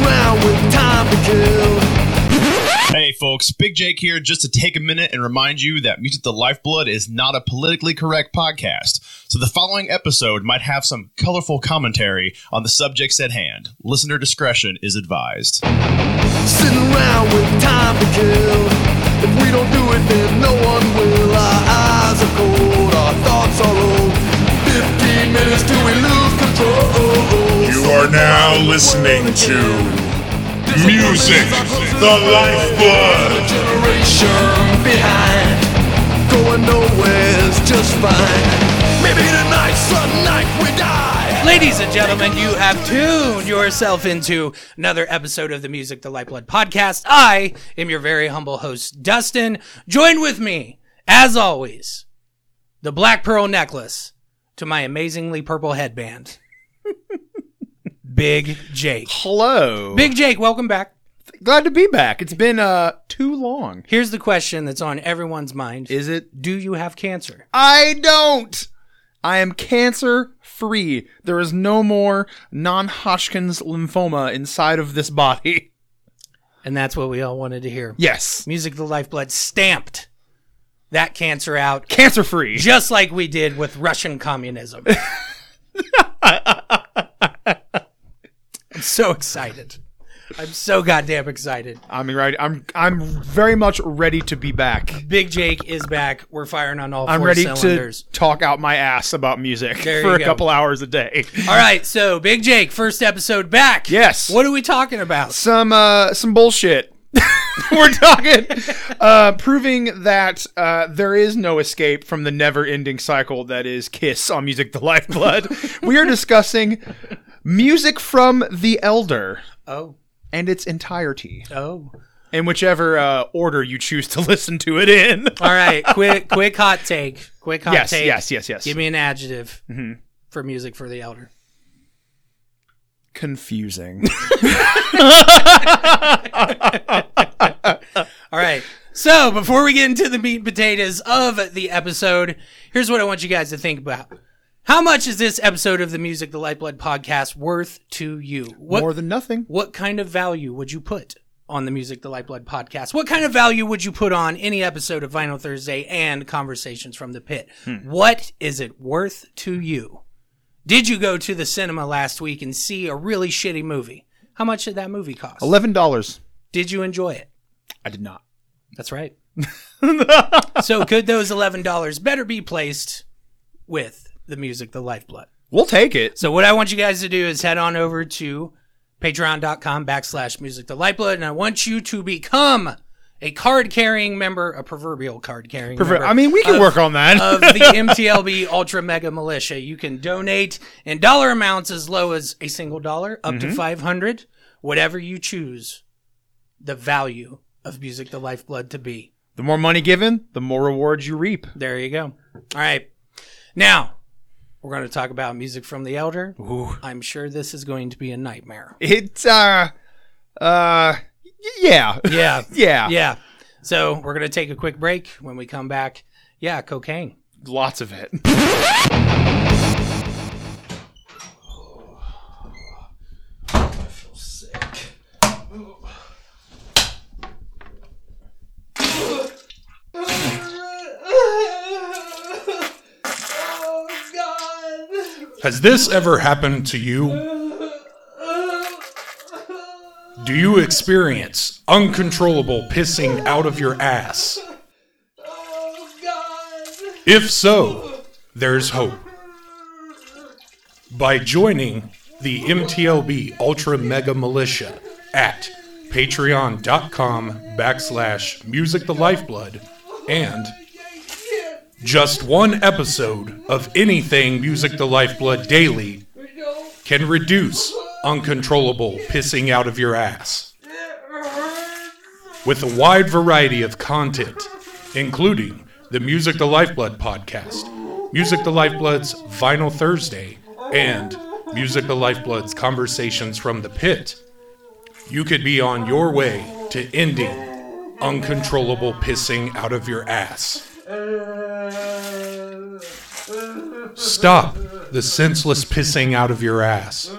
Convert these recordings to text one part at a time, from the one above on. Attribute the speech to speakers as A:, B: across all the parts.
A: with time to kill.
B: Hey, folks, Big Jake here just to take a minute and remind you that Music the Lifeblood is not a politically correct podcast. So the following episode might have some colorful commentary on the subjects at hand. Listener discretion is advised.
A: Sitting around with time to kill. If we don't do it, then no one will. Our eyes are cold, our thoughts are old. Fifteen minutes till we lose control.
C: You are now listening to Music, the Lifeblood.
A: Generation behind, going nowhere's just fine. Maybe tonight's the night we die.
D: Ladies and gentlemen, you have tuned yourself into another episode of the Music the Lifeblood podcast. I am your very humble host, Dustin. Join with me, as always, the Black Pearl necklace to my amazingly purple headband, Big Jake.
E: Hello.
D: Big Jake, welcome back.
E: Glad to be back. It's been uh too long.
D: Here's the question that's on everyone's mind
E: Is it?
D: Do you have cancer?
E: I don't. I am cancer free. There is no more non-Hodgkin's lymphoma inside of this body.
D: And that's what we all wanted to hear.
E: Yes.
D: Music the Lifeblood stamped that cancer out.
E: Cancer free.
D: just like we did with Russian communism. I'm so excited. I'm so goddamn excited.
E: I mean right. I'm I'm very much ready to be back.
D: Big Jake is back. We're firing on all four
E: I'm ready
D: cylinders.
E: to talk out my ass about music
D: There
E: for
D: you
E: a
D: go.
E: couple hours a day.
D: All right, so Big Jake, first episode back.
E: Yes.
D: What are we talking about?
E: some uh some bullshit. We're talking uh proving that uh there is no escape from the never-ending cycle that is Kiss on Music the Lifeblood. we are discussing music from The Elder
D: Oh,
E: and its entirety
D: oh.
E: in whichever uh order you choose to listen to it in.
D: All right, quick, quick hot take. Quick hot
E: yes,
D: take.
E: yes, yes, yes. Mm-hmm.
D: Give me an adjective for music for the elder.
E: confusing.
D: All right. So before we get into the meat and potatoes of the episode, here's what I want you guys to think about. How much is this episode of the Music the Lifeblood podcast worth to you? What
E: More than nothing.
D: what kind of value would you put on the Music the Lifeblood podcast? What kind of value would you put on any episode of Vinyl Thursday and Conversations from the Pit? What is it worth to you? Did you go to the cinema last week and see a really shitty movie? How much did that movie cost?
E: $11.
D: Did you enjoy it?
E: I did not.
D: That's right. so could those eleven dollars better be placed with the music, the lifeblood?
E: We'll take it.
D: So what I want you guys to do is head on over to patreon.com backslash music the lifeblood, and I want you to become a card carrying member, a proverbial card carrying member.
E: I mean, we can
D: of-
E: work on that.
D: of the MTLB Ultra Mega Militia. You can donate in dollar amounts as low as a single dollar, up to 500, whatever you choose the value of Music the Lifeblood to be.
E: the more money given, the more rewards you reap.
D: There you go. All right. Now, we're going to talk about music from the Elder. I'm sure this is going to be a nightmare.
E: It's uh uh y- yeah.
D: Yeah.
E: Yeah.
D: yeah. So, we're going to take a quick break. When we come back, yeah, cocaine.
E: Lots of it.
C: Has this ever happened to you? Do you experience uncontrollable pissing out of your ass? If so, there's hope. By joining the MTLB Ultra Mega Militia at patreon.com backslash music the lifeblood and just one episode of anything Music the Lifeblood daily can reduce uncontrollable pissing out of your ass. With a wide variety of content, including the Music the Lifeblood podcast, Music the Lifeblood's Vinyl Thursday, and Music the Lifeblood's Conversations from the Pit, you could be on your way to ending uncontrollable pissing out of your ass. Stop the senseless pissing out of your ass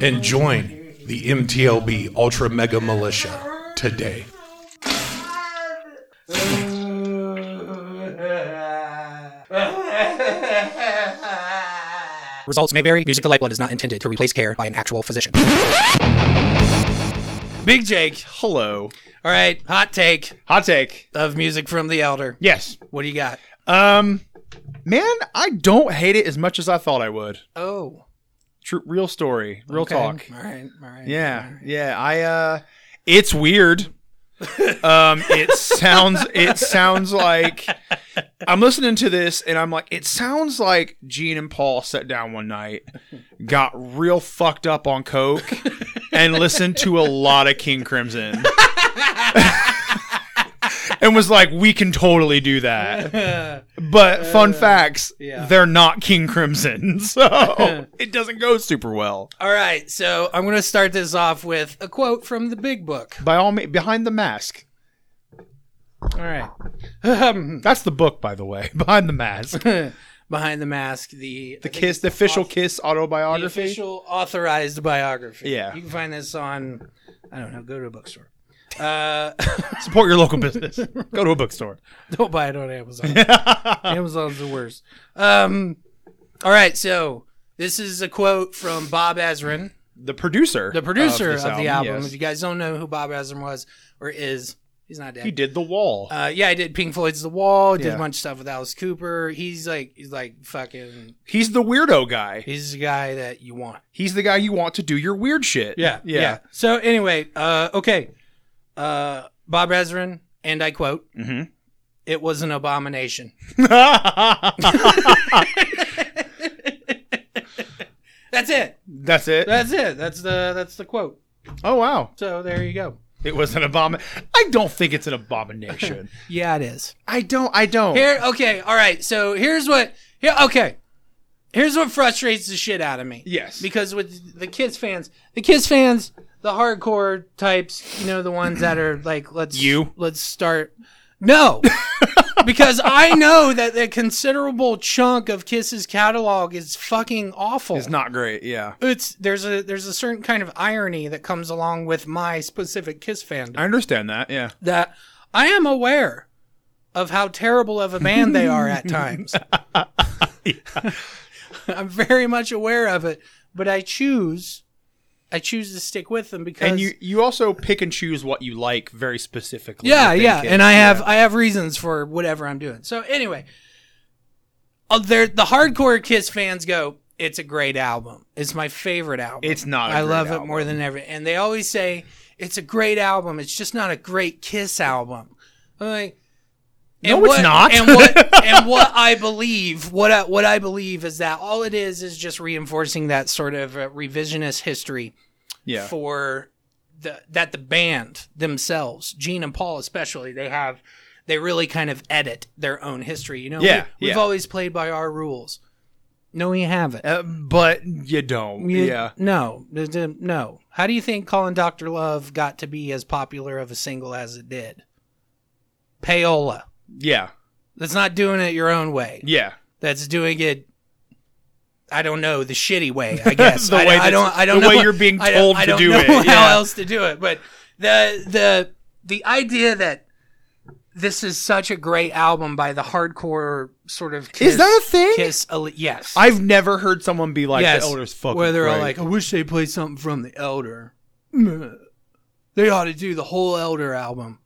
C: and join the MTLB Ultra Mega Militia today.
D: Results may vary. Music to Lifeblood is not intended to replace care by an actual physician. Big Jake.
E: Hello.
D: All right, hot take
E: Hot take.
D: of music from The Elder.
E: Yes.
D: What do you got?
E: Um, man, I don't hate it as much as I thought I would.
D: Oh,
E: True, real story, real
D: okay.
E: talk.
D: All right, all right.
E: Yeah, yeah. I uh, it's weird. um, it sounds it sounds like I'm listening to this and I'm like, it sounds like Gene and Paul sat down one night, got real fucked up on coke, and listened to a lot of King Crimson. and was like, we can totally do that. But fun facts,
D: yeah.
E: they're not King Crimson, so it doesn't go super well.
D: All right, so I'm going to start this off with a quote from the Big Book.
E: By all means, behind the mask.
D: All right.
E: That's the book, by the way. Behind the mask, the
D: Behind the Mask, the the
E: Kiss, the official Kiss
D: the
E: autobiography.
D: official authorized biography.
E: Yeah.
D: you can find this on. I don't know. Go to a bookstore.
E: Support your local business. Go to a bookstore.
D: Don't buy it on Amazon. Amazon's the worst. Um, all right, so this is a quote from Bob Ezrin,
E: The producer,
D: the producer of,
E: this
D: the album.
E: yes.
D: If you guys don't know who Bob Ezrin was or is, he's not dead.
E: he did the wall.
D: Uh, yeah, I did Pink Floyd's The Wall. Did
E: Yeah.
D: a bunch of stuff with Alice Cooper. He's like, he's like fucking.
E: He's the weirdo guy.
D: He's the guy that you want.
E: He's the guy you want to do your weird shit. yeah.
D: So anyway, uh, okay, uh, Bob Ezrin, and I quote:
E: Mhm.
D: "It was an abomination." That's it.
E: That's it.
D: That's it. That's the that's the quote.
E: oh wow,
D: So there you go.
E: it was an abomin. I don't think it's an abomination.
D: Yeah, it is.
E: I don't. I don't.
D: Here, okay, all right. So here's what. Here, okay. Here's what frustrates the shit out of me.
E: Yes.
D: Because with the Kiss fans, the Kiss fans, the hardcore types, you know, the ones that are like, let's
E: You?
D: let's start. No, because I know that a considerable chunk of Kiss's catalog is fucking awful.
E: It's not great. Yeah.
D: It's there's a there's a certain kind of irony that comes along with my specific Kiss fandom
E: I understand that. Yeah.
D: that I am aware of how terrible of a band they are at times. I'm very much aware of it, but I choose I choose to stick with them because
E: And you you also pick and choose what you like very specifically.
D: yeah,
E: within
D: yeah,
E: Kiss.
D: and I
E: Yeah.
D: have I have reasons for whatever I'm doing. So anyway, uh, there the hardcore Kiss fans go, it's a great album. It's my favorite album.
E: It's not a
D: I
E: great
D: love it
E: album.
D: more than ever. And they always say it's a great album. It's just not a great Kiss album. I'm like,
E: No,
D: and
E: it's
D: what-
E: not.
D: and what and what I believe, what I, what I believe is that all it is is just reinforcing that sort of uh, revisionist history
E: yeah.
D: for the that the band themselves, Gene and Paul especially, they have they really kind of edit their own history. You know,
E: Yeah,
D: we, have
E: yeah.
D: always played by our rules. No, you haven't.
E: Uh, but you don't.
D: You-
E: yeah.
D: No, th- th- no. How do you think Colin Doctor Love got to be as popular of a single as it did? Payola.
E: Yeah.
D: That's not doing it your own way.
E: Yeah.
D: That's doing it. I don't know the shitty way. I guess
E: The
D: I,
E: way
D: I
E: that's-
D: don't. I don't
E: the
D: know
E: way you're being
D: I don't-
E: told
D: I
E: to
D: don't
E: do
D: know
E: it,
D: How
E: yeah.
D: else to do it? But the the the idea that this is such a great album by the hardcore sort of kiss,
E: that a thing?
D: Kiss, elite- yes.
E: I've never heard someone be like
D: yes.
E: the elders fucking
D: Where they're all
E: great."
D: like, I wish they played something from the Elder. They ought to do the whole Elder album,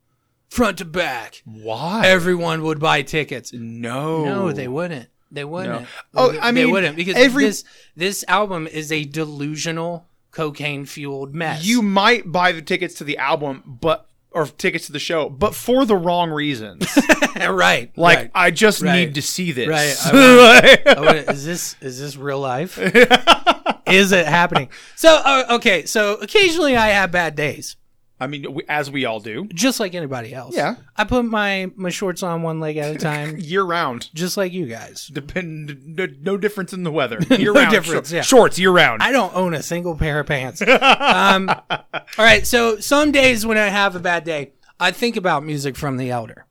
D: front to back.
E: why?
D: Everyone would buy tickets.
E: no.
D: No, they wouldn't. They wouldn't.
E: Oh,
D: They-
E: I
D: they
E: mean,
D: wouldn't because
E: every-
D: this this album is a delusional cocaine fueled mess.
E: You might buy the tickets to the album, but or tickets to the show, but for the wrong reasons.
D: right?
E: Like
D: right.
E: I just
D: Right.
E: need to see this.
D: Right.
E: Like-
D: I wouldn't- is this is this real life? is it happening? So oh, okay, so occasionally I have bad days,
E: I mean, we, as we all do,
D: just like anybody else.
E: Yeah.
D: I put my my shorts on one leg at a time,
E: year round.
D: just like you guys.
E: Depend no, no difference in the weather. Year round.
D: difference, yeah.
E: Shorts year round.
D: I don't own a single pair of pants. um, all right, so some days when I have a bad day, I think about music from The Elder.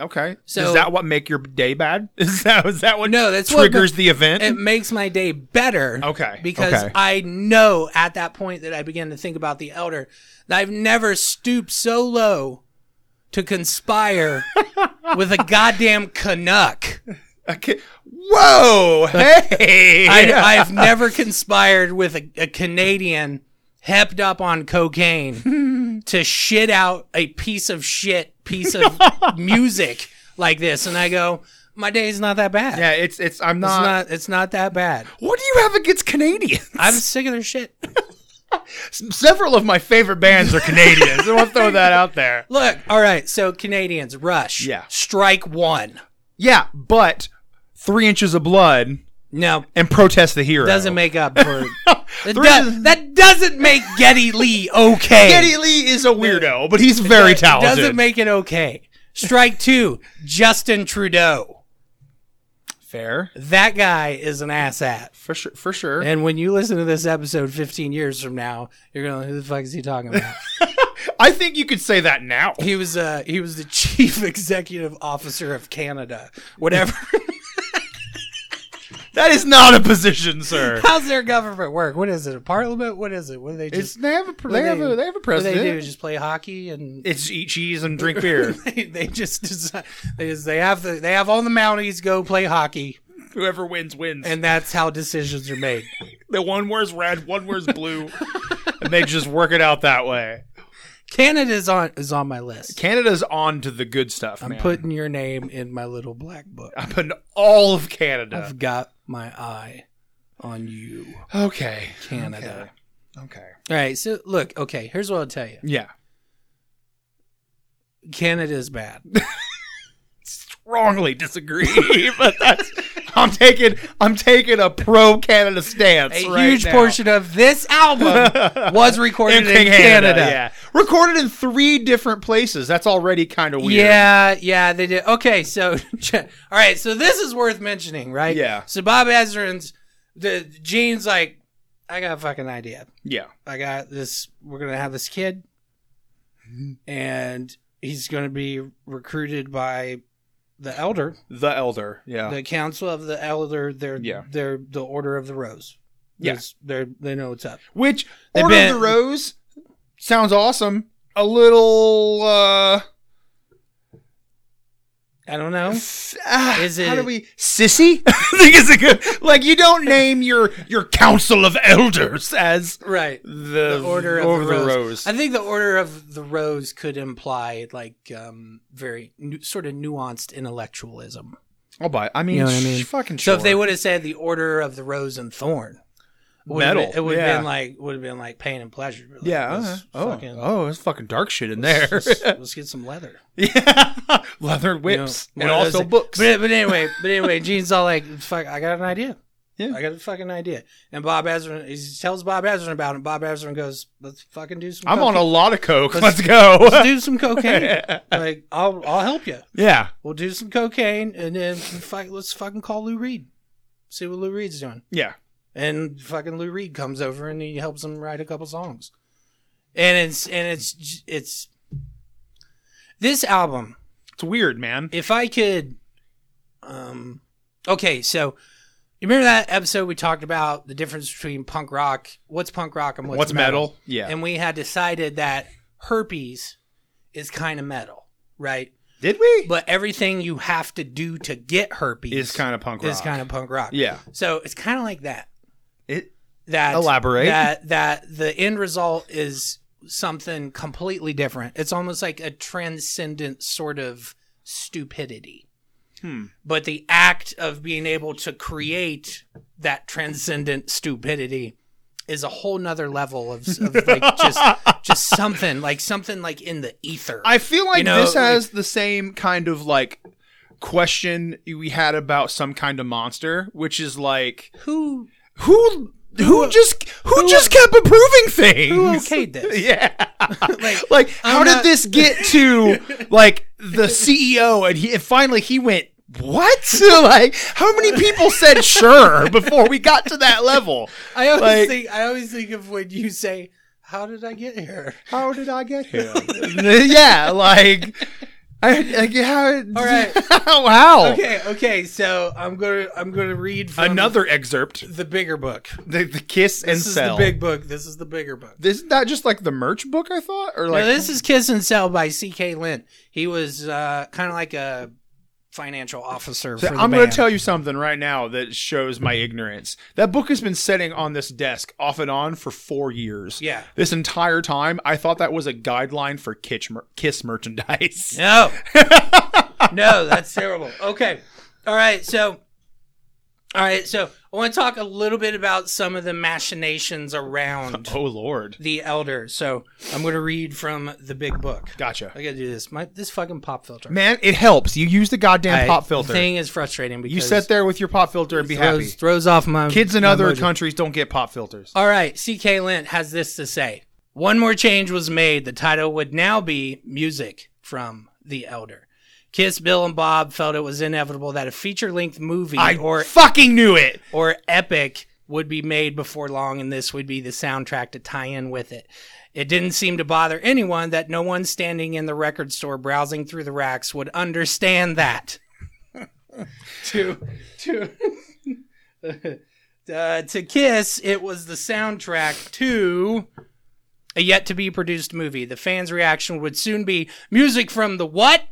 E: Okay.
D: So-
E: is that what make your day bad? Is that is that what
D: No, that's what
E: triggers
D: ma-
E: the event?
D: It makes my day better.
E: Okay,
D: Because
E: okay.
D: I know at that point that I began to think about the elder that I've never stooped so low to conspire with a goddamn Canuck.
E: Okay. Whoa! Hey!
D: I, I've never conspired with a, a Canadian hepped up on cocaine to shit out a piece of shit piece of music like this. And I go, my day's not that bad.
E: yeah, it's it's. I'm
D: It's
E: not,
D: not. It's not that bad.
E: What do you have against Canadians?
D: I'm sick of their shit.
E: Several of my favorite bands are Canadians. I want to throw that out there.
D: Look, all right. So Canadians, Rush.
E: Yeah.
D: Strike one.
E: Yeah, but three inches of blood
D: No,
E: and protest the hero
D: doesn't make up for. It
E: Three
D: does-
E: is-
D: that doesn't make Getty Lee okay.
E: Geddy Lee is a weirdo, but he's very
D: That
E: talented.
D: Doesn't make it okay. Strike two, Justin Trudeau.
E: fair
D: That guy is an ass at.
E: for sure. For sure.
D: And when you listen to this episode 15 years from now, you're going, who the fuck is he talking about?
E: I think you could say that now.
D: he was uh he was the chief executive officer of Canada. Whatever.
E: That is not a position, sir.
D: How's their government work? What is it? A parliament? What is it? What do they
E: It's,
D: just
E: they have a
D: what
E: they
D: do
E: have a they
D: what
E: have a
D: do
E: president.
D: They do just play hockey and
E: it's eat cheese and drink beer.
D: they, they just decide, they, just- they have the they have all the Mounties go play hockey
E: Whoever wins wins.
D: and that's how decisions are made.
E: the one wears red, one wears blue, and they just work it out that way.
D: Canada's on is on my list.
E: Canada's on to the good stuff,
D: I'm
E: man.
D: putting your name in my little black book.
E: I'm putting all of Canada.
D: I've got my eye on you,
E: okay.
D: Canada.
E: Okay.
D: All right, so look, okay, here's what I'll tell you.
E: Yeah.
D: Canada's bad.
E: Strongly disagree, but that's I'm taking I'm taking a pro Canada stance.
D: A
E: right
D: huge
E: now.
D: portion of this album was recorded in, Canada.
E: Yeah. Recorded in three different places. That's already kind of weird.
D: Yeah, yeah, they did. Okay, so all right, so this is worth mentioning, right?
E: Yeah.
D: So Bob Ezrin's the Gene's like, I got a fucking idea.
E: Yeah.
D: I got this. We're gonna have this kid,
E: Mm-hmm.
D: and he's gonna be recruited by the Elder,
E: The elder. Yeah.
D: the Council of the Elder. They're
E: Ah. Yeah.
D: they're the Order of the Rose.
E: Yeah.
D: Yes, they're they know what's up.
E: Which
D: They've
E: Order
D: been-
E: of the Rose sounds awesome. A little uh
D: I don't know.
E: Ah,
D: Is
E: how do
D: it-
E: we sissy? I think it's a good like you don't name your your council of elders as
D: Right.
E: the,
D: the order of
E: Order
D: the, rose. I think the order of the rose could imply like um, very nu- sort of nuanced intellectualism.
E: I'll buy. It. Oh, I mean,
D: You know what I
E: sh-
D: mean?
E: fucking
D: So
E: sure.
D: if they would have said the order of the rose and thorn, it would've
E: Metal,
D: been- it would have
E: yeah.
D: been like would have been like pain and pleasure. Like,
E: yeah,
D: let's
E: uh, oh,
D: fucking-
E: oh, there's fucking dark shit in there.
D: let's, let's get some leather,
E: yeah, leather
D: you know,
E: whips
D: one
E: and
D: of
E: also
D: those-
E: books.
D: But, but anyway, but anyway, Gene's all like, "Fuck, I got an idea."
E: Yeah.
D: I got a fucking idea, and Bob Ezrin he tells Bob Ezrin about it. Bob Ezrin goes, "Let's fucking do some."
E: I'm on a
D: cocaine.
E: lot of coke.
D: Let's-
E: Let's, go.
D: Let's do some cocaine. like I'll I'll help you.
E: yeah,
D: We'll do some cocaine and then fuck, let's fucking call Lou Reed. See what Lou Reed's doing.
E: yeah.
D: And fucking Lou Reed comes over and he helps him write a couple songs. And it's and it's j- it's this album.
E: It's weird, man.
D: If I could, um, okay, so you remember that episode we talked about the difference between punk rock, what's punk rock and what's,
E: What's, metal? Yeah,
D: and we had decided that herpes is kind of metal, right?
E: did we?
D: but everything you have to do to get herpes
E: is kind of punk rock.
D: is kind of punk rock.
E: yeah.
D: So it's kind of like that.
E: It
D: That
E: Elaborate.
D: That that the end result is something completely different. It's almost like a transcendent sort of stupidity.
E: Hmm.
D: But the act of being able to create that transcendent stupidity is a whole nother level of, of like just just something like something like in the ether.
E: I feel like
D: You know,
E: this has the same kind of like question we had about some kind of monster, which is like
D: who
E: who who, just who,
D: who-
E: just kept approving things.
D: who okayed this?
E: yeah.
D: Like,
E: like, how
D: I'm
E: did
D: not-
E: this get to like the CEO and he and finally he went what? like how many people said sure before we got to that level?
D: I always
E: Like-
D: think I always think of when you say, "How did I get here?"
E: How did I get here? yeah, like I, like, yeah.
D: All right.
E: wow.
D: Okay. Okay. So I'm gonna I'm gonna read from
E: Another excerpt.
D: the bigger book.
E: The, the kiss and
D: This is
E: sell.
D: the big book. This is the bigger book.
E: This is that just like the merch book I thought, or like
D: No, this is Kiss and Sell by C.K. Lynn. He was uh, kind of like a financial officer.
E: So
D: for the
E: I'm going
D: band.
E: to tell you something right now that shows my ignorance. That book has been sitting on this desk off and on for four years.
D: Yeah.
E: This entire time, I thought that was a guideline for kitsch mer- kiss merchandise.
D: No. no, that's terrible. Okay. All right. So, all right. So, I want to talk a little bit about some of the machinations around
E: Oh, Lord.
D: the elder. So, I'm going to read from the big book.
E: Gotcha.
D: I got to do this. My this fucking pop filter.
E: Man, it helps. You use the goddamn
D: I-
E: pop filter.
D: thing is frustrating because
E: you sit there with your pop filter and be
D: throws,
E: happy.
D: throws off my
E: Kids in
D: my
E: other
D: mojo.
E: countries don't get pop filters.
D: All right, CK Lint has this to say. One more change was made. The title would now be Music from the Elder. Kiss, Bill, and Bob felt it was inevitable that a feature length movie
E: I
D: or,
E: fucking knew it.
D: or epic would be made before long, and this would be the soundtrack to tie in with it. It didn't seem to bother anyone that no one standing in the record store browsing through the racks would understand that. to, to, uh, to Kiss, it was the soundtrack to a yet to be produced movie. The fans' reaction would soon be music from the what?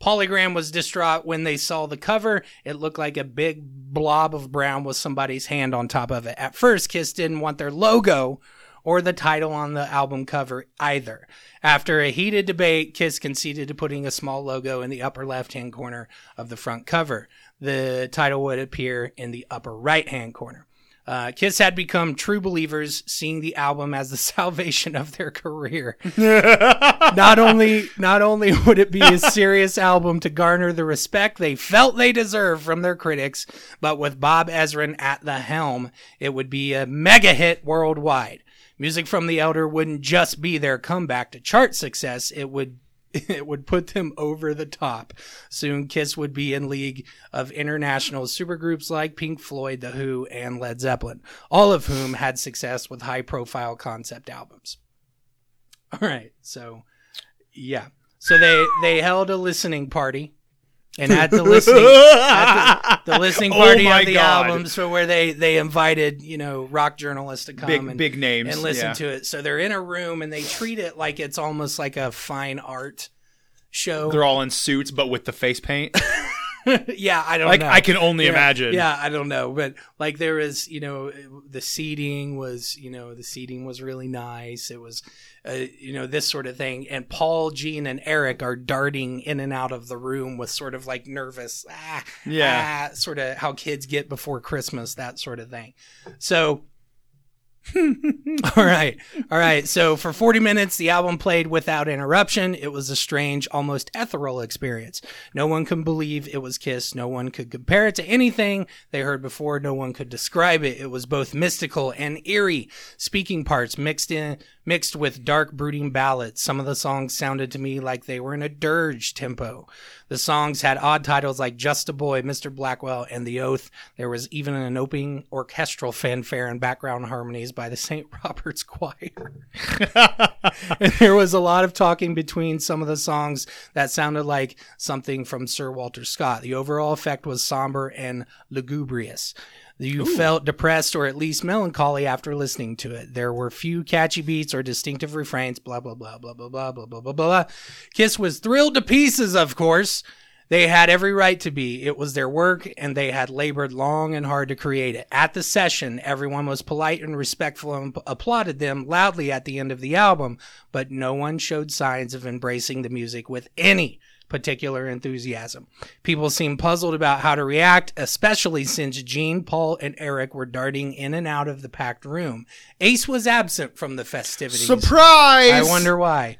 D: Polygram was distraught when they saw the cover. It looked like a big blob of brown with somebody's hand on top of it. At first, Kiss didn't want their logo or the title on the album cover either. After a heated debate, Kiss conceded to putting a small logo in the upper left hand corner of the front cover. The title would appear in the upper right hand corner. Uh, Kiss had become true believers, seeing the album as the salvation of their career not only not only would it be a serious album to garner the respect they felt they deserved from their critics, but with Bob Ezrin at the helm, it would be a mega hit worldwide. Music from the Elder wouldn't just be their comeback to chart success, it would it would put them over the top. Soon Kiss would be in league of international supergroups like Pink Floyd, The Who, and Led Zeppelin, all of whom had success with high-profile concept albums. All right. So, yeah. So they they held a listening party, and at the listening at the, the listening
E: Oh
D: party
E: my
D: of the
E: God.
D: albums, so where they they invited you know rock journalists to come
E: Big-
D: and
E: big names,
D: and listen
E: yeah.
D: to it. So they're in a room and they treat it like it's almost like a fine art show.
E: They're all in suits, but with the face paint.
D: yeah, I don't
E: Like,
D: know.
E: I can only
D: Yeah,
E: imagine.
D: Yeah, I don't know, but like there is, you know, the seating was, you know, the seating was really nice. It was, uh, you know, this sort of thing. And Paul, Gene, and Eric are darting in and out of the room with sort of like nervous, ah,
E: Yeah.
D: ah, sort of how kids get before Christmas, that sort of thing. So. all right. All right. So for 40 minutes, the album played without interruption. It was a strange, almost ethereal experience. No one can believe it was Kiss. No one could compare it to anything they heard before. No one could describe it. It was both mystical and eerie. Speaking parts mixed in, mixed with dark, brooding ballads. Some of the songs sounded to me like they were in a dirge tempo. The songs had odd titles like Just a Boy, Mr. Blackwell, and The Oath. There was even an opening orchestral fanfare and background harmonies by the St. Robert's Choir. and there was a lot of talking between some of the songs that sounded like something from Sir Walter Scott. The overall effect was somber and lugubrious. You felt depressed or at least melancholy after listening to it. There were few catchy beats or distinctive refrains, blah, blah, blah, blah, blah, blah, blah, blah, blah, blah. Kiss was thrilled to pieces, of course. They had every right to be. It was their work, and they had labored long and hard to create it. At the session, everyone was polite and respectful and applauded them loudly at the end of the album, but no one showed signs of embracing the music with any particular enthusiasm. People seemed puzzled about how to react, especially since Gene, Paul, and Eric were darting in and out of the packed room. Ace was absent from the festivities.
E: Surprise!
D: I wonder why.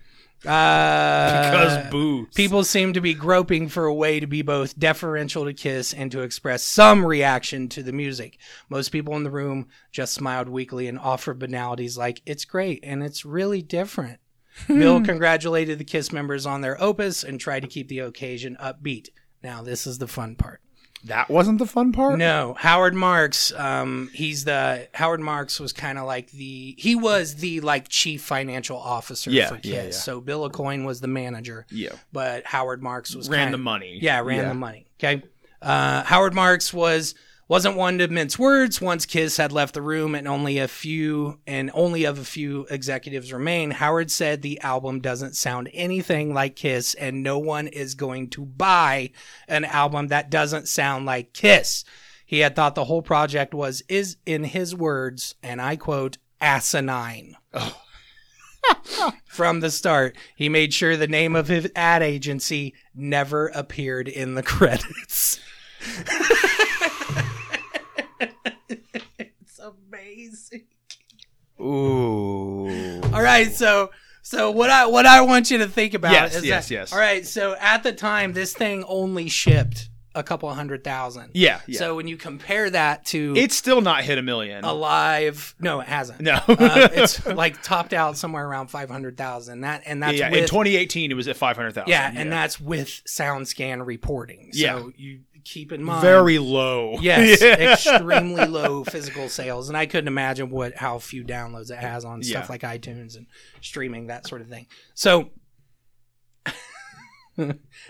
D: Uh,
E: Because boo.
D: People seem to be groping for a way to be both deferential to Kiss and to express some reaction to the music. Most people in the room just smiled weakly and offered banalities like, it's great and it's really different. Bill congratulated the Kiss members on their opus and tried to keep the occasion upbeat. Now, this is the fun part.
E: That wasn't the fun part.
D: No, Howard Marks. Um, he's the Howard Marks was kind of like the he was the like chief financial officer
F: Yeah,
D: for Kiss.
F: yeah, yeah.
D: So Bill O'Coin was the manager.
F: Yeah.
D: but Howard Marks was
F: Ran
D: kinda-
F: the money.
D: Yeah, ran the money. Okay, uh, Howard Marks was wasn't one to mince words. Once Kiss had left the room, and only a few and only of a few executives remain. Howard said the album doesn't sound anything like Kiss, and no one is going to buy an album that doesn't sound like Kiss. He had thought the whole project was, is in his words, and I quote, asinine. From the start, he made sure the name of his ad agency never appeared in the credits. it's amazing.
F: Ooh.
D: All right, so so what I what I want you to think about
F: Yes,
D: is
F: yes,
D: that,
F: yes.
D: All right, so at the time, this thing only shipped a couple hundred thousand.
F: Yeah, yeah.
D: So when you compare that to
E: It's still not hit a million.
D: alive, no, it hasn't.
E: No.
D: uh, it's like topped out somewhere around five hundred thousand. That and that's
E: yeah,
D: with
E: in 2018 it was at 500,000.
D: yeah, and that's with SoundScan reporting. So
E: Yeah.
D: you keep in mind
E: very low.
D: yes, extremely low physical sales, and I couldn't imagine what how few downloads it has on
E: Yeah.
D: stuff like iTunes and streaming that sort of thing. So.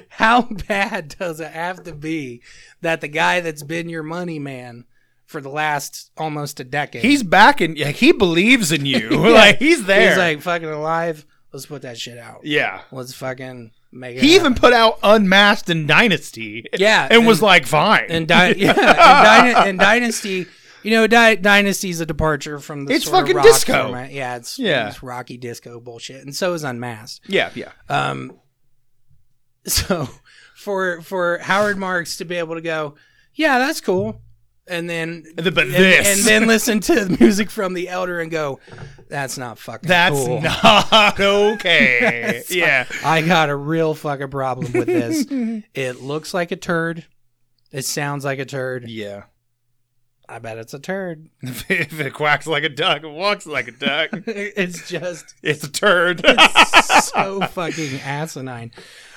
D: How bad does it have to be that the guy that's been your money man for the last almost a decade?
E: He's back and yeah, he believes in you. Like he's there.
D: He's like fucking alive. Let's put that shit out.
E: yeah.
D: Let's fucking make it.
E: He even
D: happen."
E: put out Unmasked and Dynasty.
D: Yeah,
E: And, was
D: and-
E: like fine.
D: and Dy- yeah, and, Dyna- and Dynasty. You know, Dy- Dynasty's a departure from the
E: It's
D: sort of
E: fucking
D: rock
E: disco.
D: format. Yeah, it's
E: Yeah.
D: it's rocky disco bullshit, and so is Unmasked.
E: yeah, yeah.
D: Um, so for for Howard Marks to be able to go, yeah, that's cool, and then
E: And then- but
D: and,
E: this.
D: and then listen to the music from the Elder and go, that's not fucking
E: That's
D: cool.
E: not okay. yeah.
D: I got a real fucking problem with this. it looks like a turd. It sounds like a turd.
E: Yeah.
D: I bet it's a turd.
E: if it quacks like a duck, it walks like a duck.
D: it's just
E: It's a turd.
D: so fucking asinine.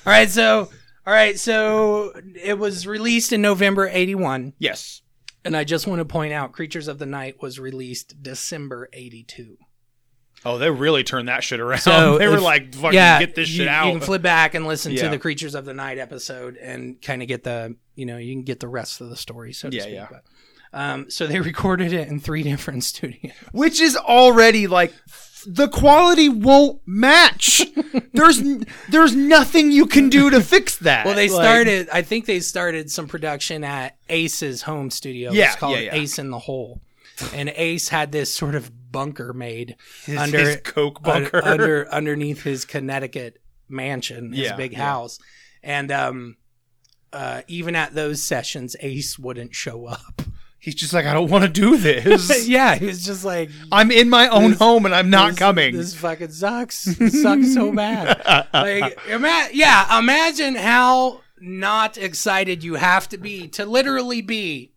D: All right, so all right, so it was released in November 81,
E: yes.
D: and I just want to point out Creatures of the Night was released December 82.
E: Oh, they really turned that shit around.
D: So
E: they were
D: if-
E: like, "Fucking get this
D: you,
E: shit
D: You can
E: out."
D: flip back and listen to
E: Yeah.
D: the Creatures of the Night episode and kind of get the you know you can get the rest of the story. So to
E: Yeah,
D: speak.
E: yeah.
D: But, um, so they recorded it in three different studios.
E: Which is already like the quality won't match. there's n- there's nothing you can do to fix that.
D: Well, they
E: Like-
D: started. I think they started some production at Ace's home studio.
E: Yeah,
D: it's called
E: yeah, yeah.
D: Ace in the Hole, and Ace had this sort of bunker made
E: his,
D: under
E: his coke bunker.
D: un- under underneath his Connecticut mansion, his
E: Yeah,
D: big
E: yeah.
D: house, and um, uh, even at those sessions, Ace wouldn't show up.
E: He's just like, "I don't want to do this.
D: yeah, he was just like.
E: I'm in my own
D: This-
E: home and I'm not
D: this-
E: coming."
D: This fucking sucks. It sucks so bad. Like, ima- yeah, imagine how not excited you have to be to literally be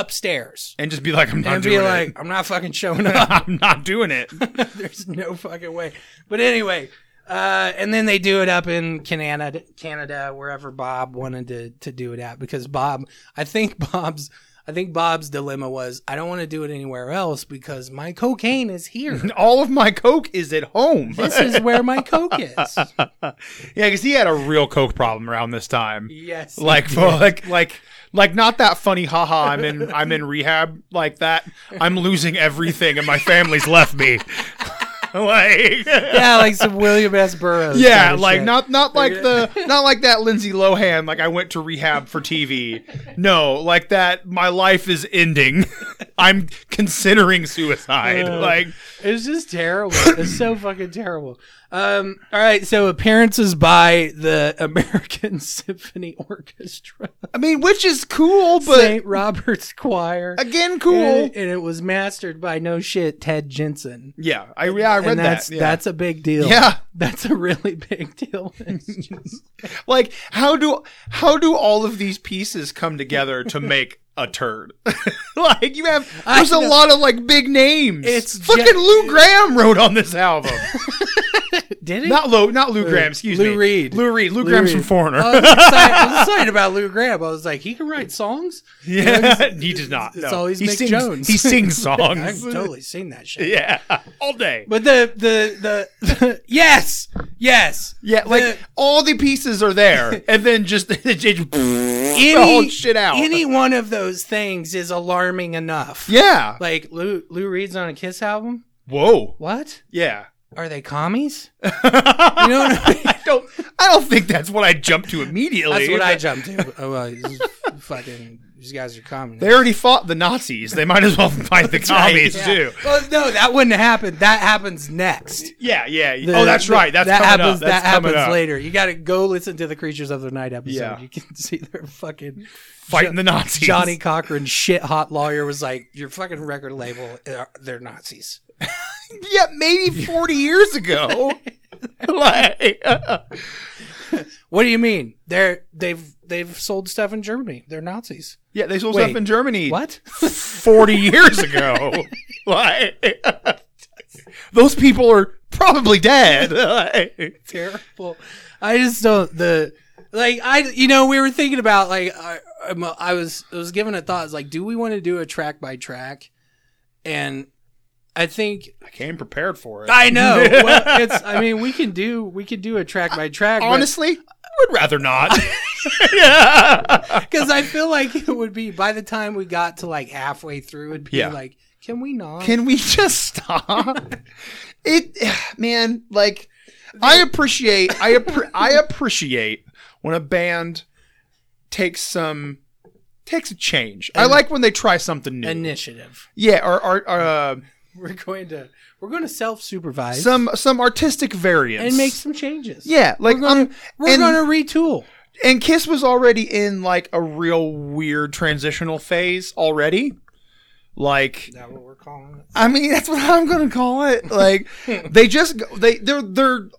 D: upstairs
E: and just be like, "I'm not
D: and
E: doing
D: be like,
E: it.
D: I'm not fucking showing up.
E: I'm not doing it."
D: There's no fucking way. But anyway, uh, and then they do it up in Canada, Canada, wherever Bob wanted to to do it at, because Bob, I think Bob's. I think Bob's dilemma was I don't want to do it anywhere else because my cocaine is here.
E: All of my coke is at home.
D: this is where my coke is.
E: Yeah, because he had a real coke problem around this time.
D: Yes.
E: Like, like, like, like, not that funny. Haha, I'm in, I'm in rehab. Like that, I'm losing everything, and my family's left me. like,
D: yeah, like some William S. Burroughs.
E: yeah,
D: kind of
E: like
D: shit.
E: not, not like the, not like that Lindsay Lohan. Like, I went to rehab for TV. No, like that. My life is ending. I'm considering suicide. like,
D: It's just terrible. It's so fucking terrible. Um, all right, so appearances by the American Symphony Orchestra,
E: I mean, which is cool, but
D: St. Robert's Choir.
E: again, cool.
D: And, and it was mastered by no shit Ted Jensen.
E: yeah, I, yeah, I read
D: and that's
E: that. yeah.
D: that's a big deal.
E: Yeah.
D: that's a really big deal. It's just-
E: like how do how do all of these pieces come together to make a turd like you have
D: I
E: there's a
D: know.
E: lot of like big names
D: It's
E: fucking
D: ju-
E: lou graham wrote on this album
D: Did he?
E: Not Lou, not Lou Graham. Excuse
D: Lou
E: me,
D: Reed.
E: Lou Reed. Lou,
D: Lou
E: Graham's
D: Reed. Oh,
E: from Foreigner.
D: I was, excited, I was excited about Lou Graham. I was like, he can write songs.
E: yeah, he does not. No.
D: always
E: he
D: Mick
E: sings,
D: Jones.
E: He sings
D: I've
E: songs.
D: totally seen that shit.
E: yeah, all day.
D: But the the the, yes yes
E: Yeah, like
D: The-
E: all the pieces are there, and then just it just
D: any,
E: the whole shit out.
D: Any one of those things is alarming enough.
E: yeah.
D: Like Lou Lou Reed's on a Kiss album.
E: Whoa.
D: What
E: Yeah.
D: are they commies? you know what I mean?
E: I don't. I don't think that's what I jumped to immediately.
D: That's what I jumped to. Oh, well, this is fucking these guys are commies.
E: They already fought the Nazis. They might as well fight the commies
D: Yeah.
E: too.
D: Well, no, that wouldn't happen. That happens next.
E: Yeah, yeah.
D: The-
E: oh, that's
D: the-
E: right. That's
D: that
E: coming
D: happens.
E: up. That's
D: that
E: coming
D: happens
E: up.
D: later. You got to go listen to the Creatures of the Night episode.
E: Yeah.
D: You can see their fucking
E: Fighting the Nazis.
D: Johnny Cochran shit hot lawyer was like, "Your fucking record label, are- they're Nazis."
E: Yeah, maybe forty years ago. like,
D: What do you mean? They're they've they've sold stuff in Germany. They're Nazis.
E: yeah, they sold
D: Wait,
E: stuff in Germany.
D: What?
E: Forty years ago. like, those people are probably dead. Like-
D: Terrible. I just don't the like I you know we were thinking about like I, I'm- I was I was given a thought. It's like, do we want to do a track by track? And I think
E: I came prepared for it.
D: I know. well, it's I mean we can do we can do a track by track. but-
E: Honestly, I would rather not. yeah.
D: Because I feel like it would be by the time we got to like halfway through, it'd be
E: Yeah.
D: like, can we not?
E: Can we just stop? it, man, like I appreciate, I appre- I appreciate when a band takes some takes a change. I like when they try something new.
D: Initiative.
E: yeah, or, or, or uh,
D: We're going to we're going to self supervise
E: some some artistic variance
D: and make some changes.
E: Yeah, like
D: we're gonna,
E: um,
D: we're
E: and-
D: gonna retool.
E: and Kiss was already in like a real weird transitional phase already. Like
D: Is that what we're calling it?
E: I mean, that's what I'm gonna call it. Like they just go- they they're they're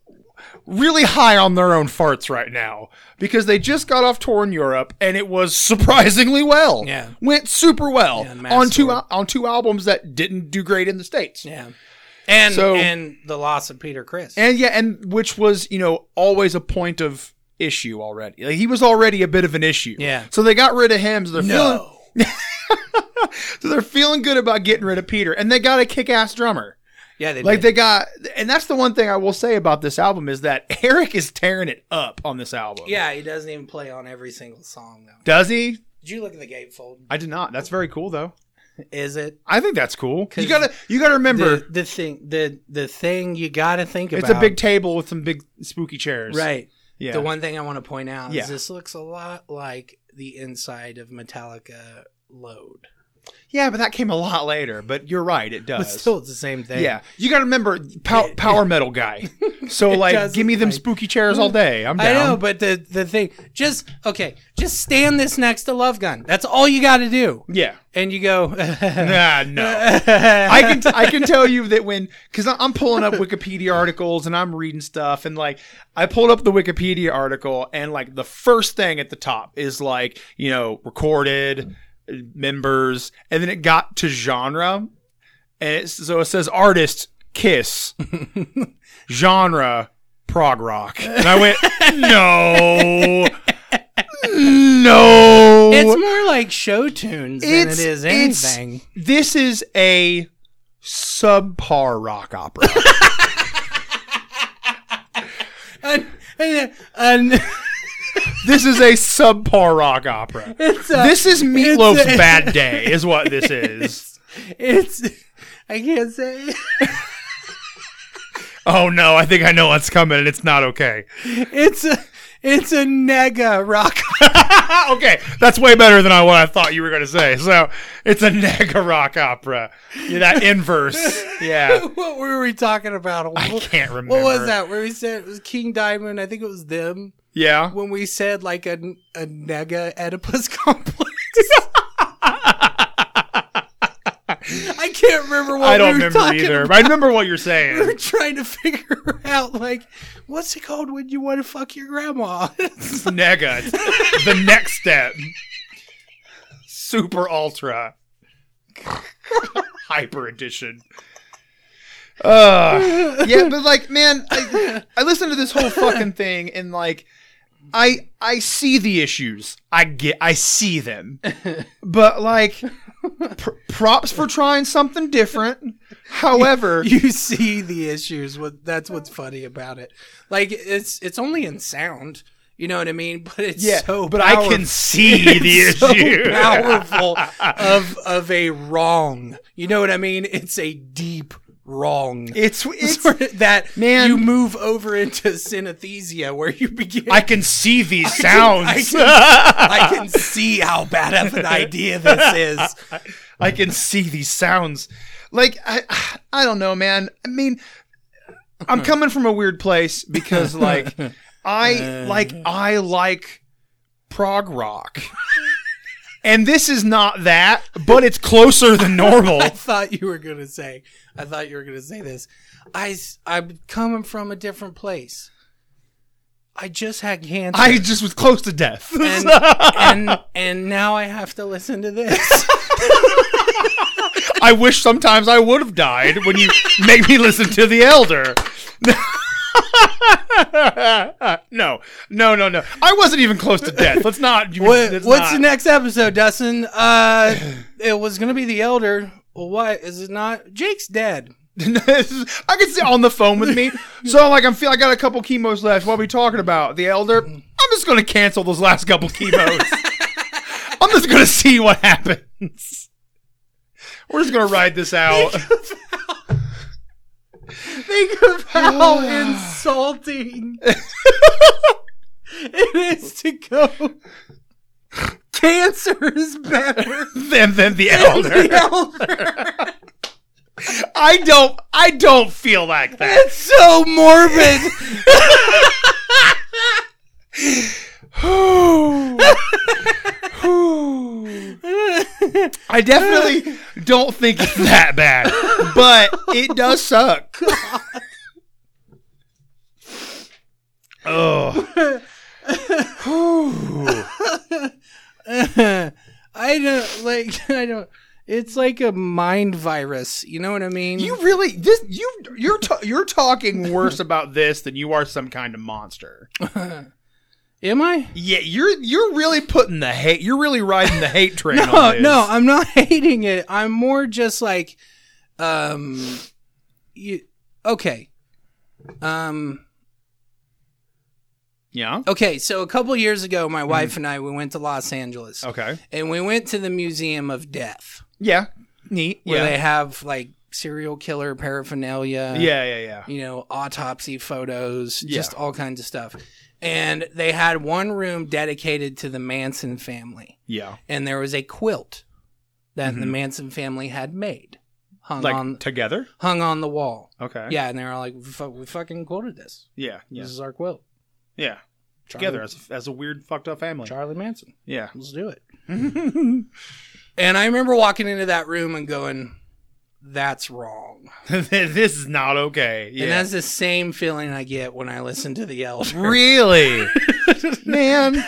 E: really high on their own farts right now because they just got off tour in Europe and it was surprisingly well.
D: Yeah.
E: went super well
D: Yeah, mass
E: on two
D: tour.
E: al- on two albums that didn't do great in the states.
D: Yeah. And
E: So-
D: and the loss of Peter Chris.
E: And yeah, and which was you know always a point of issue already. Like, he was already a bit of an issue.
D: Yeah.
E: so they got rid of him. So they're feeling
D: no.
E: so they're feeling good about getting rid of Peter, and they got a kick ass drummer.
D: Yeah, they
E: Like
D: did.
E: they got, and that's the one thing I will say about this album is that Eric is tearing it up on this album.
D: yeah, he doesn't even play on every single song though.
E: does he?
D: Did you look at the gatefold?
E: I did not. That's very cool though.
D: Is it
E: I think that's cool.
D: 'Cause
E: You gotta, you gotta remember,
D: the, the thing the the thing you gotta think
E: it's
D: about?
E: a big table with some big spooky chairs.
D: right.
E: Yeah.
D: The one thing I want to point out
E: Yeah.
D: is this looks a lot like the inside of Metallica Load,
E: Yeah, but that came a lot later. But you're right. It
D: but
E: does.
D: still it's the same thing.
E: yeah. You gotta remember, pow- power metal guy. So like,
D: does
E: give me
D: look
E: them
D: like-
E: spooky chairs all day. I'm
D: I
E: down.
D: know, but the the thing just okay, just stand this next to Love Gun. That's all you got to do,
E: yeah.
D: and you go.
E: Nah, no. I can I can tell you that when because I'm pulling up Wikipedia articles and I'm reading stuff and like I pulled up the Wikipedia article and like the first thing at the top is like you know recorded uh, members and then it got to genre and it's, so it says artist Kiss genre prog rock and I went no no
D: it's more like show tunes than it is anything.
E: This is a subpar rock opera.
D: And, and, and
E: this is a subpar rock opera.
D: it's uh, a,
E: This is Meatloaf's
D: it's a-
E: bad day, is what this is.
D: it's I can't say
E: Oh no, I think I know what's coming, and it's not okay.
D: it's a it's a nega rock.
E: okay, that's way better than I, what I thought you were going to say. So it's a nega rock opera. Yeah, that inverse. Yeah,
D: what were we talking about?
E: I can't
D: What
E: remember.
D: was that? Where we said it was King Diamond? I think it was them.
E: Yeah.
D: When we said like a a nega Oedipus complex. I can't remember what
E: I don't
D: we were
E: remember
D: talking
E: either.
D: about.
E: But I remember what you're
D: We were
E: saying.
D: trying to figure out like what's it called when you want to fuck your grandma?
E: Nega. It's the next step. Super Ultra. Hyper Edition. yeah, but like, man, I, I listen to this whole fucking thing and like, I I see the issues. I get, I see them, but like, pr- props for trying something different. However,
D: you see the issues with that's what's funny about it like it's it's only in sound you know what i mean but it's
E: yeah,
D: so
E: but I
D: powerful.
E: can see the
D: It's so
E: issue.
D: powerful of of a wrong you know what i mean it's a deep wrong
E: It's it's.
D: Sort of that
E: Man.
D: you move over into synesthesia where you begin
E: I can see these sounds.
D: I can, I can see how bad of an idea this is
E: I can see these sounds. Like I, I don't know, man. I mean,
D: Uh-huh.
E: I'm coming from a weird place because like I
D: Uh-huh.
E: like I like prog rock. And this is not that, but it's closer than normal.
D: I thought you were gonna say. I thought you were gonna say this. I am coming from a different place. I just had cancer,
E: I just was close to death.
D: and, and and now I have to listen to this.
E: I wish sometimes I would have died when you made me listen to the elder. no, no, no, no. I wasn't even close to death. Let's not.
D: What-
E: let's
D: what's
E: not.
D: the next episode, Dustin? Uh, it was gonna be the elder. Well, what is it not? Jake's dead.
E: I can sit on the phone with me. So like I'm feel I got a couple chemos left. What are we talking about? The elder? I'm just gonna cancel those last couple chemos. I'm just gonna see what happens. We're just gonna ride this out.
D: Think of how
E: Oh.
D: insulting it is to go. Cancer is better.
E: Then then the elder.
D: The elder.
E: I don't I don't feel like that.
D: It's so morbid.
E: I definitely don't think it's that bad, but it does suck. oh,
D: I don't like. I don't. It's like a mind virus. You know what I mean?
E: you really this you you're ta- you're talking worse about this than you are some kind of monster.
D: am I?
E: Yeah, you're you're really putting the hate. You're really riding the hate train. on
D: No,
E: this.
D: no. I'm not hating it. I'm more just like, um, you. Okay. Um.
E: yeah.
D: Okay. So a couple years ago, my wife and I we went to Los Angeles,
E: Mm-hmm. Okay.
D: and we went to the Museum of Death,
E: Yeah. Neat.
D: where
E: Yeah.
D: they have like serial killer paraphernalia.
E: yeah. Yeah. Yeah.
D: you know, autopsy photos,
E: Yeah.
D: just all kinds of stuff. And they had one room dedicated to the Manson family,
E: Yeah.
D: and there was a quilt that the Manson family had made, hung
E: Mm-hmm. Like
D: on
E: together.
D: hung on the wall.
E: Okay.
D: Yeah, and they were like, we, fu- "We fucking quilted this.
E: Yeah. Yeah.
D: This is our quilt,
E: Yeah. Together as, as a weird fucked up family.
D: Charlie Manson.
E: Yeah.
D: Let's do it." and I remember walking into that room and going, "That's wrong."
E: this is not okay. Yeah.
D: And that's the same feeling I get when I listen to The Elder.
E: really, man.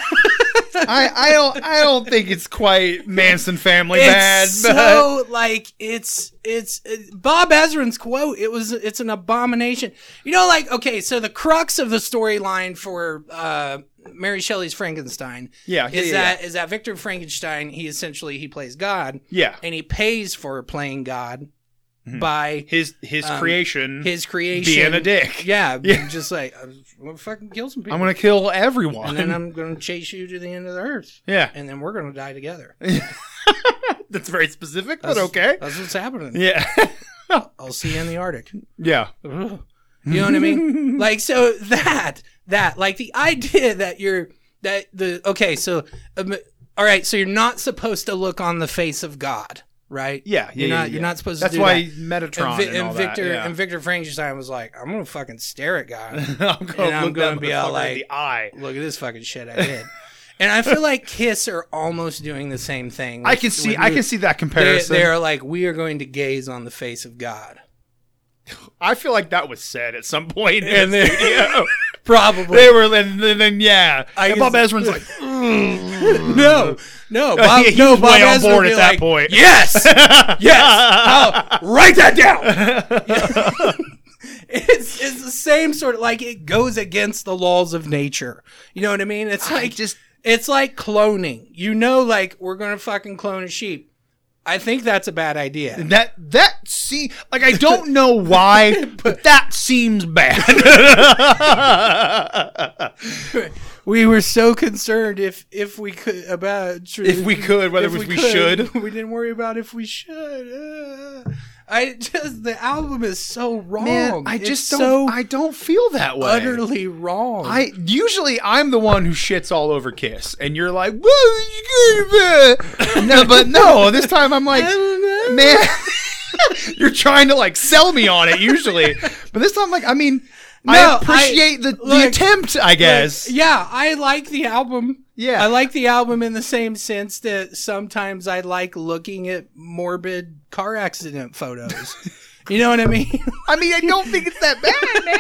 E: I I don't I don't think it's quite Manson family bad.
D: It's
E: But
D: so like it's it's it- Bob Ezrin's quote. It was it's an abomination. You know, like okay, so the crux of the storyline for uh, Mary Shelley's Frankenstein
E: Yeah, yeah,
D: is
E: yeah,
D: that is that Victor Frankenstein? He essentially he plays God
E: yeah, Mm-hmm.
D: and he pays for playing God by
E: his Um, his creation.
D: his creation
E: being a dick.
D: Yeah,
E: Yeah.
D: just like I'm gonna fucking kill some people.
E: I'm gonna kill everyone.
D: and then I'm gonna chase you to the end of the earth.
E: yeah,
D: And then we're gonna die together.
E: that's very specific, but
D: That's-
E: okay.
D: That's what's happening.
E: Yeah,
D: I'll see you in the Arctic.
E: yeah,
D: You know what I mean? like so that that like the idea that you're that the okay so um, all right so you're not supposed to look on the face of God, right?
E: yeah. yeah,
D: You're
E: yeah,
D: not
E: yeah.
D: you're not supposed
E: That's
D: to do
E: why
D: that.
E: Metatron and,
D: Vi-
E: all
D: Victor
E: that. Yeah.
D: and Victor Frankenstein was like, I'm gonna fucking stare at God.
E: I'm
D: and I'm
E: gonna look
D: gonna
E: that
D: be all
E: motherfucker in
D: like-
E: the eye.
D: look at this fucking shit I did. And I feel like Kiss are almost doing the same thing.
E: I
D: with-
E: can see
D: with
E: I can
D: Luke.
E: see that
D: They,
E: comparison.
D: they are like we are going to gaze on the face of God.
E: I feel like that was said at some point.
C: And
E: And
C: then-
E: then yeah,
D: Probably.
E: they were, and then, then yeah,
D: I
E: and Bob
D: guess-
E: Ezrin's like,
D: no, no, Bob,
E: Mm. he
D: no,
E: was
D: Bob
E: way on
D: Ezrin
E: board
D: would
E: at
D: be
E: that
D: like,
E: point.
D: Yes, oh, yes. I'll write that down. it's, it's the same sort of like it goes against the laws of nature. You know what I mean? It's like
E: just-
D: it's like cloning. You know, like we're gonna fucking clone a sheep. I think that's a bad idea.
E: That that see like I don't know why, but that seems bad.
D: We were so concerned if if we could about
E: if we could, whether
D: If
E: it was we,
D: could,
E: should.
D: we didn't worry about if we should. Uh, I just the album is so wrong.
E: Man, I
D: Oh, It's
E: just don't.
D: so
E: I don't feel that way.
D: utterly wrong.
E: I usually I'm the one who shits all over Kiss, and you're like, "Whoa, you good, man." no, but no, this time I'm like,
D: don't know.
E: man, you're trying to like sell me on it usually, but this time I'm like, I mean,
D: No, I-
E: I appreciate the, the
D: look,
E: attempt, I guess.
D: yeah, I like the album.
E: Yeah.
D: I like the album in the same sense that sometimes I like looking at morbid car accident photos. you know what I mean?
E: I mean, I don't think it's that bad, man.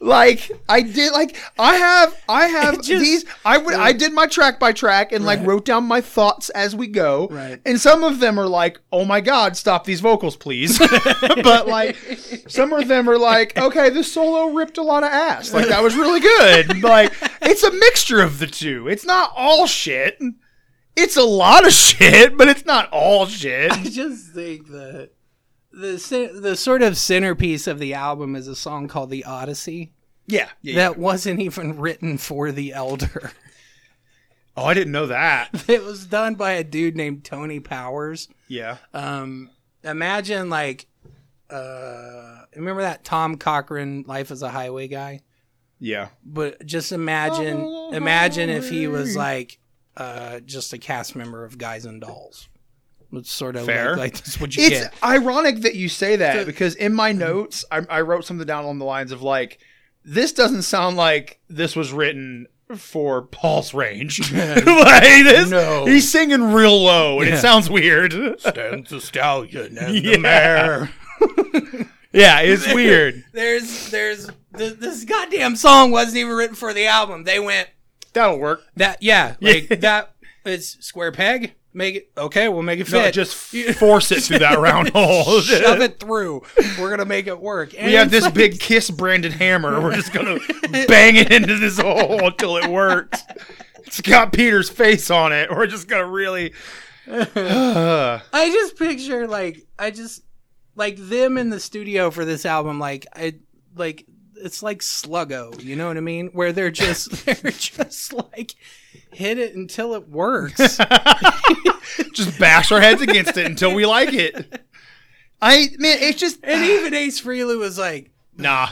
E: Like I did, like I have, I have
D: It just-
E: these. I would, I did my track by track and like wrote down my thoughts as we go.
D: Right.
E: And some of them are like, "Oh my God, stop these vocals, please." but like, some of them are like, "Okay, this solo ripped a lot of ass. Like that was really good." Like it's a mixture of the two. It's not all shit. It's a lot of shit, but it's not all shit.
D: I just think that the cen- the sort of centerpiece of the album is a song called "The Odyssey"
E: Yeah. yeah, yeah.
D: that wasn't even written for the Elder.
E: Oh, I didn't know that.
D: it was done by a dude named Tony Powers.
E: Yeah.
D: Um, imagine like, uh, remember that Tom Cochran "Life as a Highway" guy?
E: Yeah.
D: But just imagine, imagine if he was like, uh, just a cast member of Guys and Dolls. It's sort of
E: Fair.
D: like, like that's what you
E: It's
D: get.
E: ironic that you say that because in my notes, I, I wrote something down along the lines of like, this doesn't sound like this was written for Paul's range. like this,
D: No.
E: he's singing real low and it sounds weird.
C: Stands the stallion and
E: Yeah.
C: the mare.
E: yeah, it's weird.
D: There's, there's th- this goddamn song wasn't even written for the album. They went
E: That'll work.
D: that, yeah, like
E: Yeah.
D: that. It's square peg. Make it okay. We'll make it fit.
E: No, just force it through that round hole.
D: shove it through. We're gonna make it work. And
E: We have
D: it's
E: this
D: like-
E: big kiss branded hammer. We're just gonna bang it into this hole until it works. It's got Peter's face on it. We're just gonna really.
D: I just picture like I just like them in the studio for this album. Like I like it's like Sluggo. You know what I mean? Where they're just they're just like hit it until it works.
E: just bash our heads against it until we like it. I man, it's just
D: and even Ace Frehley was like,
E: nah.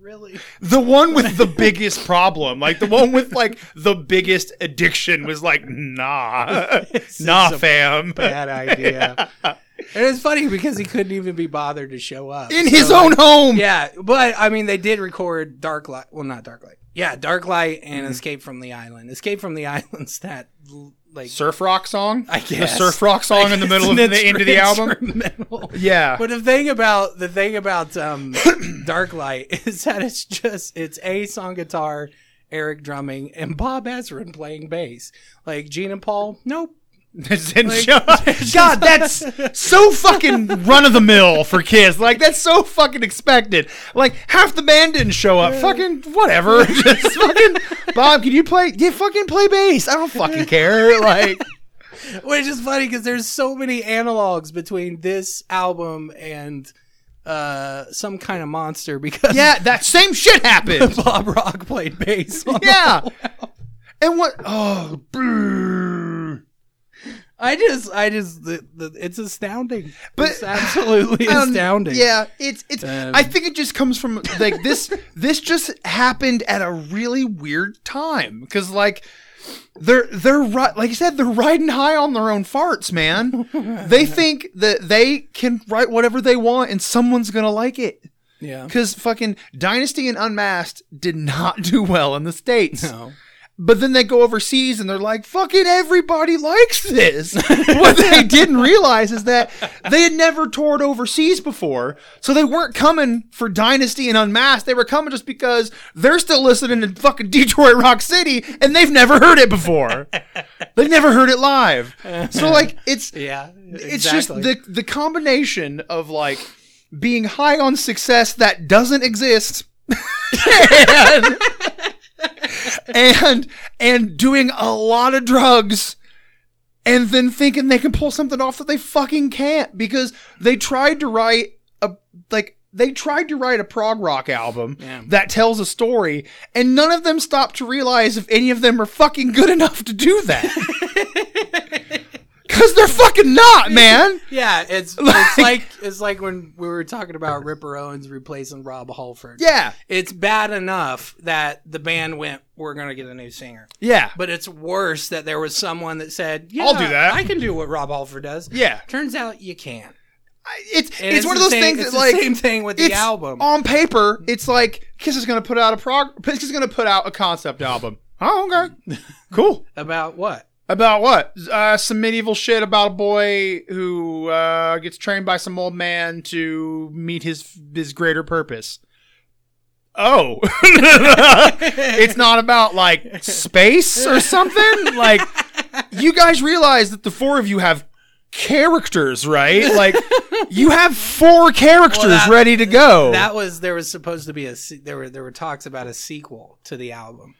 D: really?
E: The one with the biggest problem, like the one with like the biggest addiction, was like nah, nah,
D: a
E: fam.
D: Bad idea. And it's funny because he couldn't even be bothered to show up
E: In
D: So,
E: his
D: like,
E: own home.
D: Yeah, but I mean, they did record Dark Light. Well, not Dark Light. Yeah, Dark Light and
E: Mm-hmm.
D: Escape from the Island. Escape from the Island's that l- like
E: Surf rock song.
D: I guess.
E: the surf rock song in the middle of
D: It's an
E: the end of the album.
D: instrumental.
E: Yeah.
D: But the thing about the thing about um, Dark Light is that it's just it's Ace on guitar, Eric drumming, and Bob Ezrin playing bass. Like Gene and Paul, nope.
E: Zen show. God, that's so fucking run of the mill for Kiss. Like that's so fucking expected. Like half the band didn't show up. Fucking whatever. Just fucking Bob, can you play? Yeah, fucking play bass. I don't fucking care. Like
D: Which is funny because there's so many analogs between this album and uh, some kind of monster because
E: yeah, that same shit happened.
D: Bob Rock played bass. on the-
E: Yeah. And what? Oh, brr.
D: I just, I just, the, the, it's astounding.
E: But-
D: it's absolutely
E: Um,
D: astounding.
E: Yeah, it's it's.
D: Um,
E: I think it just comes from like this. this just happened at a really weird time because like they're they're ri- like you said they're riding high on their own farts, man. they think that they can write whatever they want and someone's gonna like it.
D: yeah.
E: Because fucking Dynasty and Unmasked did not do well in the states.
D: No.
E: But then they go overseas and they're like, fucking everybody likes this. what they didn't realize is that they had never toured overseas before. So they weren't coming for Dynasty and Unmasked. They were coming just because they're still listening to fucking Detroit Rock City and they've never heard it before. they've never heard it live. So, like, it's
D: Yeah.
E: it's just the the combination of like being high on success that doesn't exist and, and and doing a lot of drugs and then thinking they can pull something off that they fucking can't because they tried to write a like they tried to write a prog rock album that tells a story and none of them stopped to realize if any of them are fucking good enough to do that cuz they're fucking not man
D: Yeah, it's it's like it's like when we were talking about Ripper Owens replacing Rob Halford.
E: yeah
D: It's bad enough that the band went, We're gonna get a new singer.
E: yeah
D: But it's worse that there was someone that said, Yeah,
E: I'll do that.
D: I can do what Rob Halford does.
E: Yeah.
D: Turns out you can.
E: it's
D: And
E: it's, one of
D: the
E: those
D: same-
E: things
D: it's
E: that like
D: the same thing with the
E: it's
D: album.
E: on paper. It's like Kiss is gonna put out a prog. Kiss is gonna put out a concept album. Oh, okay, cool.
D: about what?
E: About what? Uh, some medieval shit about a boy who uh, gets trained by some old man to meet his his greater purpose. Oh, it's not about like space or something. Like you guys realize that the four of you have characters, right? Like you have four characters
D: that-
E: ready to go.
D: That was there was supposed to be a se- there were there were talks about a sequel to the album.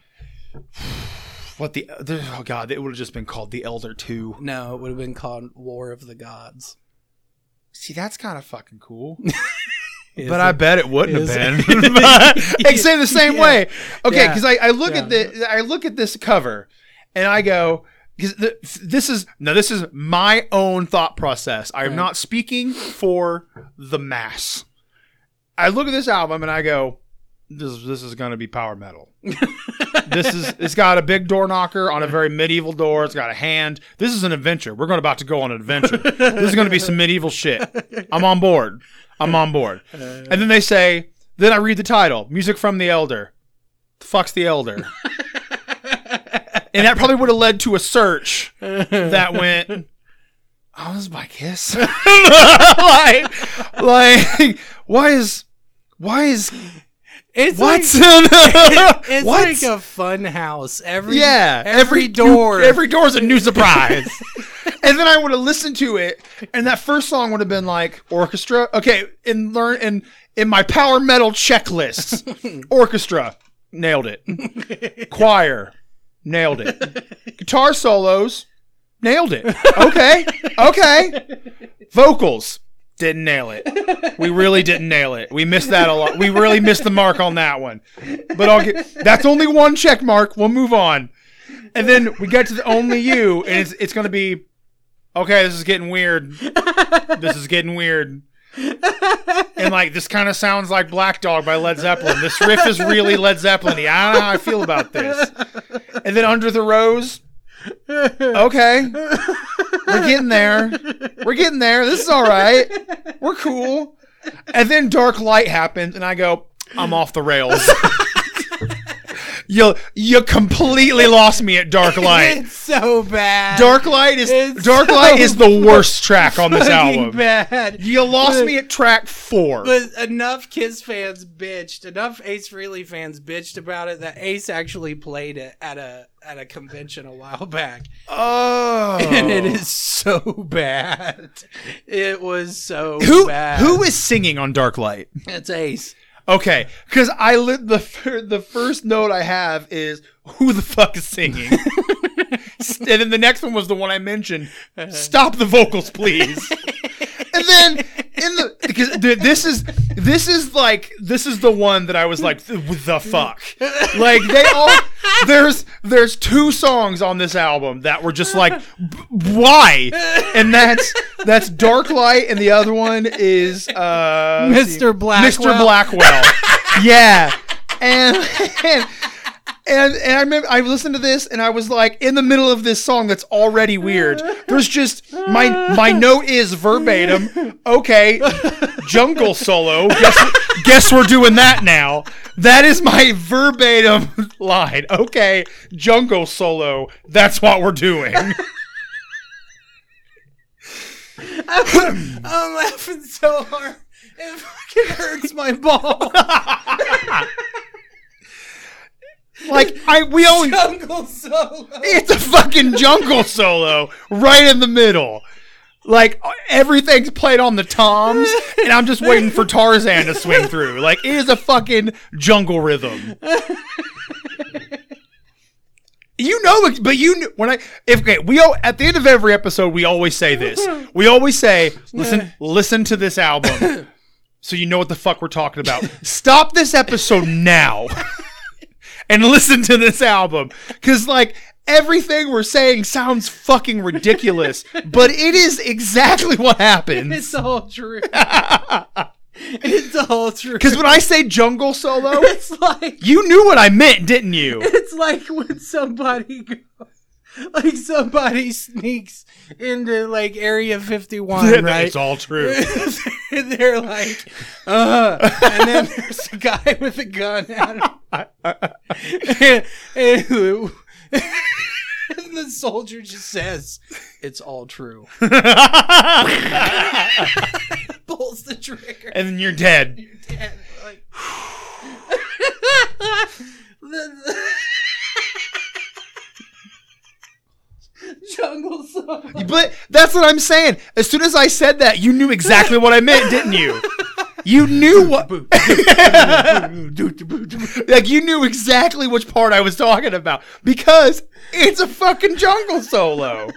E: what the, the? Oh god, it would have just been called the Elder Two.
D: No, it would have been called War of the Gods.
E: See, that's kind of fucking cool.
D: Is
E: But
D: it-
E: I bet it wouldn't have
D: Is
E: been. Except the same
D: Yeah.
E: way. Okay,
D: Yeah.
E: because I, I look at the I look at this cover, and I go because this is no this is my own thought process. I am not speaking for the mass. I look at this album and I go, this this is going to be power metal. this is it's got a big door knocker on a very medieval door. It's got a hand. This is an adventure. We're going about to go on an adventure. this is going to be some medieval shit. I'm on board. I'm on board. And then they say, then I read the title, music from the elder. The fuck's the elder. and that probably would have led to a search that went. "Oh, I was by Kiss. like, like, why is, why is
D: It's
E: what?
D: like- It's
E: it's
D: like a fun house. Every
E: yeah,
D: every, door.
E: new- every door's a new surprise. and then I would have listened to it, and that first song would have been like orchestra. Okay, and learn and in my power metal checklist, orchestra nailed it, choir nailed it, guitar solos nailed it. Okay, okay, vocals didn't nail it. We really didn't nail it. We missed that a lot. We really missed the mark on that one. But I'll get that's only one check mark. We'll move on. And then we get to the only you, and it's it's gonna be okay, this is getting weird. This is getting weird. And like this kind of sounds like Black Dog by Led Zeppelin. This riff is really Led Zeppelin. I don't know how I feel about this. And then Under the Rose. Okay. We're getting there. We're getting there. This is all right. We're cool. And then dark light happens, and I go, I'm off the rails. you you completely lost me at dark light.
D: It's so bad.
E: Dark light is
D: It's
E: dark
D: so
E: light is the worst track on this
D: fucking
E: album.
D: bad.
E: You lost me at track four.
D: But enough Kiss fans bitched, enough Ace Frehley fans bitched about it that Ace actually played it at a at a convention a while back,
E: oh,
D: and it is so bad. It was so
E: who
D: bad.
E: who is singing on dark light?
D: It's Ace.
E: Okay, because I lit the fir- the first note I have is who the fuck is singing, and then the next one was the one I mentioned. Stop the vocals, please. and then in the because th- this is this is like this is the one that I was like th- the fuck like they all there's there's two songs on this album that were just like b- why and that's that's dark light and the other one is uh let's see.
D: Mr. Blackwell.
E: Mr. Blackwell. yeah. And, and And and I remember I listened to this and I was like in the middle of this song that's already weird. There's just my my note is verbatim. Okay, jungle solo. Guess, guess we're doing that now. That is my verbatim line. Okay, jungle solo. That's what we're doing.
D: I'm laughing so hard. It fucking hurts my ball.
E: Like I we own
D: Jungle Solo.
E: It's a fucking jungle solo right in the middle. Like everything's played on the toms, and I'm just waiting for Tarzan to swing through. Like it is a fucking jungle rhythm. You know, but you kn- when I if okay, we all at the end of every episode we always say this. We always say, listen, listen to this album, so you know what the fuck we're talking about. Stop this episode now and listen to this album because like everything we're saying sounds fucking ridiculous but it is exactly what happens
D: It's all true. it's all true.
E: because when i say jungle solo
D: It's like
E: you knew what i meant didn't you
D: it's like when somebody goes, like somebody sneaks into like Area 51, right?
E: it's all true
D: they're like, uh, and then there's a guy with a gun at him. and who- and the soldier just says, "It's all true." Pulls the trigger.
E: and then you're dead
D: And, like, the, the jungle song.
E: but that's what i'm saying as soon as i said that you knew exactly what i meant didn't you you knew what like you knew exactly which part i was talking about because it's a fucking jungle solo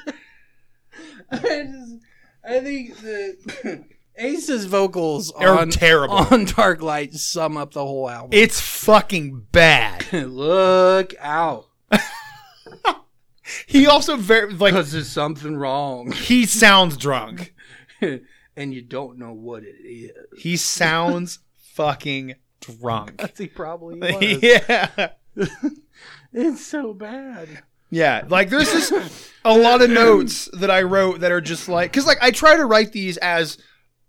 D: I just, I think the Ace's vocals
E: They're
D: on
E: terrible.
D: on Dark Light sum up the whole album.
E: It's fucking bad.
D: Look out,
E: He also very like
D: cause there's something wrong,
E: he sounds drunk.
D: and you don't know what it is.
E: He sounds fucking drunk.
D: He probably was.
E: yeah.
D: it's so bad.
E: Yeah, like there's just a lot of notes that I wrote that are just like cuz like I try to write these as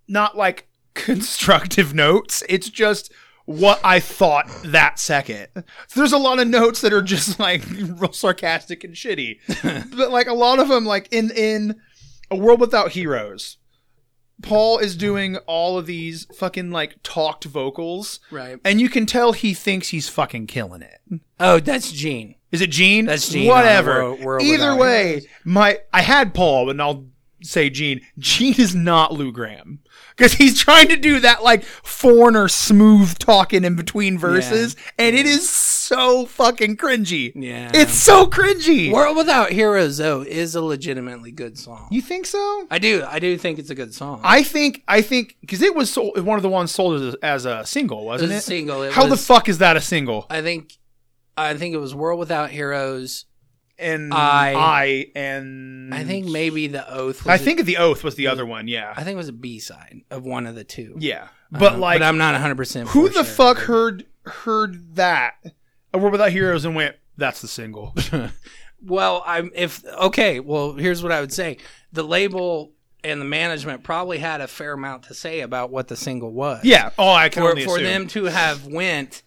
E: not like constructive notes. It's just what I thought that second. So there's a lot of notes that are just like real sarcastic and shitty. but like a lot of them like in in A World Without Heroes. Paul is doing all of these fucking like talked vocals
D: Right.
E: and you can tell he thinks he's fucking killing it.
D: Oh, that's Gene.
E: Is it Gene?
D: That's Gene
E: Whatever.
D: on World- World
E: Either
D: Without
E: way, my I had Paul, and I'll say Gene. Gene is not Lou Graham because he's trying to do that like foreigner smooth talking in between verses, and it is so fucking cringy.
D: Yeah.
E: it's so cringy.
D: World Without Heroes though is a legitimately good song.
E: you think so?
D: I do. I do think it's a good song.
E: I think I think because it was sold, one of the ones sold as, as a single,
D: it was
E: wasn't
D: a
E: it?
D: single. It
E: How the
D: was-
E: fuck is that a single?
D: I think. I think it was World Without Heroes.
E: And
D: I-
E: I and
D: I think maybe the Oath. Was
E: Mm. I
D: a-
E: think the oath was the other one. Yeah,
D: I think it was a B side of one of the two.
E: yeah.
D: Uh,
E: But like,
D: but I'm not 100. percent
E: Who the fuck heard heard that? A World Without Heroes and went, that's the single.
D: Well, I'm if okay. Well, here's what I would say: the label and the management probably had a fair amount to say about what the single was.
E: yeah. Oh, I can
D: for,
E: only
D: for
E: assume.
D: them to have went.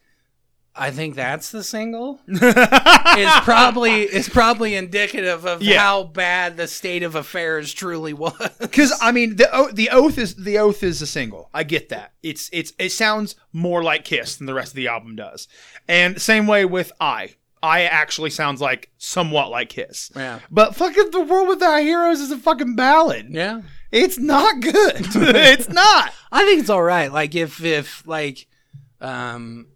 D: I think that's the single. is probably is probably indicative of
E: Yeah.
D: how bad the state of affairs truly was.
E: Because I mean, the O- the oath is the oath is a single. I get that. It's it's it sounds more like Kiss than the rest of the album does. And same way with I. I actually sounds like somewhat like Kiss.
D: Yeah.
E: But fucking the World Without Heroes is a fucking ballad.
D: Yeah,
E: It's not good. it's not.
D: I think it's all right. Like if if like, um,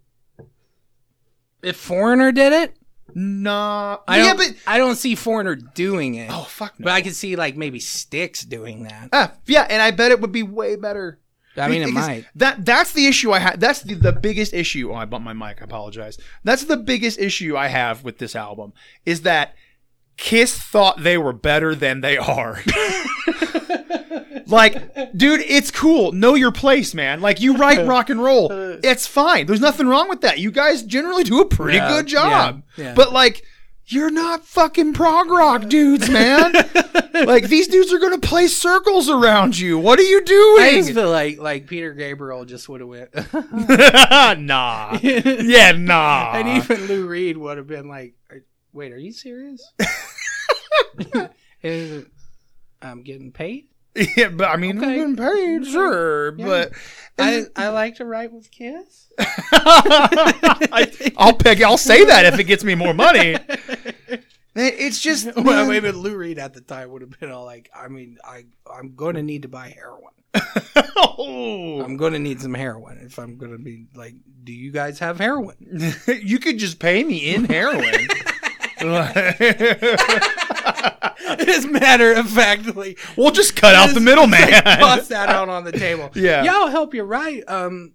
D: if Foreigner did it,
E: Nah.
D: I
E: yeah,
D: don't,
E: but
D: I don't see Foreigner doing it.
E: oh fuck no.
D: But I could see like maybe Sticks doing that.
E: Ah, yeah, and I bet it would be way better.
D: I mean, it
E: Because
D: might.
E: That that's the issue I have. That's the, the biggest issue. Oh, I bumped my mic. I apologize. That's the biggest issue I have with this album is that Kiss thought they were better than they are. Like, dude, it's cool. Know your place, man. Like, you write rock and roll.
D: Uh,
E: It's fine. There's nothing wrong with that. You guys generally do a pretty
D: Yeah,
E: good job.
D: yeah, yeah.
E: But, like, you're not fucking prog rock dudes, man. like, these dudes are going to play circles around you. What are you
D: I just
E: doing?
D: feel like like Peter Gabriel just would have went,
E: nah. Yeah, nah.
D: and even Lou Reed would have been like, "Are- "Wait, are you serious? Is it- I'm getting paid.
E: yeah, but I mean,
D: Okay.
E: we've been paid, sure. But
D: I I like to write with Kiss.
E: I, I'll peg. I'll say that if it gets me more money. Man, It's just
D: well, maybe Lou Reed at the time would have been all like, "I mean, I I'm going to need to buy heroin.
E: Oh.
D: I'm going to need some heroin if I'm going to be like, do you guys have heroin?
E: you could just pay me in heroin.
D: As a matter of factly,
E: we'll just cut out the
D: Just,
E: middleman.
D: like, Toss that out on the table.
E: Yeah.
D: Y'all help you right. Um,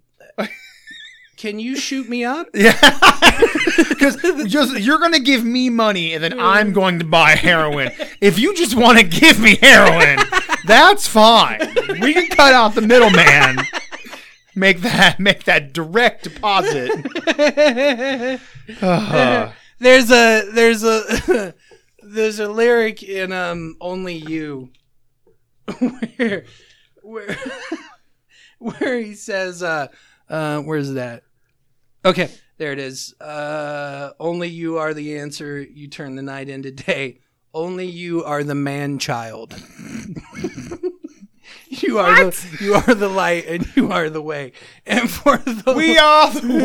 D: can you shoot me up?
E: Because just you're gonna give me money, and then I'm going to buy heroin. If you just want to give me heroin, that's fine. We can cut out the middleman. Make that make that direct deposit. Uh-huh.
D: There's a there's a there's a lyric in um Only You where where where he says uh uh where's that? Okay, there it is. Uh only you are the answer, you turn the night into day. Only you are the man child. you are the you are the light and you are the way. And for the
E: We are the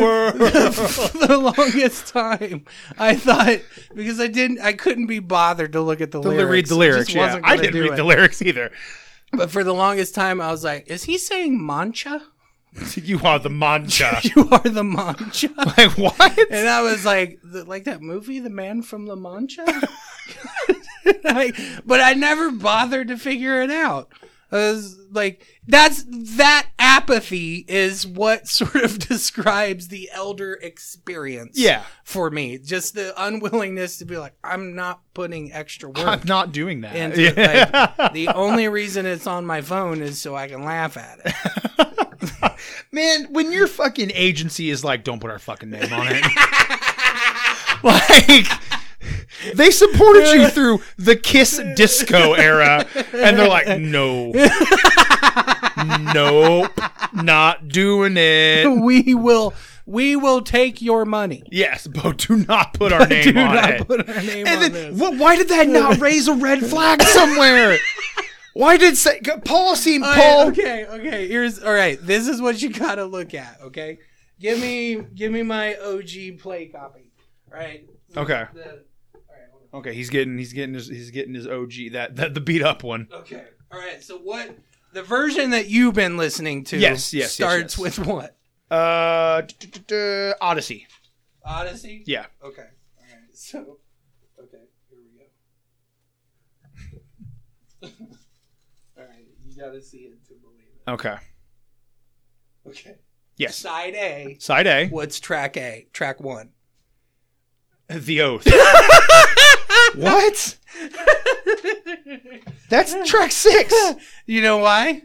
E: world.
D: for the longest time. I thought because I didn't, I couldn't be bothered to look at the lyrics.
E: read the
D: Just
E: lyrics. Yeah,
D: wasn't
E: I
D: gonna
E: didn't
D: do
E: read
D: it.
E: the lyrics either.
D: But for the longest time, I was like, "Is he saying mancha?
E: You are the mancha.
D: You are the mancha."
E: like what?
D: And I was like, the, like that movie, The Man from La Mancha. I- but I never bothered to figure it out. I was like, that's that apathy is what sort of describes the elder experience.
E: Yeah,
D: for me. Just the unwillingness to be like, I'm not putting extra
E: I'm
D: work
E: not doing that.
D: into
E: Yeah.
D: like, the only reason it's on my phone is so I can laugh at it.
E: Man, when your fucking agency is like, don't put our fucking name on it. like, they supported you through the Kiss Disco era, and they're like, no. nope. Not doing it.
D: we will we will take your money.
E: Yes, but do not put our name
D: Do
E: on
D: not
E: it.
D: put our name
E: and
D: on
E: then,
D: this.
E: wh- why did that not raise a red flag somewhere? why did say, Paul seem
D: All right,
E: Paul?
D: okay, okay. Here's all right. This is what you gotta look at. Okay, give me give me my OG play copy. All right.
E: Okay.
D: The-
E: Okay, he's getting he's getting his he's getting his OG that, that the beat up one.
D: okay. All right. So what? The version that you've been listening to
E: Yes, yes, yes,
D: starts
E: yes.
D: with what?
E: Uh, d- d- d- Odyssey.
D: Odyssey.
E: Yeah.
D: Okay. All right. So, okay, here we go. All right, you gotta see it to believe it.
E: Okay.
D: Okay.
E: Yes.
D: Side A.
E: Side A.
D: What's track A? Track one.
E: The Oath. what? That's track six.
D: You know why?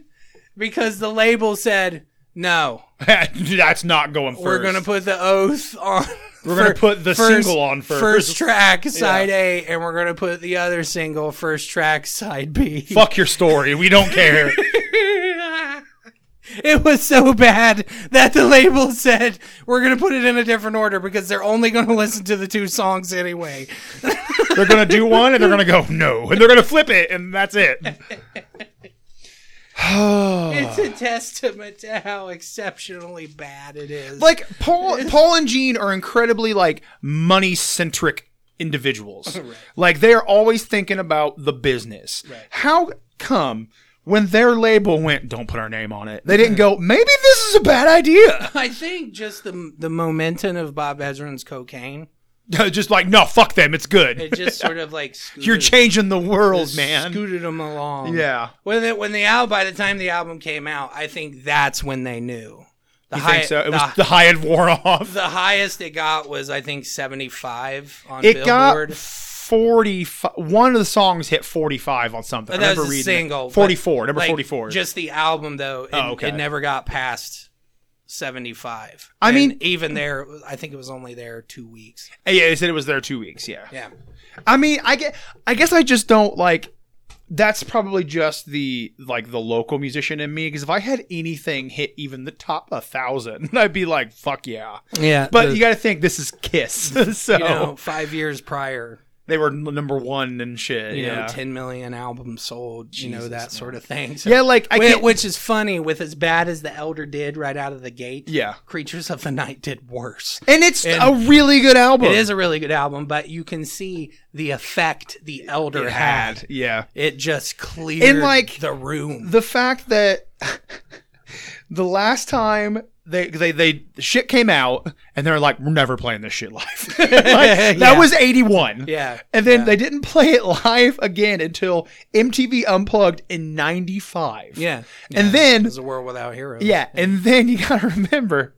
D: Because the label said no.
E: That's not going first.
D: We're gonna put the oath on.
E: We're gonna put the single on first.
D: First track, side A, and we're gonna put the other single, first track, side B.
E: Fuck your story. We don't care.
D: It was so bad that the label said we're gonna put it in a different order because they're only gonna listen to the two songs anyway.
E: they're gonna do one and they're gonna go no, and they're gonna flip it, and that's it.
D: It's a testament to how exceptionally bad it is.
E: like Paul Paul and Gene are incredibly like money centric individuals. Like they are always thinking about the business. How come when their label went, don't put our name on it, they didn't go, maybe this is a bad idea.
D: I think just the the momentum of Bob Ezrin's cocaine,
E: Just like, no, fuck them, it's good.
D: it just sort of like scooted,
E: You're changing the world, man.
D: scooted them along.
E: yeah.
D: When the, when the album, by the time the album came out, I think that's when they knew. The
E: You
D: high-
E: think so? It was
D: the-
E: the high end wore off.
D: The highest it got was I think 75 on
E: It got
D: Billboard.
E: forty. One of the songs hit forty five on something.
D: But
E: I
D: that
E: remember
D: was a
E: reading it.
D: single. but,
E: Forty four. Number
D: like,
E: forty four.
D: Just the album, though, it,
E: Oh, okay.
D: it never got past 75.
E: I
D: And
E: mean-
D: even there, I think it was only there two weeks.
E: yeah, they said it was there two weeks. Yeah.
D: Yeah.
E: I mean, I get. I guess I just don't like. That's probably just the like the local musician in me. Because if I had anything hit even the top a thousand, I'd be like, fuck yeah.
D: Yeah.
E: But you got oh. to think this is Kiss, so
D: you know, five years prior,
E: they were n- number one and shit.
D: you
E: yeah.
D: know, 10 million albums sold, you know, that sort of thing. So-
E: yeah, like I
D: Whi-
E: can't.
D: which is funny with as bad as the Elder did right out of the gate.
E: Yeah.
D: Creatures of the Night did worse.
E: and it's
D: and-
E: a really good album.
D: It is a really good album, but you can see the effect the Elder
E: It
D: had.
E: had. Yeah.
D: It just cleared
E: And, like,
D: the room.
E: the fact that the last time they they they shit came out and they're like we're never playing this shit live. Like, That was 81.
D: Yeah.
E: And then they didn't play it live again until MTV Unplugged in 95.
D: yeah.
E: And then
D: It's a world without heroes.
E: yeah, and then you got to remember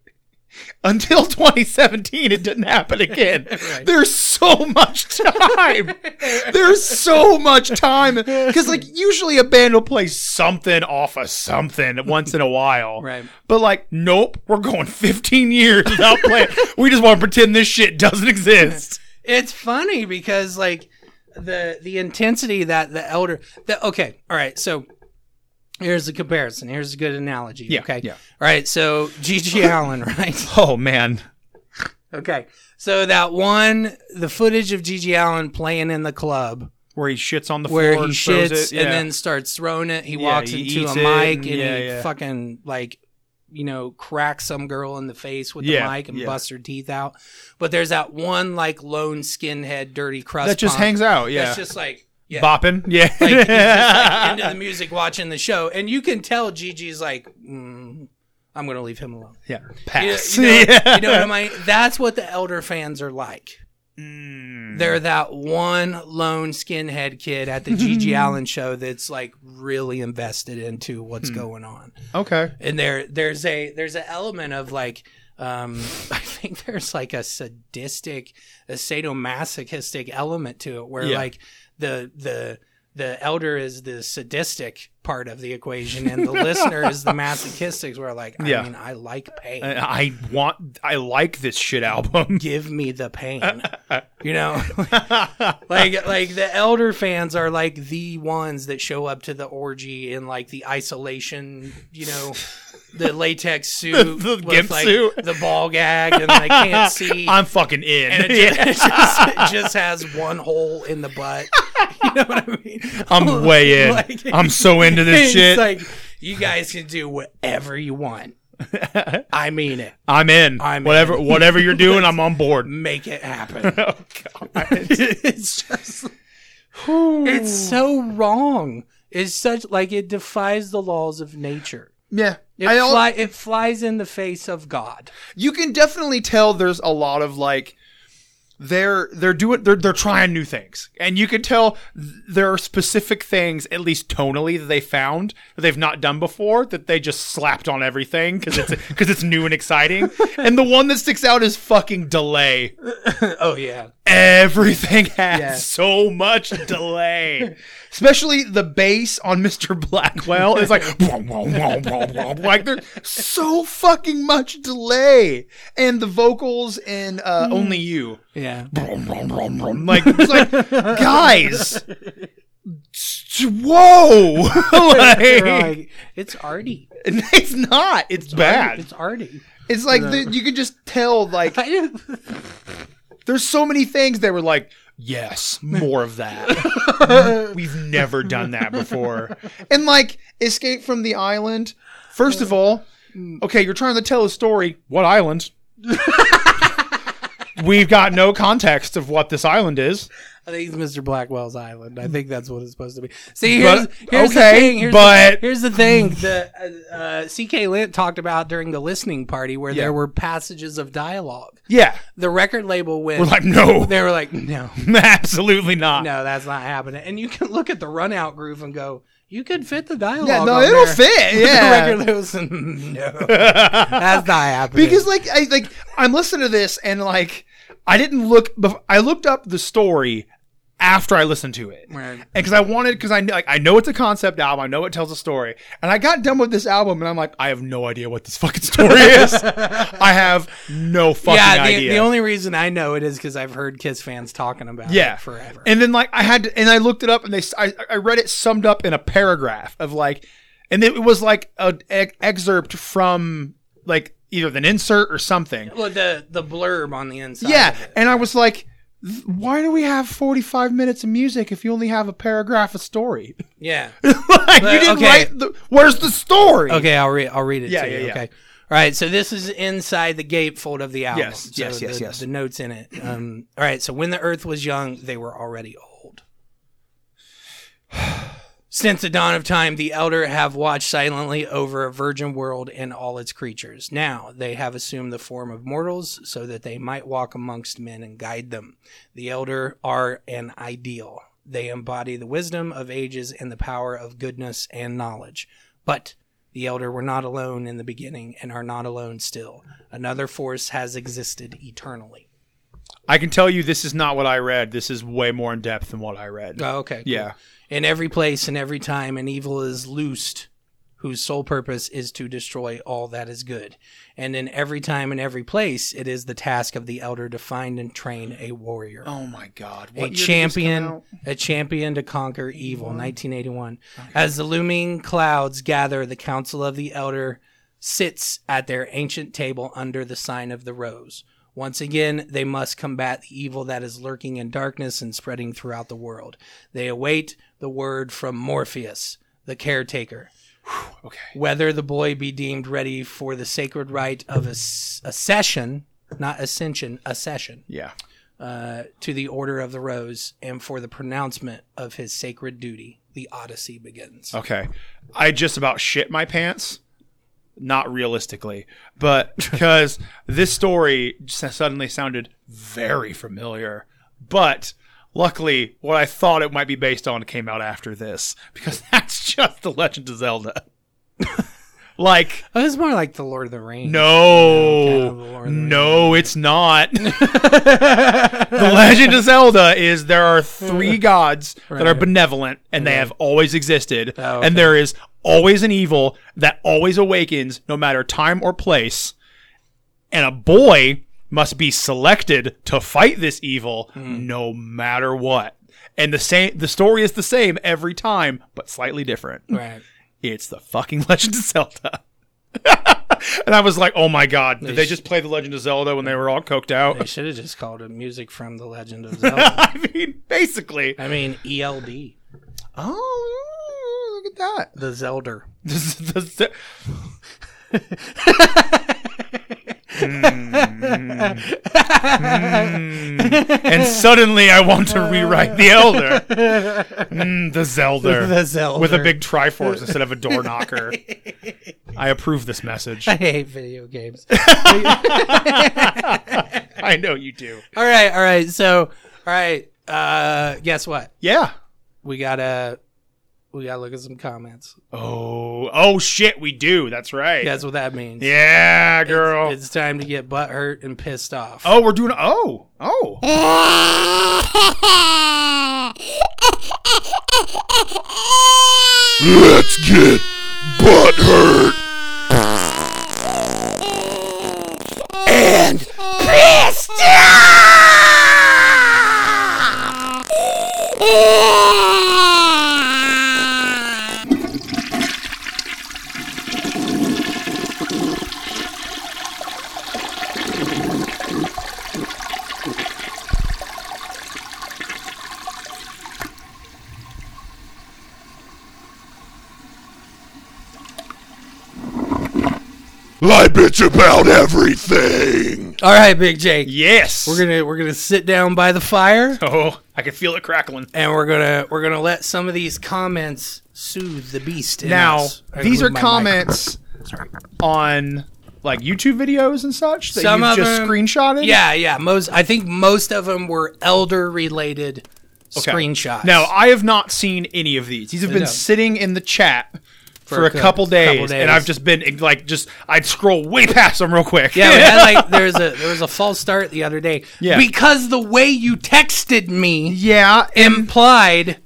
E: until 2017 it didn't happen again. There's so much time. There's so much time cuz like usually a band will play something off of something once in a while.
D: Right.
E: But like nope, we're going 15 years without playing. we just want to pretend this shit doesn't exist.
D: It's funny because like the the intensity that the elder the okay, all right, so here's the comparison. Here's a good analogy.
E: Yeah,
D: okay.
E: yeah.
D: All right, so Gigi Allen, right?
E: Oh man.
D: Okay. So that one, the footage of Gigi Allen playing in the club
E: Where he shits on the
D: where
E: floor,
D: he
E: throws
D: shits
E: it, yeah.
D: and then starts throwing it. He
E: Yeah,
D: walks
E: he
D: into
E: eats
D: a
E: it
D: mic
E: and-
D: and,
E: yeah,
D: he
E: yeah.
D: fucking like, you know, cracks some girl in the face with
E: Yeah,
D: the mic and
E: yeah.
D: busts her teeth out. But there's that one like lone skinhead, dirty crust.
E: that just
D: punk
E: hangs out, yeah.
D: That's just like yeah.
E: bopping. Yeah.
D: Like, he's just like into the music, watching the show, and you can tell Gigi's like, mm, "I'm gonna leave him alone."
E: yeah.
D: You know,
E: Pass.
D: you know,
E: Yeah.
D: you know what I mean? That's what the elder fans are like. They're that one lone skinhead kid at the Gigi Allen show that's like really invested into
E: Hmm.
D: what's going on.
E: Okay.
D: And there there's a there's an element of like um I think there's like a sadistic, a sadomasochistic element to it where
E: Yeah.
D: like the the the elder is the sadistic part of the equation and the listener is the masochistic where like I
E: Yeah.
D: mean I like pain.
E: I want. I like this shit album.
D: give me the pain you know like like the elder fans are like the ones that show up to the orgy in like the isolation you know the latex suit
E: The- the
D: with,
E: gimp
D: like,
E: suit.
D: the ball gag and they can't see
E: I'm fucking in.
D: and it just, it just, it just has one hole in the butt you know what i mean
E: I'm way in.
D: Like-
E: I'm so into this
D: it's
E: shit.
D: like you guys can do whatever you want i mean it
E: I'm in.
D: I'm
E: whatever. Whatever you're doing, I'm on board.
D: make it happen
E: Oh god.
D: it's just it's so wrong it's such like it defies the laws of nature
E: Yeah.
D: it,
E: I al-
D: fly, it flies in the face of god
E: you can definitely tell there's a lot of like they're they're doing they're they're trying new things and you can tell th- there are specific things at least tonally that they found that they've not done before that they just slapped on everything because it's because it's new and exciting and the one that sticks out is fucking delay
D: oh yeah
E: everything has
D: Yeah.
E: so much delay especially the bass on mr blackwell is like wah, wah, wah, wah, wah, wah. like there's so fucking much delay and the vocals in uh, only you
D: yeah
E: I'm like it's like guys s- whoa
D: They're
E: like,
D: like, it's arty
E: it's not it's, bad
D: it's arty
E: it's like the, you can just tell like
D: I don't-
E: There's so many things they were like, yes, more of that. We've never done that before. And like, Escape from the Island, first of all, okay, you're trying to tell a story. What island? We've got no context of what this island is.
D: I think it's Mr. Blackwell's Island. I think that's what it's supposed to be. See, here's,
E: But-
D: here's
E: okay,
D: the thing. Here's
E: but-
D: the, here's the thing. The uh, uh, C.K. Lint talked about during the listening party where
E: Yeah.
D: there were passages of dialogue.
E: Yeah.
D: The record label went.
E: We're like, no,
D: they were like, no,
E: absolutely not.
D: no, that's not happening. And you can look at the run out groove and go, you could fit the dialogue.
E: Yeah, no,
D: on
E: it'll
D: there.
E: fit.
D: The
E: Yeah.
D: record label said, no, that's not happening.
E: because like I like I'm listening to this and like I didn't look bef- I looked up the story after I listened to it.
D: Right.
E: And because I wanted, because I kn- like, I know it's a concept album, I know it tells a story, and I got done with this album, and I'm like, I have no idea what this fucking story is. I have no fucking
D: yeah, the,
E: idea.
D: the only reason I know it is because I've heard Kiss fans talking about
E: yeah,
D: it forever.
E: And then like I had, to, and I looked it up, and they, s- I, I read it summed up in a paragraph of like, and it was like an excerpt from like either an insert or something.
D: well, the the blurb on the inside.
E: Yeah,
D: of it.
E: and I was like, "Th- why do we have 45 minutes of music if you only have a paragraph of story?
D: yeah.
E: like, you didn't
D: okay.
E: write the. Where's the story?
D: Okay, I'll read. I'll read it.
E: Yeah,
D: to
E: yeah,
D: you.
E: yeah.
D: Okay. All right. So this is inside the gatefold of the album.
E: Yes,
D: So
E: yes, yes,
D: the,
E: yes.
D: The notes in it. Um, all right. So when the Earth was young, they were already old. Since the dawn of time, the elder have watched silently over a virgin world and all its creatures. Now they have assumed the form of mortals so that they might walk amongst men and guide them. The elder are an ideal. They embody the wisdom of ages and the power of goodness and knowledge. But the elder were not alone in the beginning and are not alone still. Another force has existed eternally.
E: I can tell you this is not what I read. This is way more in depth than what I read.
D: Oh, okay. cool.
E: yeah.
D: In every place and every time, an evil is loosed whose sole purpose is to destroy all that is good. And in every time and every place, it is the task of the elder to find and train a warrior.
E: Oh my God.
D: a champion, a champion to conquer evil, 1981. As the looming clouds gather, the council of the elder sits at their ancient table under the sign of the rose. Once again, they must combat the evil that is lurking in darkness and spreading throughout the world. They await the word from Morpheus, the caretaker. Whether the boy be deemed ready for the sacred rite of as- accession, not ascension, accession
E: Yeah.
D: uh, to the Order of the Rose and for the pronouncement of his sacred duty, the Odyssey begins.
E: Okay. I just about shit my pants. Not realistically, but because this story s- suddenly sounded very familiar. But luckily, what I thought it might be based on came out after this because that's just The Legend of Zelda. like,
D: Oh, it's more like the Lord of the Rings.
E: no,
D: the Lord of the
E: no, it's not. the Legend of Zelda Mm. is there are three gods that are benevolent and they have always existed,
D: Oh, okay.
E: and there is always an evil that always awakens, no matter time or place. And a boy must be selected to fight this evil, no matter what. And the same, the story is the same every time, but slightly different.
D: Right.
E: It's the fucking Legend of Zelda. and I was like, oh my god, did they just play the Legend of Zelda when they were all coked
D: They
E: out?
D: should have just called it music from the Legend of Zelda.
E: I mean, basically.
D: I mean, E ELD,
E: Oh, look at that.
D: the Zelder.
E: This is the Ze-
D: Hmm.
E: Mm. Mm. And suddenly, I want to rewrite the Elder, Mm, the Zelda,
D: The Zelder.
E: with a big Triforce instead of a door knocker. I approve this message.
D: I hate video games.
E: I know you do.
D: all right, all right. So, all right. Uh, guess what?
E: Yeah.
D: We gotta, we gotta look at some comments.
E: Oh, oh shit, we do. That's right.
D: That's what that means.
E: Yeah, girl.
D: It's time to get butt hurt and pissed off.
E: oh, we're doing. Oh,
D: Eh.
E: oh.
A: Let's get butt hurt. And pissed I bitch about everything.
D: All right, Big Jake.
E: Yes.
D: We're gonna we're gonna sit down by the fire
E: Oh, I can feel it crackling.
D: and we're gonna we're gonna let some of these comments soothe the beast. In
E: Now,
D: us. I
E: these are
D: glued my mic.
E: comments on like YouTube videos and such that
D: Some
E: you've
D: of
E: just
D: them-
E: screenshotted.
D: Yeah, yeah. Most I think most of them were elder related
E: Okay.
D: screenshots.
E: Now, I have not seen any of these. These have been
D: No.
E: sitting in the chat for a
D: cou-
E: couple days,
D: couple
E: and I've just been like, just I'd scroll way past them real quick.
D: Yeah, we had like there was a there was a false start the other day.
E: Yeah.
D: Because the way you texted me
E: yeah. And
D: implied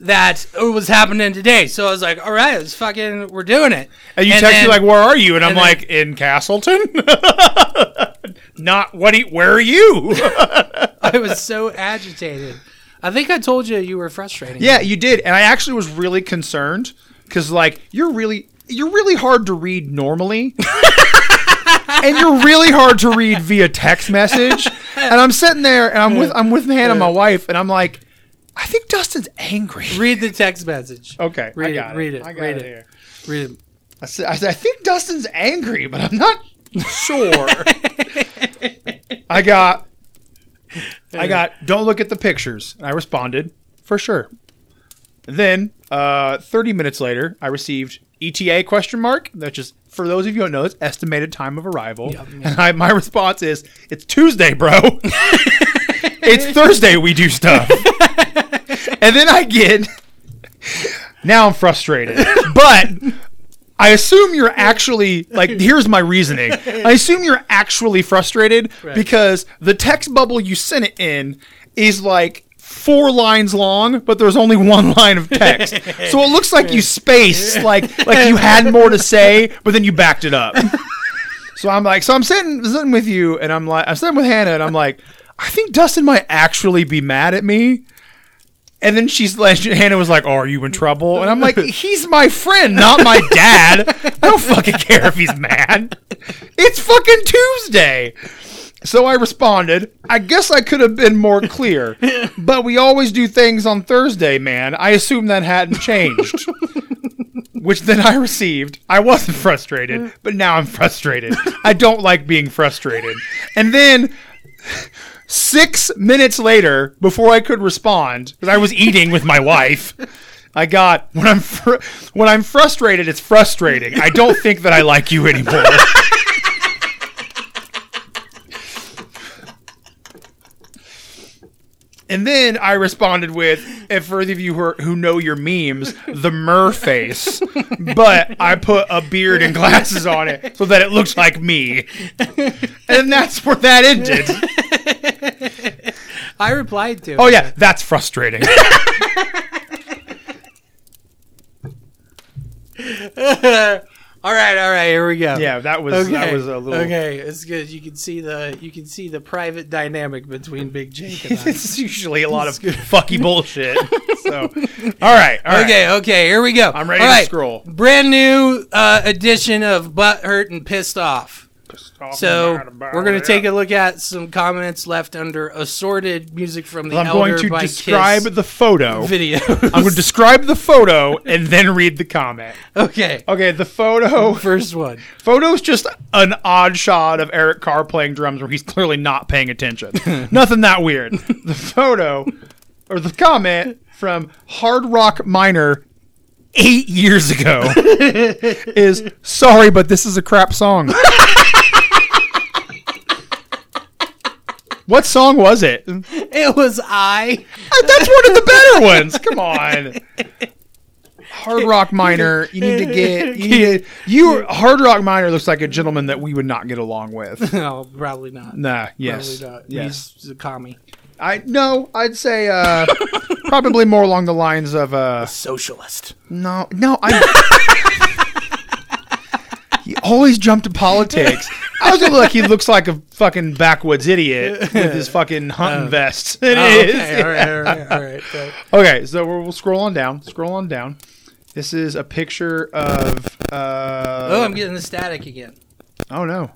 D: that it was happening today. So I was like, all right, it's fucking we're doing it.
E: and you text
D: then-
E: me like, "Where are you?" And I'm
D: and then-
E: like, "In Castleton." Not what? do you- Where are you?
D: I was so agitated. I think I told you you were frustrating.
E: Yeah, you did, and I actually was really concerned because like you're really you're really hard to read normally. and you're really hard to read via text message. And I'm sitting there and I'm with I'm with Hannah, my wife, and I'm like, I think Dustin's angry.
D: Read the text message.
E: Okay,
D: Read
E: I got
D: it, Read it.
E: I got
D: read
E: it
D: it.
E: here.
D: Read it.
E: I said, I said, I think Dustin's angry, but I'm not sure. I got, I got. Don't look at the pictures. And I responded for sure. Then, uh, 30 minutes later, I received ETA question mark. That's just for those of you who don't know, it's estimated time of arrival. And I, my response is, it's Tuesday, bro. it's Thursday we do stuff. and then I get. Now I'm frustrated, but I assume you're actually like here's my reasoning. I assume you're actually frustrated because the text bubble you sent it in is like four lines long, but there's only one line of text. so it looks like you spaced like like you had more to say, but then you backed it up. so I'm like, so I'm sitting sitting with you and I'm like I'm sitting with Hannah and I'm like, I think Dustin might actually be mad at me. And then she's like, Hannah was like, "Oh, are you in trouble?" And I'm like, "He's my friend, not my dad. I don't fucking care if he's mad. It's fucking Tuesday." So I responded, "I guess I could have been more clear, but we always do things on Thursday, man. I assume that hadn't changed." Which then I received. I wasn't frustrated, but now I'm frustrated. I don't like being frustrated. And then six minutes later, before I could respond, because I was eating with my wife, I got when I'm fr- when I'm frustrated. It's frustrating. I don't think that I like you anymore. And then I responded with, and for those of you who, are, who know your memes, the mer face, but I put a beard and glasses on it so that it looks like me. And that's where that ended.
D: I replied to. it.
E: Oh yeah, that's frustrating.
D: All right, all right, here we go.
E: yeah, that was that was a little.
D: Okay, it's good. You can see the you can see the private dynamic between Big Jake and I.
E: It's usually a lot of fucky bullshit. So, all right, all right.
D: Okay, okay, here we go. I'm
E: ready to scroll.
D: Brand new uh, edition of Butt Hurt and Pissed Off. So we're gonna take a look at some comments left under assorted music from the
E: I'm
D: Elder
E: going to
D: by
E: describe
D: Kiss
E: the photo.
D: video.
E: I'm going to describe the photo and then read the comment.
D: okay,
E: Okay, the photo.
D: first one.
E: Photo's just an odd shot of Eric Carr playing drums where he's clearly not paying attention. Nothing that weird. The photo or the comment from Hard Rock Minor eight years ago is sorry, but this is a crap song. what song was it? That's
D: It was I.
E: one of the better ones. Come on. Hard Rock Minor, you need to get you need to, you Hard Rock Minor looks like a gentleman that we would not get along with.
D: No, probably not.
E: Nah,
D: Probably
E: yes.
D: not.
E: Yes.
D: He's a commie.
E: I no, I'd say uh probably more along the lines of uh
D: Socialist.
E: No, no, I. he always jumped to politics. I was gonna look. He looks like a fucking backwoods idiot with his fucking hunting vest. It is.
D: Oh. Okay, all right, all right, all right. all right.
E: Okay, so we'll, we'll scroll on down. Scroll on down. This is a picture of. Uh,
D: Oh, I'm getting the static again.
E: oh no!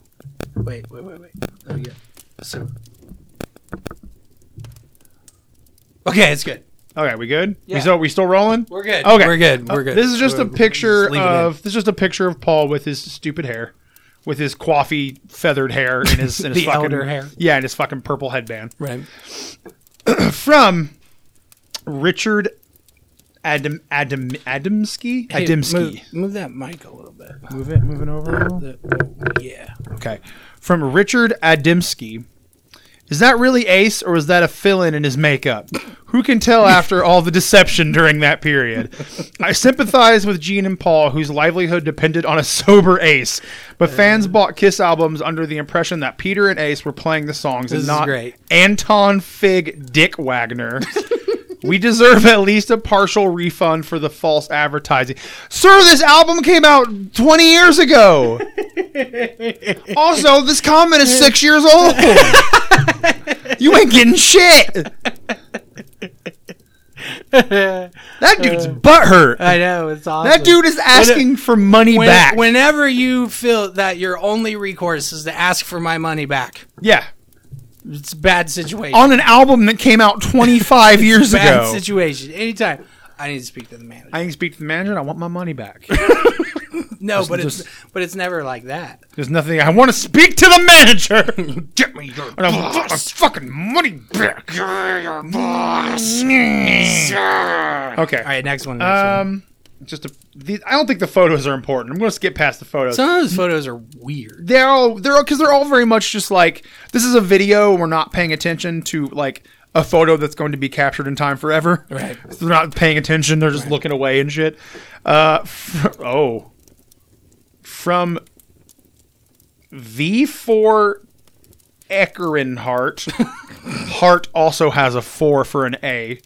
D: Wait, wait, wait, wait. There we go. So. Okay, it's good.
E: Okay, we good?
D: Yeah.
E: We still we still rolling?
D: We're good.
E: Okay.
D: We're good. We're good.
E: This is just a
D: We're- Uh,
E: picture
D: just leave it in.
E: of this is just a picture of Paul with his stupid hair, with his coffee feathered hair and his and his
D: The
E: fucking
D: elder hair.
E: Yeah, and his fucking purple headband.
D: Right.
E: from Richard Adam Adam Adamski
D: Hey,
E: Adamski.
D: Move, move that mic a little bit.
E: Move it, moving over. a little.
D: The- yeah.
E: Okay, from Richard Adamski. Is that really Ace, or was that a fill-in in his makeup? Who can tell after all the deception during that period? I sympathize with Gene and Paul, whose livelihood depended on a sober Ace. But
D: Uh.
E: fans bought Kiss albums under the impression that Peter and Ace were playing the songs
D: This
E: and
D: is
E: not
D: great.
E: Anton Fig Dick Wagner. we deserve at least a partial refund for the false advertising. Sir, this album came out 20 years ago. also, this comment is six years old. you ain't getting shit. That dude's butthurt.
D: I know it's awesome.
E: that dude is asking for money
D: When-
E: back.
D: Whenever you feel that your only recourse is to ask for my money back,
E: yeah.
D: it's a bad situation.
E: On an album that came out 25 years
D: bad
E: ago.
D: situation. Anytime. I need to speak to the manager.
E: I can speak to the manager and I want my money back.
D: No, but it's but it's never like that.
E: There's nothing. I want to speak to the manager. Get me your and I want my fucking money back. Okay.
D: All right, next one. Next one.
E: Um, just a, the, I don't think the photos are important. I'm going to skip past the photos.
D: Some of those photos are weird.
E: they're all they're because they're all very much just like this is a video. We're not paying attention to like a photo that's going to be captured in time forever.
D: Right.
E: So they're not paying attention. They're just looking away and shit. Uh, f- oh, from V four Eckernhart. Hart also has a four for an A.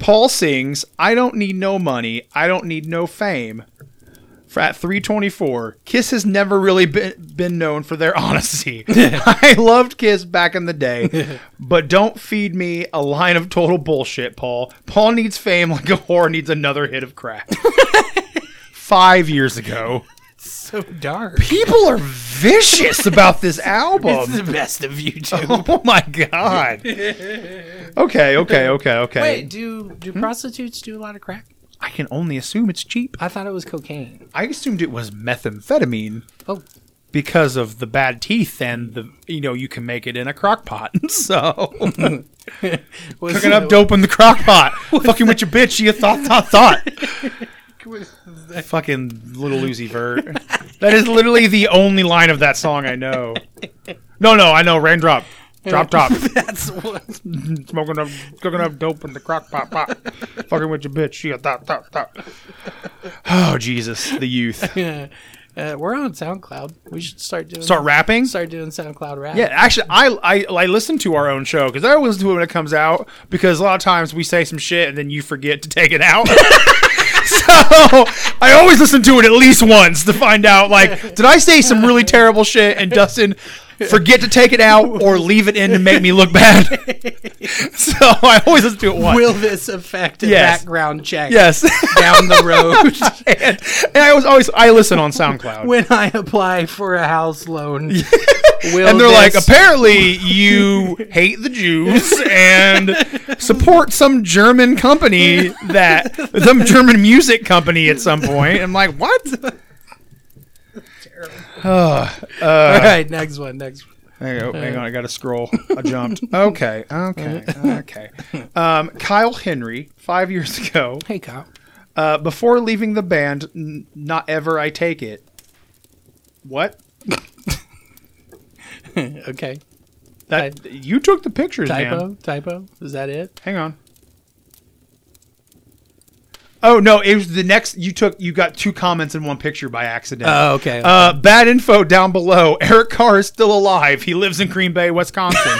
E: Paul sings, "I don't need no money. I don't need no fame." For at 324, Kiss has never really been, been known for their honesty. I loved Kiss back in the day, but don't feed me a line of total bullshit, Paul. Paul needs fame like a whore needs another hit of crack. Five years ago.
D: So dark.
E: People are vicious about this album.
D: It's the best of you two.
E: Oh my god. Okay, okay, okay, okay. Hmm?
D: Wait, do do prostitutes do a lot of crack?
E: I can only assume it's cheap.
D: I thought it was cocaine.
E: I assumed it was methamphetamine.
D: Oh,
E: because of the bad teeth and the you know you can make it in a crock pot so
D: was
E: cooking up dope in the crock pot fucking with your bitch you thought thought thought fucking little Uzi Vert that is literally the only line of that song I know no no I know raindrop drop drop
D: That's what.
E: smoking up cooking up dope in the crock pot pot fucking with your bitch you thought thought thought oh Jesus the youth
D: Uh, we're on SoundCloud. We should start doing
E: start rapping
D: start doing SoundCloud rap.
E: Yeah, actually, I I, I listen to our own show because I always do it when it comes out because a lot of times we say some shit and then you forget to take it out. so I always listen to it at least once to find out like did I say some really terrible shit and Dustin forget to take it out or leave it in to make me look bad. so I always listen to it once.
D: Will this affect a
E: Yes.
D: background check?
E: yes.
D: Down the road
E: and, and I was always I listen on SoundCloud.
D: when I apply for a house loan. will
E: and they're like,
D: this-
E: apparently you hate the Jews and support some German company that some German music company at some point. I'm like, what?
D: All right, next one. Next one.
E: Hang on, hang on, I gotta scroll. I jumped. Okay, okay, okay. Um, Kyle Henry, five years ago,
D: Hey, Kyle.
E: uh, before leaving the band, n- not ever I take it. What?
D: Okay.
E: That you took the pictures,
D: Typo.
E: man.
D: Typo. Is that it?
E: Hang on. Oh no! It was the next. You took. You got two comments in one picture by accident.
D: Oh, okay.
E: Uh, bad info down below. Eric Carr is still alive. He lives in Green Bay, Wisconsin.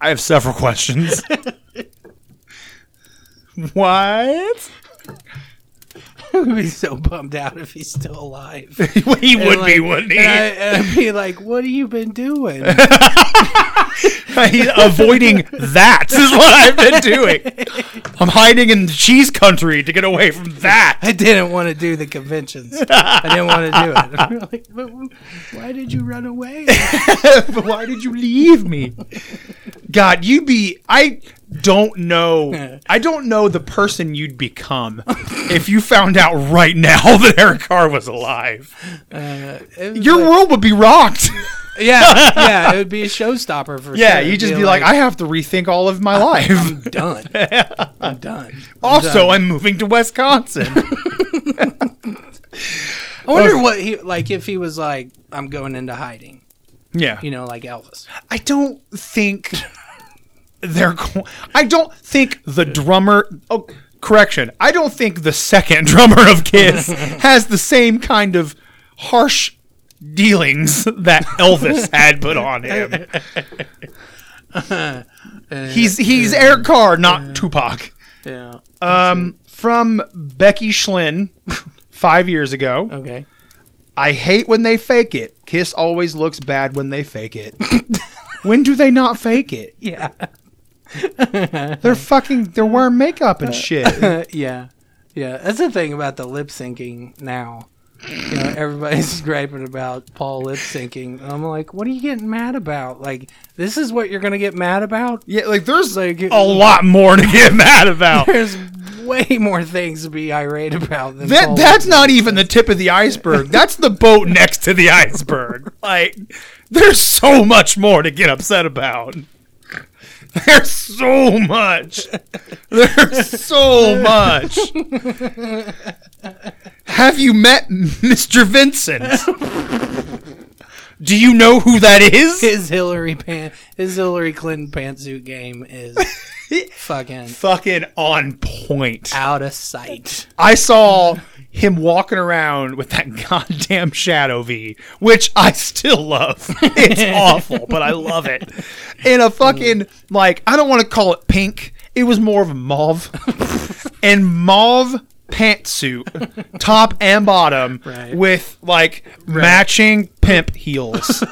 E: I have several questions. what?
D: I would be so bummed out if he's still alive.
E: he would
D: And
E: be,
D: like-
E: wouldn't he?
D: And, I, and I'd be like, "What have you been doing?"
E: He's avoiding that is what I've been doing. I'm hiding in the cheese country to get away from that.
D: I didn't want to do the conventions. I didn't want to do it. I'm like, but wh- why did you run away?
E: But why did you leave me? God, you'd be. I don't know. I don't know the person you'd become if you found out right now that Eric Carr was alive.
D: It was
E: Your
D: like-
E: world would be rocked.
D: yeah, yeah. It would be a showstopper for
E: Yeah,
D: sure.
E: you'd
D: It'd
E: just be like, I have to rethink all of my life.
D: I'm done. I'm done.
E: Also, I'm moving to Wisconsin.
D: I wonder what he like if he was like, I'm going into hiding.
E: Yeah.
F: you know, like Elvis.
E: I don't think they're. Go- I don't think the drummer. Oh, correction. I don't think the second drummer of Kiss has the same kind of harsh dealings that Elvis had put on him. he's he's Eric Carr, not Tupac.
F: Yeah.
E: Um, from Becky Schlinn, five years ago.
F: Okay.
E: I hate when they fake it. Kiss always looks bad when they fake it. when do they not fake it?
F: Yeah.
E: They're fucking. They're wearing makeup and shit.
F: yeah. Yeah. That's the thing about the lip syncing now. You know, everybody's griping about Paul lip syncing. I'm like, what are you getting mad about? Like, this is what you're gonna get mad about?
E: Yeah, like there's
F: Like,
E: a lot more to get mad about.
F: there's way more things to be irate about than Paul
E: That that's not even the tip of the iceberg. That's the boat next to the iceberg. Like there's so much more to get upset about. There's so much. There's so much. Have you met Mr. Vincent? Do you know who that is?
F: his Hillary pan his Hillary Clinton pantsuit game is fucking
E: fucking on point.
F: out of sight.
E: I saw him walking around with that goddamn shadow V, which I still love. It's awful, but I love it. In a fucking like I don't want to call it pink. It was more of a mauve. and mauve pantsuit, top and bottom,
F: Right.
E: with like matching pimp heels.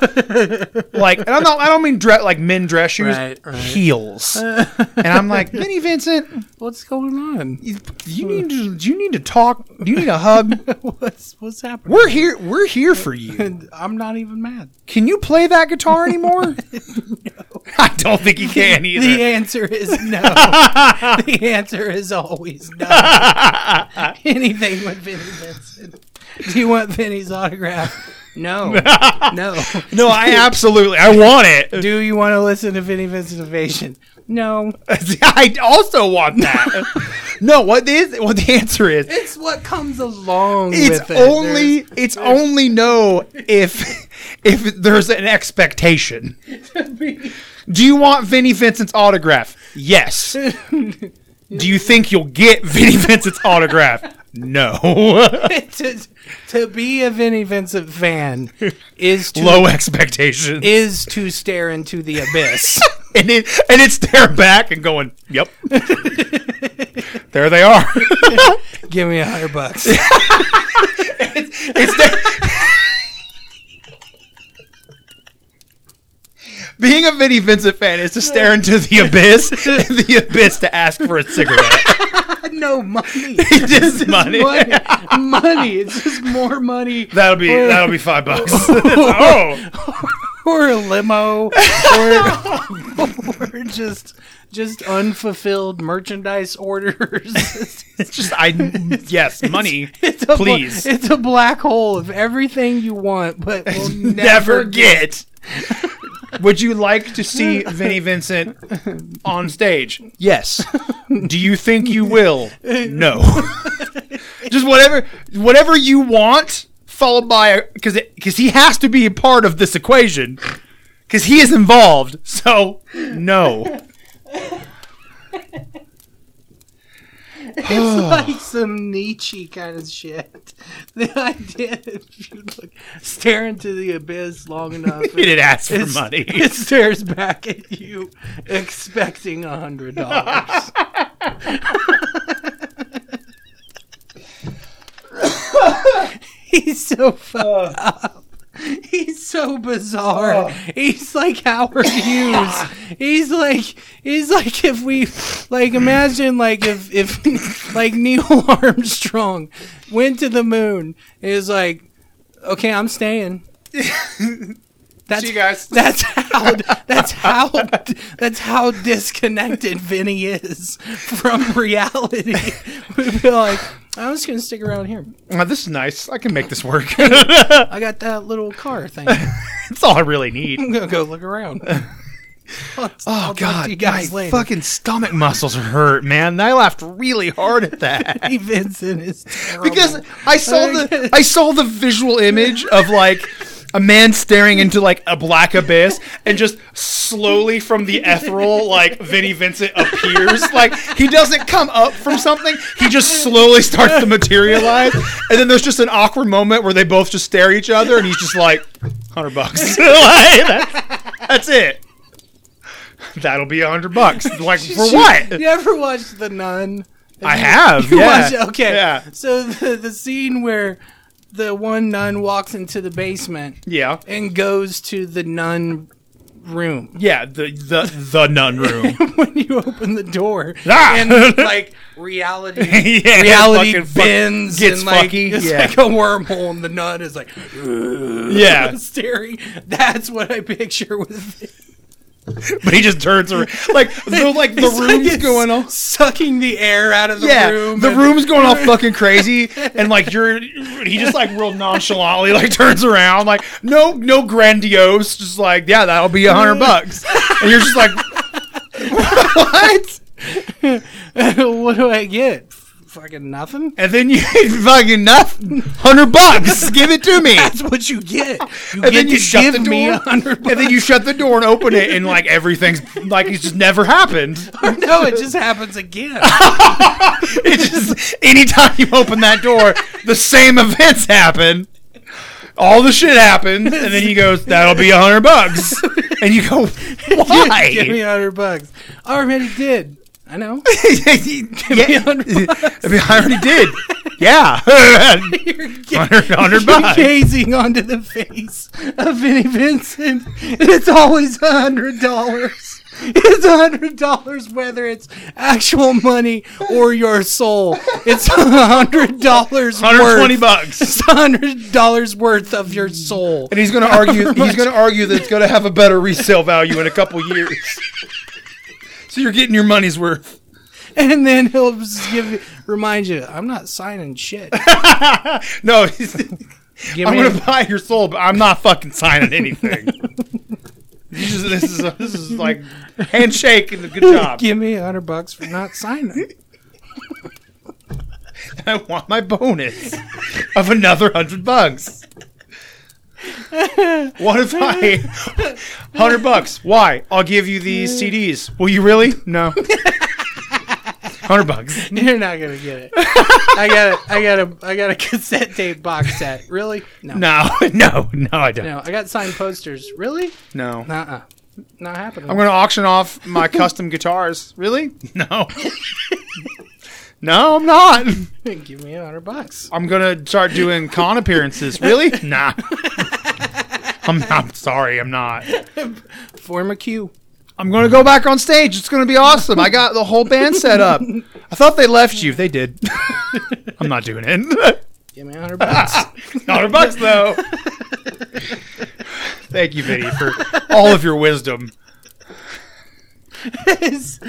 E: like and I'm not I don't mean dre- like men dress shoes,
F: Right, right.
E: heels. and I'm like, Vinny Vincent,
F: What's going on?
E: you need to you need to talk you need a hug
F: What's what's happening?
E: we're here we're here for you
F: I'm not even mad.
E: can you play that guitar anymore i don't think he can
F: The
E: either
F: answer is no. the answer is always no. Anything with Vinny Vincent. Do you want Vinny's autograph? No. No.
E: no i absolutely i want it
F: Do you want to listen to Vinny Vincent Ovation? No.
E: i also want that no what is what the answer is
F: It's what comes along
E: it's
F: with it.
E: only it's only no if if there's an expectation do you want vinnie vincent's autograph yes do you think you'll get vinnie vincent's autograph no
F: There's- to, to be a Vinny Vincent fan is to
E: low expectations
F: is to stare into the abyss.
E: and it and it's there back and going yep there they are
F: Give me a hundred bucks.
E: It's there. Being a Vinnie Vincent fan is to stare into the abyss, and the abyss to ask for a cigarette.
F: no money.
E: Just money.
F: money. money. It's just more money
E: That'll be that'll be five bucks. oh,
F: or a limo or, or just just unfulfilled merchandise orders.
E: it's just I yes, money.
F: it's a bla-
E: Please.
F: it's a black hole of everything you want, but will
E: Never
F: never
E: get. Would you like to see Vinnie Vincent on stage? Yes. Do you think you will? No. Just whatever whatever you want followed by cuz cuz he has to be a part of this equation cuz he is involved. So, no.
F: It's like some Nietzsche kind of shit. The idea that if you look, stare into the abyss long enough,
E: He did ask for
F: it's-
E: money.
F: it stares back at you, expecting a hundred dollars. He's so fucked up. He's so bizarre. He's like Howard Hughes. he's like he's like if we like imagine like if if like Neil Armstrong went to the moon is like okay I'm staying. That's,
E: See you guys.
F: That's how. That's how. That's how disconnected Vinny is from reality. We'd be like, I'm just gonna stick around here.
E: Oh, this is nice. I can make this work.
F: I got that little car thing.
E: That's all I really need.
F: I'm gonna go look around. I'll-
E: Oh
F: I'll talk to
E: god,
F: you guys
E: my
F: later.
E: fucking stomach muscles hurt, man. I laughed really hard at that
F: Vinny Vincent is terrible.
E: because I saw the I saw the visual image of like a man staring into like a black abyss, and just slowly from the ethereal, like Vinnie Vincent appears. Like he doesn't come up from something; he just slowly starts to materialize. And then there's just an awkward moment where they both just stare at each other, and he's just like, hundred bucks." Like, that's, that's it. That'll be a hundred bucks. Like for what?
F: You ever watched The Nun?
E: I have.
F: You
E: yeah.
F: watched- okay.
E: Yeah.
F: So the, the scene where the one nun walks into the basement
E: Yeah.
F: and goes to the nun room.
E: Yeah, the the the nun room.
F: when you open the door
E: Ah!
F: and like reality
E: yeah,
F: reality
E: fucking fuck-
F: bends
E: gets
F: and like
E: fucky,
F: it's
E: yeah.
F: like a wormhole and the nun is like
E: yeah,
F: staring. That's what I picture with
E: but he just turns around. Like the like the
F: It's like
E: room's
F: it's
E: going all
F: sucking the air out of the
E: yeah,
F: room.
E: the
F: and-
E: room's going all fucking crazy, and like you're he just like real nonchalantly like turns around like no no grandiose, just like yeah that'll be a hundred bucks, and you're just like what?
F: what do I get? F- Fucking nothing.
E: And then you fucking nothing hundred bucks, give it to me.
F: That's what you get.
E: And
F: You get
E: then you
F: to
E: shut the
F: give me
E: door,
F: a hundred.
E: and then you shut the door and open it, and like everything's like it's just never happened.
F: bucks. No, it just happens again.
E: It just anytime you open that door, the same events happen. All the shit happens, and then he goes, "That'll be a hundred bucks," and you go, "Why?"
F: give me a hundred bucks. I already did. I know.
E: Yeah. I mean, I already did. Yeah, hundred hundred bucks.
F: Gazing onto the face of Vinnie Vincent, and it's always a hundred dollars. It's a hundred dollars, whether it's actual money or your soul. It's a hundred dollars
E: Hundred twenty
F: worth.
E: bucks.
F: It's a hundred dollars worth of your soul.
E: And he's gonna argue. He's gonna argue that it's gonna have a better resale value in a couple years. So you're getting your money's worth.
F: And then he'll just give remind you, I'm not signing shit.
E: No, he's,
F: Give
E: I'm
F: me
E: gonna buy your soul, but I'm not fucking signing anything. this is this is this is like handshake and good job.
F: give me a hundred bucks for not signing.
E: I want my bonus of another hundred bucks. What if I hundred bucks? Why? I'll give you these CDs. Will you really? No. Hundred bucks.
F: You're not gonna get it. I got a, I got a, I got a cassette tape box set. Really? No.
E: No, no, no, I don't.
F: No, I got signed posters. Really?
E: No.
F: Uh-uh. Not happening.
E: I'm gonna auction off my custom guitars. Really? No. No, I'm not.
F: give me a hundred bucks.
E: I'm gonna start doing con appearances. Really? Nah. I'm, I'm sorry, I'm not.
F: Form a queue.
E: I'm gonna go back on stage. It's gonna be awesome. I got the whole band set up. I thought they left you. They did. I'm not doing it.
F: Give me a hundred bucks.
E: Not a bucks though. Thank you, Vinny, for all of your wisdom.
F: it's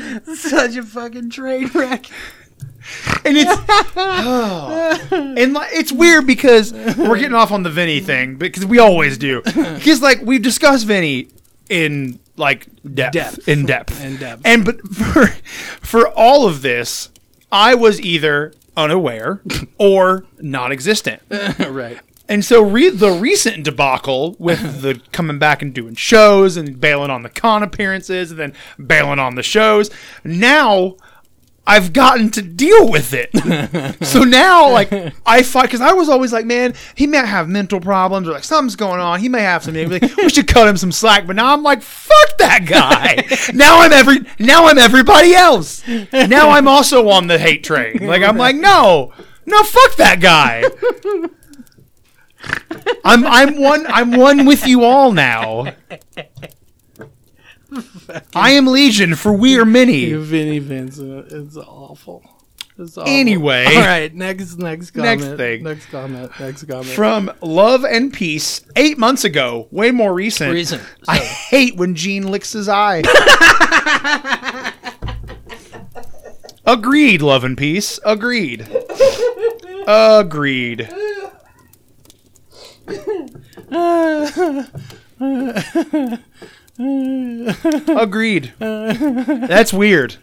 F: such a fucking train wreck.
E: And it's and like, it's weird because we're getting off on the Vinny thing because we always do. Because like we discuss Vinny in like depth,
F: Depth.
E: in depth,
F: In depth.
E: and but for for all of this, I was either unaware or non-existent.
F: right.
E: And so re- the recent debacle with the coming back and doing shows and bailing on the con appearances and then bailing on the shows. Now I've gotten to deal with it. so now, like, I fight because I was always like, man, he might have mental problems or like something's going on. He may have some. Like, we should cut him some slack. But now I'm like, fuck that guy. now I'm every. Now I'm everybody else. Now I'm also on the hate train. Like I'm like, no, no, fuck that guy. I'm I'm one I'm one with you all now. I am Legion, for we are many.
F: Vinny Vincent. It's awful. It's awful.
E: Anyway.
F: All right. Next. Next comment.
E: Next thing.
F: Next comment. Next comment.
E: From Love and Peace, eight months ago, way more recent.
F: Recent,
E: I hate when Gene licks his eye. Agreed, Love and Peace. Agreed. Agreed. Agreed. That's weird.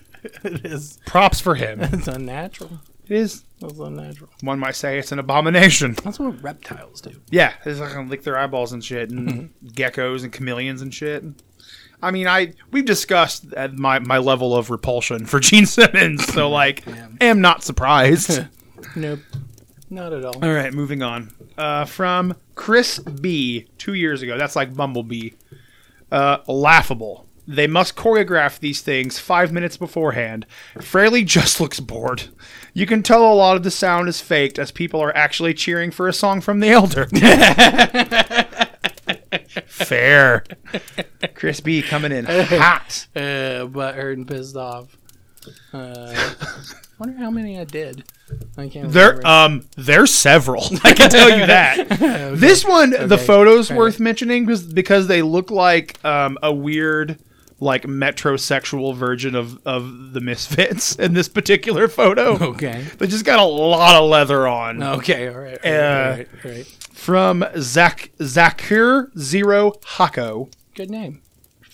F: it is.
E: Props for him.
F: It's unnatural.
E: It is.
F: That's unnatural.
E: One might say it's an abomination.
D: That's what reptiles do.
E: Yeah, it's like gonna lick their eyeballs and shit, and geckos and chameleons and shit. I mean, I we've discussed at my my level of repulsion for Gene Simmons, so like, am not surprised.
F: Nope. Not at all.
E: All right, moving on. Uh, from Chris B. two years ago. That's like Bumblebee. Uh, laughable. They must choreograph these things five minutes beforehand. Fraley just looks bored. You can tell a lot of the sound is faked as people are actually cheering for a song from The Elder. Fair. Chris B coming in hot.
F: Uh, but hurt and pissed off. Uh, wonder how many I did. I can't.
E: There,
F: remember.
E: um, there's several. I can tell you that. This one, the photos worth mentioning because because they look like um, a weird, like metrosexual version of of the Misfits in this particular photo.
F: okay.
E: They just got a lot of leather on.
F: Okay. All right. All
E: Uh,
F: right, all right, all right.
E: From Zach Zakir Zero Hako
F: Good name.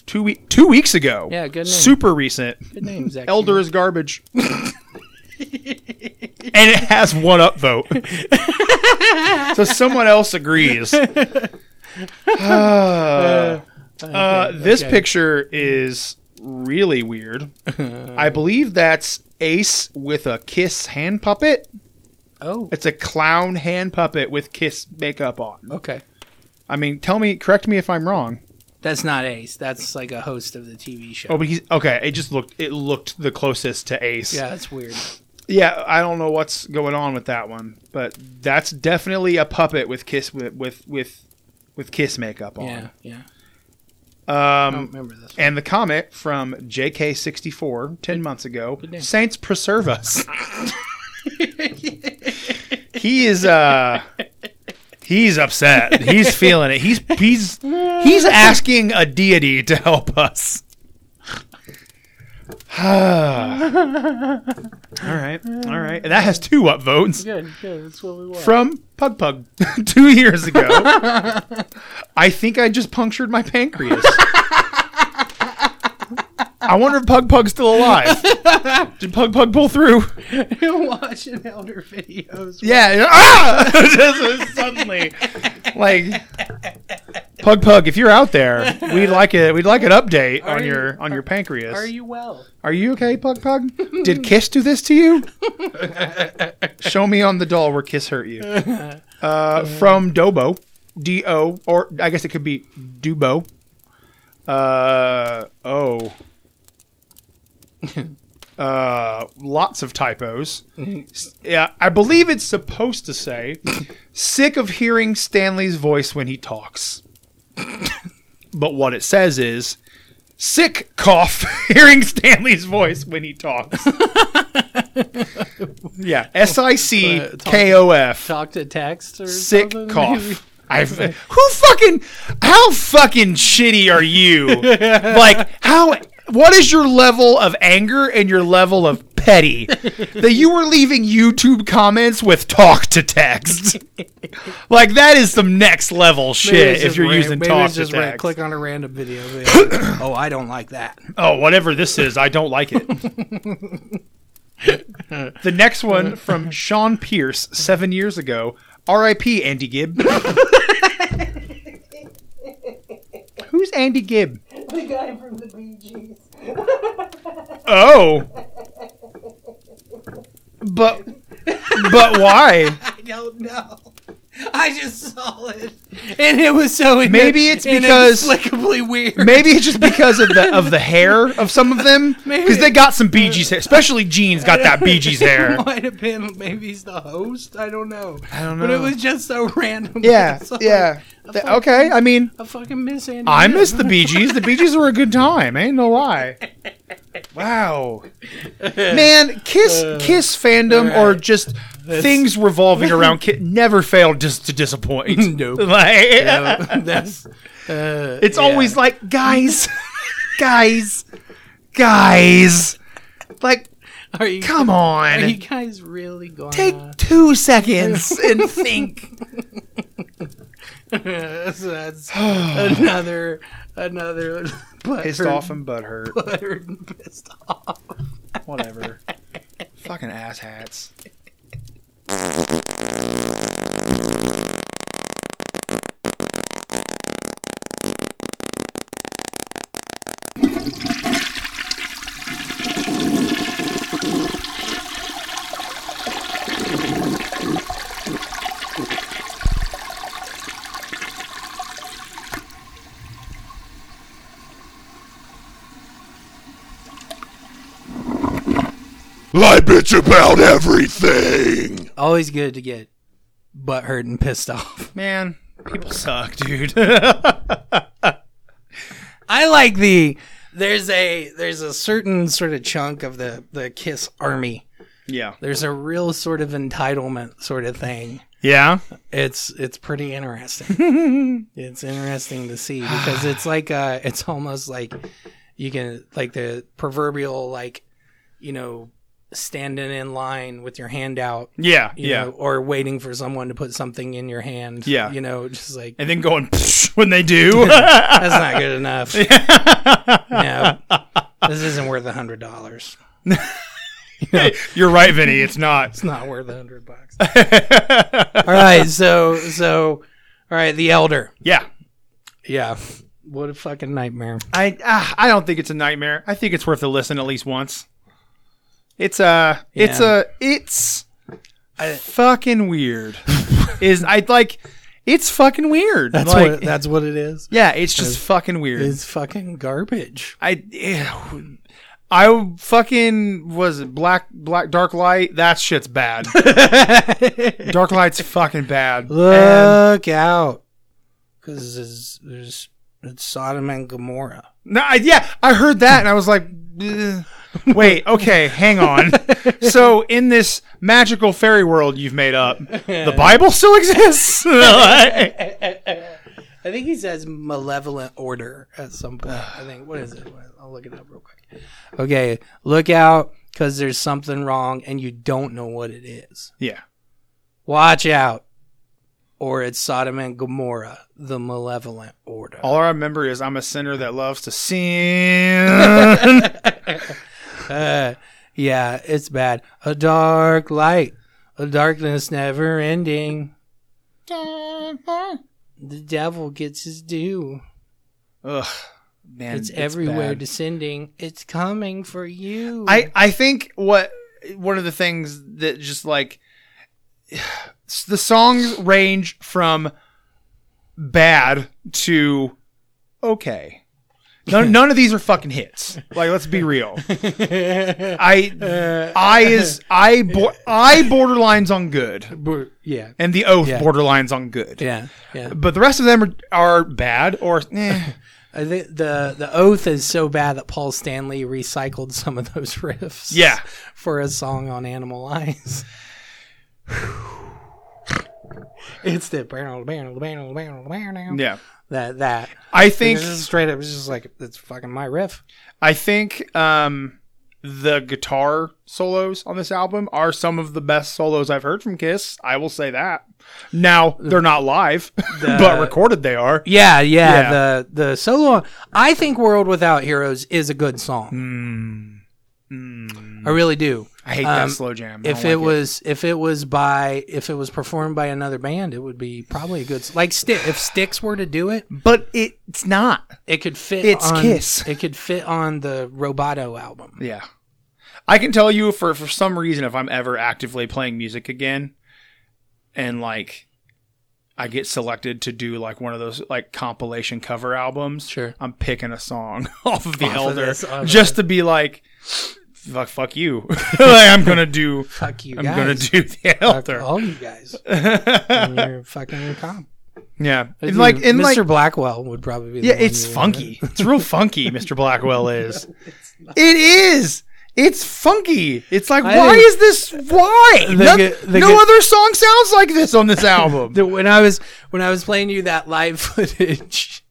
E: two we- two weeks ago.
F: Yeah, good name.
E: Super recent.
F: Good name. Zach.
E: Elder is garbage. and it has one upvote. so someone else agrees. Uh, uh, this picture is really weird. I believe that's Ace with a kiss hand puppet.
F: Oh.
E: It's a clown hand puppet with kiss makeup on.
F: Okay.
E: I mean, tell me, correct me if I'm wrong.
D: That's not Ace. That's like a host of the TV show.
E: Oh, but he's okay. It just looked it looked the closest to Ace.
D: yeah, that's weird.
E: Yeah, I don't know what's going on with that one, but that's definitely a puppet with kiss with with with, with kiss makeup
D: Yeah,
E: on.
D: yeah. I don't
E: Um,
D: remember this.
E: and the comment from JK64 10 months ago,
D: name.
E: Saints preserve us. he is uh he's upset. He's feeling it. He's he's he's asking a deity to help us. all right. All right. And that has two upvotes
F: Good. Good. That's what we want.
E: from Pug Pug two years ago. I think I just punctured my pancreas. I wonder if Pug Pug's still alive. Did Pug Pug pull through?
F: watching elder videos.
E: Yeah. yeah, Ah! Just suddenly, like Pug Pug, if you're out there, we'd like it. We'd like an update on
D: you-
E: your on your pancreas.
D: Are you well?
E: Are you okay, Pug Pug? Did Kiss do this to you? Show me on the doll where Kiss hurt you. Uh, from Dobo, D O, or I guess it could be Dubo. Uh, oh. Uh, lots of typos. S- Yeah, I believe it's supposed to say, sick of hearing Stanley's voice when he talks. but what it says is, sick cough hearing Stanley's voice when he talks. yeah, S I C K O F.
F: Talk to text or
E: Sick
F: something, maybe?
E: cough. I who fucking how fucking shitty are you? like how what is your level of anger and your level of petty that you were leaving YouTube comments with talk to text? like that is some next level
F: Maybe it's
E: shit if
F: just
E: you're
F: ran-
E: using
F: maybe
E: talk
F: it's
E: to
F: just ran-
E: text.
F: click on a random video. video.
D: Oh, I don't like that.
E: Oh, whatever this is, I don't like it. the next one from Sean Pierce seven years ago. R.I.P. Andy Gibb. Who's Andy Gibb?
G: the guy from the Bee Gees.
E: Oh, but but why?
D: I don't know. I just saw it, and it was so in-
E: Maybe it's because-
D: inexplicably weird.
E: Maybe it's just because of the of the hair of some of them. Because they got some Bee Gees hair, especially Jeans got that Bee Gees hair.
D: might have been maybe he's the host. I don't know.
E: I don't
D: But it was just so random.
E: Yeah,
D: It's like,
E: yeah. Th- Okay, I mean,
D: I fucking miss Andy.
E: I
D: Gibb.
E: miss the Bee Gees. The Bee Gees were a good time. Ain't no lie. Wow, man, Kiss
D: Uh,
E: Kiss fandom or just things revolving around Kiss never failed just to disappoint.
D: Nope.
E: Like,
D: Uh, that's uh,
E: it's always like guys, guys, guys. Like,
D: are you
E: come
D: are
E: on,
D: you guys really going?
E: take two seconds and think.
D: that's, that's another another butthurt,
E: Pissed off and butthurt.
D: butthurt and pissed off.
E: Whatever. Fucking asshats.
A: I bitch about everything.
D: Always good to get butt hurt and pissed off.
E: Man, people suck, dude.
D: I like the there's a there's a certain sort of chunk of the the Kiss army.
E: yeah.
D: There's a real sort of entitlement sort of thing.
E: Yeah.
D: It's it's pretty interesting. it's interesting to see because it's like uh it's almost like you can like the proverbial like you know standing in line with your hand out
E: Yeah.
D: you
E: yeah.
D: know, or waiting for someone to put something in your hand.
E: Yeah.
D: You know, just like
E: And then going when they do.
D: that's not good enough. no. This isn't worth a hundred dollars.
E: You're right, Vinny. It's not.
D: It's not worth a hundred bucks. all right, so so all right, the elder.
E: Yeah.
D: Yeah. What a fucking nightmare.
E: I ah, I don't think it's a nightmare. I think it's worth a listen at least once. It's a it's
D: Yeah.
E: a it's fucking weird. Is I like it's fucking weird.
D: That's
E: like,
D: what that's what it is.
E: yeah, it's just fucking weird.
D: It's fucking garbage.
E: I ew. I fucking was it black black dark light. That shit's bad. dark light's fucking bad. And-
D: Look out. Cause there's, there's it's Sodom and Gomorrah.
E: No, I, yeah, I heard that and I was like, "Ugh." wait, okay, hang on. So in this magical fairy world you've made up, the Bible still exists. yeah,
D: I think he says malevolent order at some point. I think what is it? I'll look it up real quick. Okay, look out because there's something wrong and you don't know what it is. Watch out, or it's Sodom and Gomorrah, the malevolent order.
E: all I remember is I'm a sinner that loves to sin.
D: Yeah, it's bad. A dark light, a darkness never ending. The devil gets his due.
E: Ugh, man,
D: It's, everywhere
E: bad.
D: descending. It's coming for you.
E: I I think what one of the things that just like the songs range from bad to okay. None, none of these are fucking hits. Like, let's be real.
D: Uh,
E: I, I is I, bo- I borderlines on good,
D: Br- yeah,
E: and the oath
D: Yeah.
E: borderlines on good.
D: yeah, yeah.
E: But the rest of them are, are bad or eh.
D: I think the the oath is so bad that Paul Stanley recycled some of those riffs.
E: yeah.
D: for a song on Animal Eyes. it's the barrel, barrel, barrel, barrel, barrel.
E: Yeah.
D: That that.
E: I think
D: It's just straight up. It's just like it's fucking my riff.
E: I think um, the guitar solos on this album are some of the best solos I've heard from Kiss. I will say that. Now they're not live, but recorded they are.
D: Yeah, yeah,
E: Yeah.
D: The the solo. I think World Without Heroes is a good song. Hmm. I really do.
E: I hate
D: Um,
E: that slow jam. I
D: if
E: don't
D: it
E: like
D: was if it was by if it was performed by another band, it would be probably a good s- like stick. If Sticks were to do it,
E: but it, it's not.
D: it could fit.
E: It's
D: on-
E: Kiss.
D: It could fit on the Roboto album.
E: Yeah, I can tell you for for some reason if I'm ever actively playing music again, and like. I get selected to do like one of those like compilation cover albums.
D: Sure.
E: I'm picking a song off of the
D: Off of
E: Elder
D: this, oh, off of
E: just to be like, fuck, fuck you. like, I'm gonna do.
D: Fuck you
E: I'm
D: guys.
E: gonna do the
D: Fuck
E: Elder.
D: all you guys. and you're fucking comp.
E: Yeah, and like and
D: Mr.
E: like
D: Blackwell would probably be. The
E: yeah,
D: one
E: it's
D: you-
E: funky. It's real funky. Mr. Blackwell is. It is. It's funky. It's like,
D: I
E: why
D: think-
E: is this? Why?
D: They
E: no
D: get- they
E: no
D: get-
E: other song sounds like this on this album.
D: The- when I was when I was playing you that live footage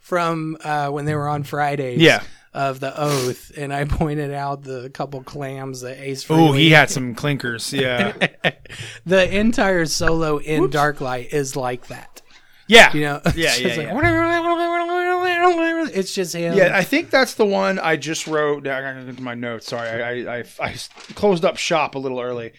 D: from uh, when they were on Fridays.
E: Yeah.
D: Of the oath, and I pointed out the couple clams that Ace.
E: Oh,
D: Frehley-
E: he had some clinkers. Yeah,
D: the entire solo in Darklight is like that.
E: yeah,
D: You know,
E: yeah,
D: It's
E: yeah,
D: just like,
E: yeah.
D: It's just him.
E: Yeah, I think that's the one I just wrote. I gotta get to my notes. Sorry, I, I, I, I closed up shop a little early.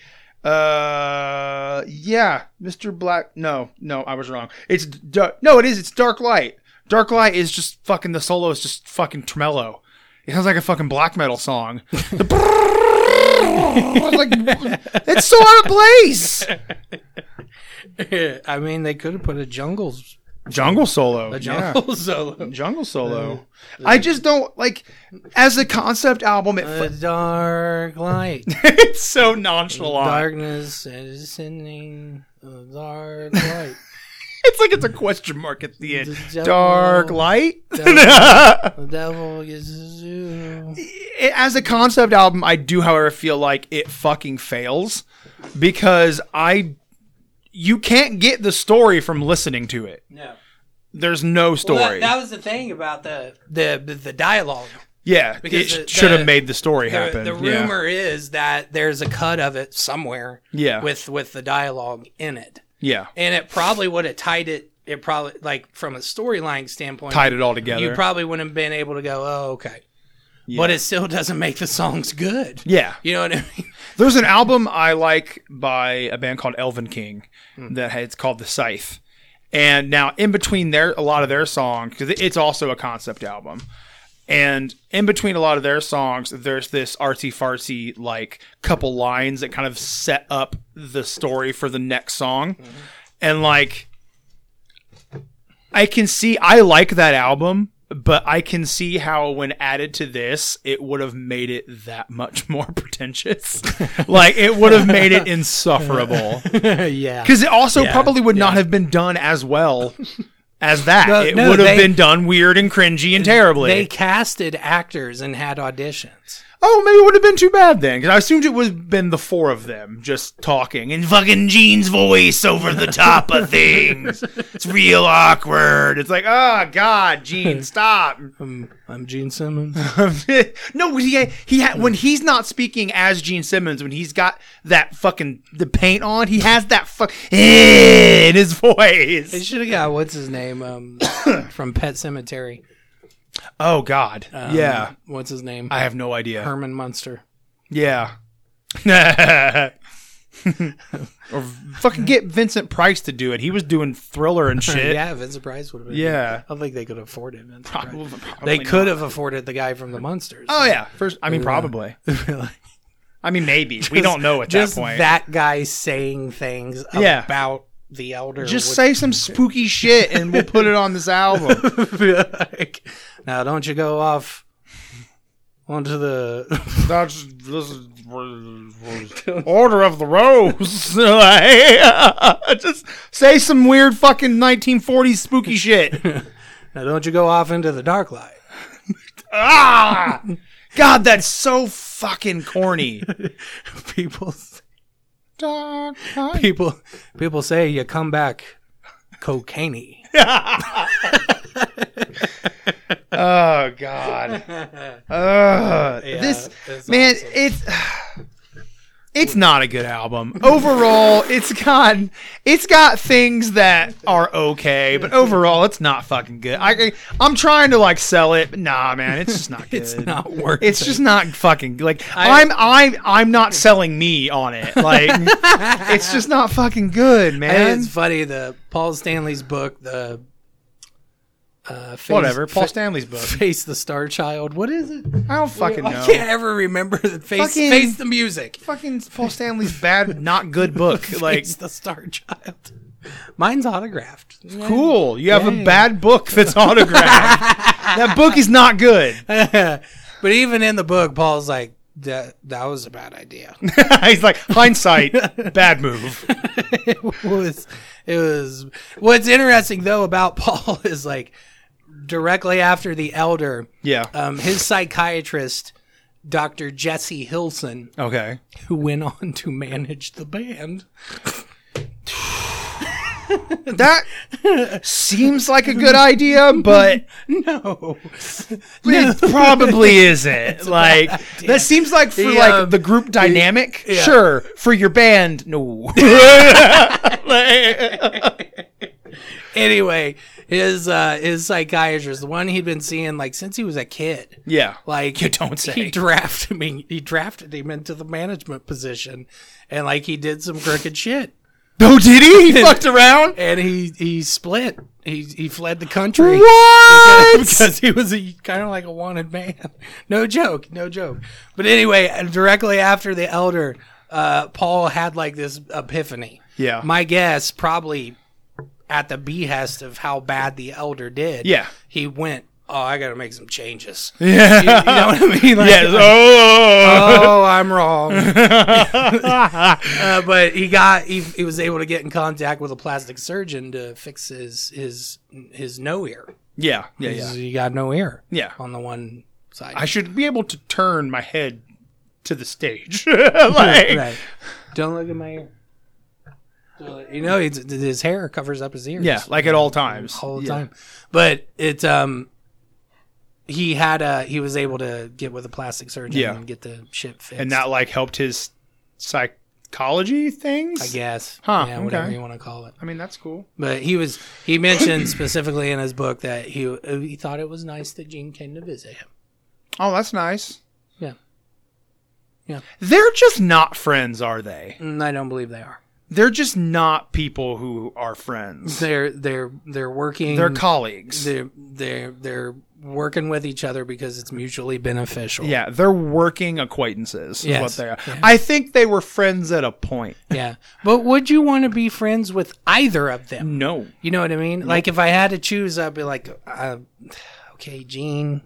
E: Uh, yeah, Mr. Black. No, no, I was wrong. It's da- no, it is. It's Dark Light. Dark Light is just fucking the solo is just fucking tremolo. It sounds like a fucking black metal song. The I was like, it's so out of place.
D: I mean, they could have put a jungle,
E: Jungle solo.
D: a
E: yeah.
D: jungle solo.
E: Jungle solo. I just don't like as a concept album. It
D: The
E: fu-
D: dark light,
E: it's so nonchalant.
D: darkness is descending. The dark light.
E: It's like it's a question mark at the end.
D: The devil-
E: Dark light.
D: The devil is a zoo.
E: It- as a concept album, I do, however, feel like it fucking fails because I you can't get the story from listening to it.
D: No.
E: There's no story.
D: That, that was the thing about the the the, the dialogue.
E: yeah,
D: because
E: it
D: the-
E: should
D: the-
E: have made the story
D: The,
E: happen.
D: the
E: Yeah.
D: rumor is that there's a cut of it somewhere.
E: Yeah.
D: With with the dialogue in it,
E: yeah,
D: and it probably would have tied it. It probably like from a storyline standpoint,
E: tied it all together.
D: You probably wouldn't have been able to go, oh, okay. But it still doesn't make the songs good.
E: yeah,
D: You know what I mean?
E: There's an album I like by a band called Elven King that ha- it's called The Scythe. And now in between their a lot of their songs because it's also a concept album. And in between a lot of their songs, there's this artsy fartsy like couple lines that kind of set up the story for the next song.
D: Mm-hmm.
E: And like I can see I like that album, but I can see how when added to this, it would have made it that much more pretentious. like it would have made it insufferable.
D: yeah.
E: Cuz it also probably would not have been done as well as that.
D: No,
E: it
D: no,
E: would have
D: they-
E: been done weird and cringy and terribly.
D: They casted actors and had auditions.
E: oh, maybe it would have been too bad then cuz I assumed it would have been the four of them just talking in fucking Gene's voice over the top of things. It's real awkward. It's like, "Oh god, Gene, stop."
D: I'm Gene Simmons.
E: no, he he ha- when he's not speaking as Gene Simmons, when he's got that fucking the paint on, he has that fuck in his
D: they
E: voice.
D: should have got what's his name um, from Pet Cemetery.
E: Oh God, yeah,
D: What's his name?
E: I have no idea.
D: Herman Munster.
E: yeah, or fucking get Vincent Price to do it. He was doing Thriller and shit.
D: Yeah, Vincent Price would have been.
E: Yeah.
D: I don't think they could afford it. Vincent Price.
E: Well,
D: They
E: probably
D: could
E: not.
D: have afforded the guy from the Munsters.
E: Oh yeah, first. I mean, probably. I mean, maybe we don't know at that
D: Just
E: point.
D: that guy saying things
E: Yeah.
D: about the elder.
E: Just
D: would
E: say some spooky shit, and we'll put it on this album.
D: like, now don't you go off onto the
E: That's this is Order of the Rose. Just say some weird fucking 1940s spooky shit.
D: now don't you go off into the dark light.
E: Ah, God, that's so fucking corny.
D: People
E: Dark
D: people people say you come back cocaine.
E: Oh God. Ugh. this man, it's it's not a good album. Overall, it's got it's got things that are okay, but overall, it's not fucking good. I I'm trying to like sell it, but nah, man, it's just not good.
D: It's not worth
E: It's
D: it.
E: just not fucking like I, am I'm I'm not selling me on it. Like it's just not fucking good,
D: And
E: man.
D: it's funny the Paul Stanley's book, the uh, face,
E: Whatever. Paul
D: Fa-
E: Stanley's book.
D: Face the Star Child. What is it?
E: I don't fucking
D: I
E: know.
D: can't ever remember the face.
E: Oh. Fucking-
D: Face the music.
E: Fucking Paul Stanley's bad, not good book. Like
D: Face the Star Child. Mine's autographed.
E: Cool. You have a bad book that's autographed. that book is not good.
D: But even in the book, Paul's like, that, that was a bad idea.
E: He's like, hindsight, bad move.
D: it was, it was, what's interesting though about Paul is like directly after the elder,
E: Yeah.
D: um, his psychiatrist, Dr. Jesse Hilson,
E: okay.
D: who went on to manage the band.
E: That seems like a good idea, but
D: No.
E: it probably isn't. Like that seems like for
D: He,
E: like
D: um,
E: the group dynamic.
D: yeah.
E: Sure. For your band, no.
D: anyway, his uh, his psychiatrist, the one he'd been seeing like since he was a kid.
E: Yeah.
D: Like
E: You don't say.
D: He drafted me. He drafted him into the management position, and like he did some crooked shit.
E: No, Oh, did he? He fucked around.
D: And he he split. He he fled the country.
E: What?
D: because he was a, kind of like a wanted man. No joke, no joke. But anyway, uh, directly after the elder, uh, Paul had like this epiphany.
E: Yeah.
D: My guess, probably at the behest of how bad the elder did.
E: Yeah.
D: He went, oh, I got to make some changes. You,
E: Yeah.
D: you know what I mean? Like,
E: Yes. Oh.
D: Oh, I'm wrong. uh, but he got he, he was able to get in contact with a plastic surgeon to fix his his his no ear.
E: Yeah. Yeah. Yeah.
D: He's- He got no ear.
E: Yeah.
D: On the one side.
E: I should be able to turn my head to the stage. like,
D: right. Don't look at my ear. Don't look- You know, it's, his hair covers up his ears.
E: Yeah, like at all times.
D: all the
E: Yeah.
D: time. But it um he had a he was able to get with a plastic surgeon
E: Yeah.
D: and get the shit fixed.
E: And that like helped his psychology things.
D: I guess.
E: Huh,
D: Yeah, whatever
E: okay.
D: you want to call it.
E: I mean, that's cool.
D: But he was he mentioned specifically in his book that he he thought it was nice that Gene came to visit him.
E: Oh, that's nice.
D: Yeah. Yeah.
E: They're just not friends, are they?
D: And Mm, I don't believe they are.
E: They're just not people who are friends.
D: They're they're they're working
E: They're colleagues.
D: they're they're they're working with each other because it's mutually beneficial.
E: yeah, they're working acquaintances. Is what
D: Yes.
E: they are. I think they were friends at a point.
D: Yeah. But would you want to be friends with either of them?
E: No.
D: You know what I mean? Like if I had to choose, I'd be like, uh, okay, Gene,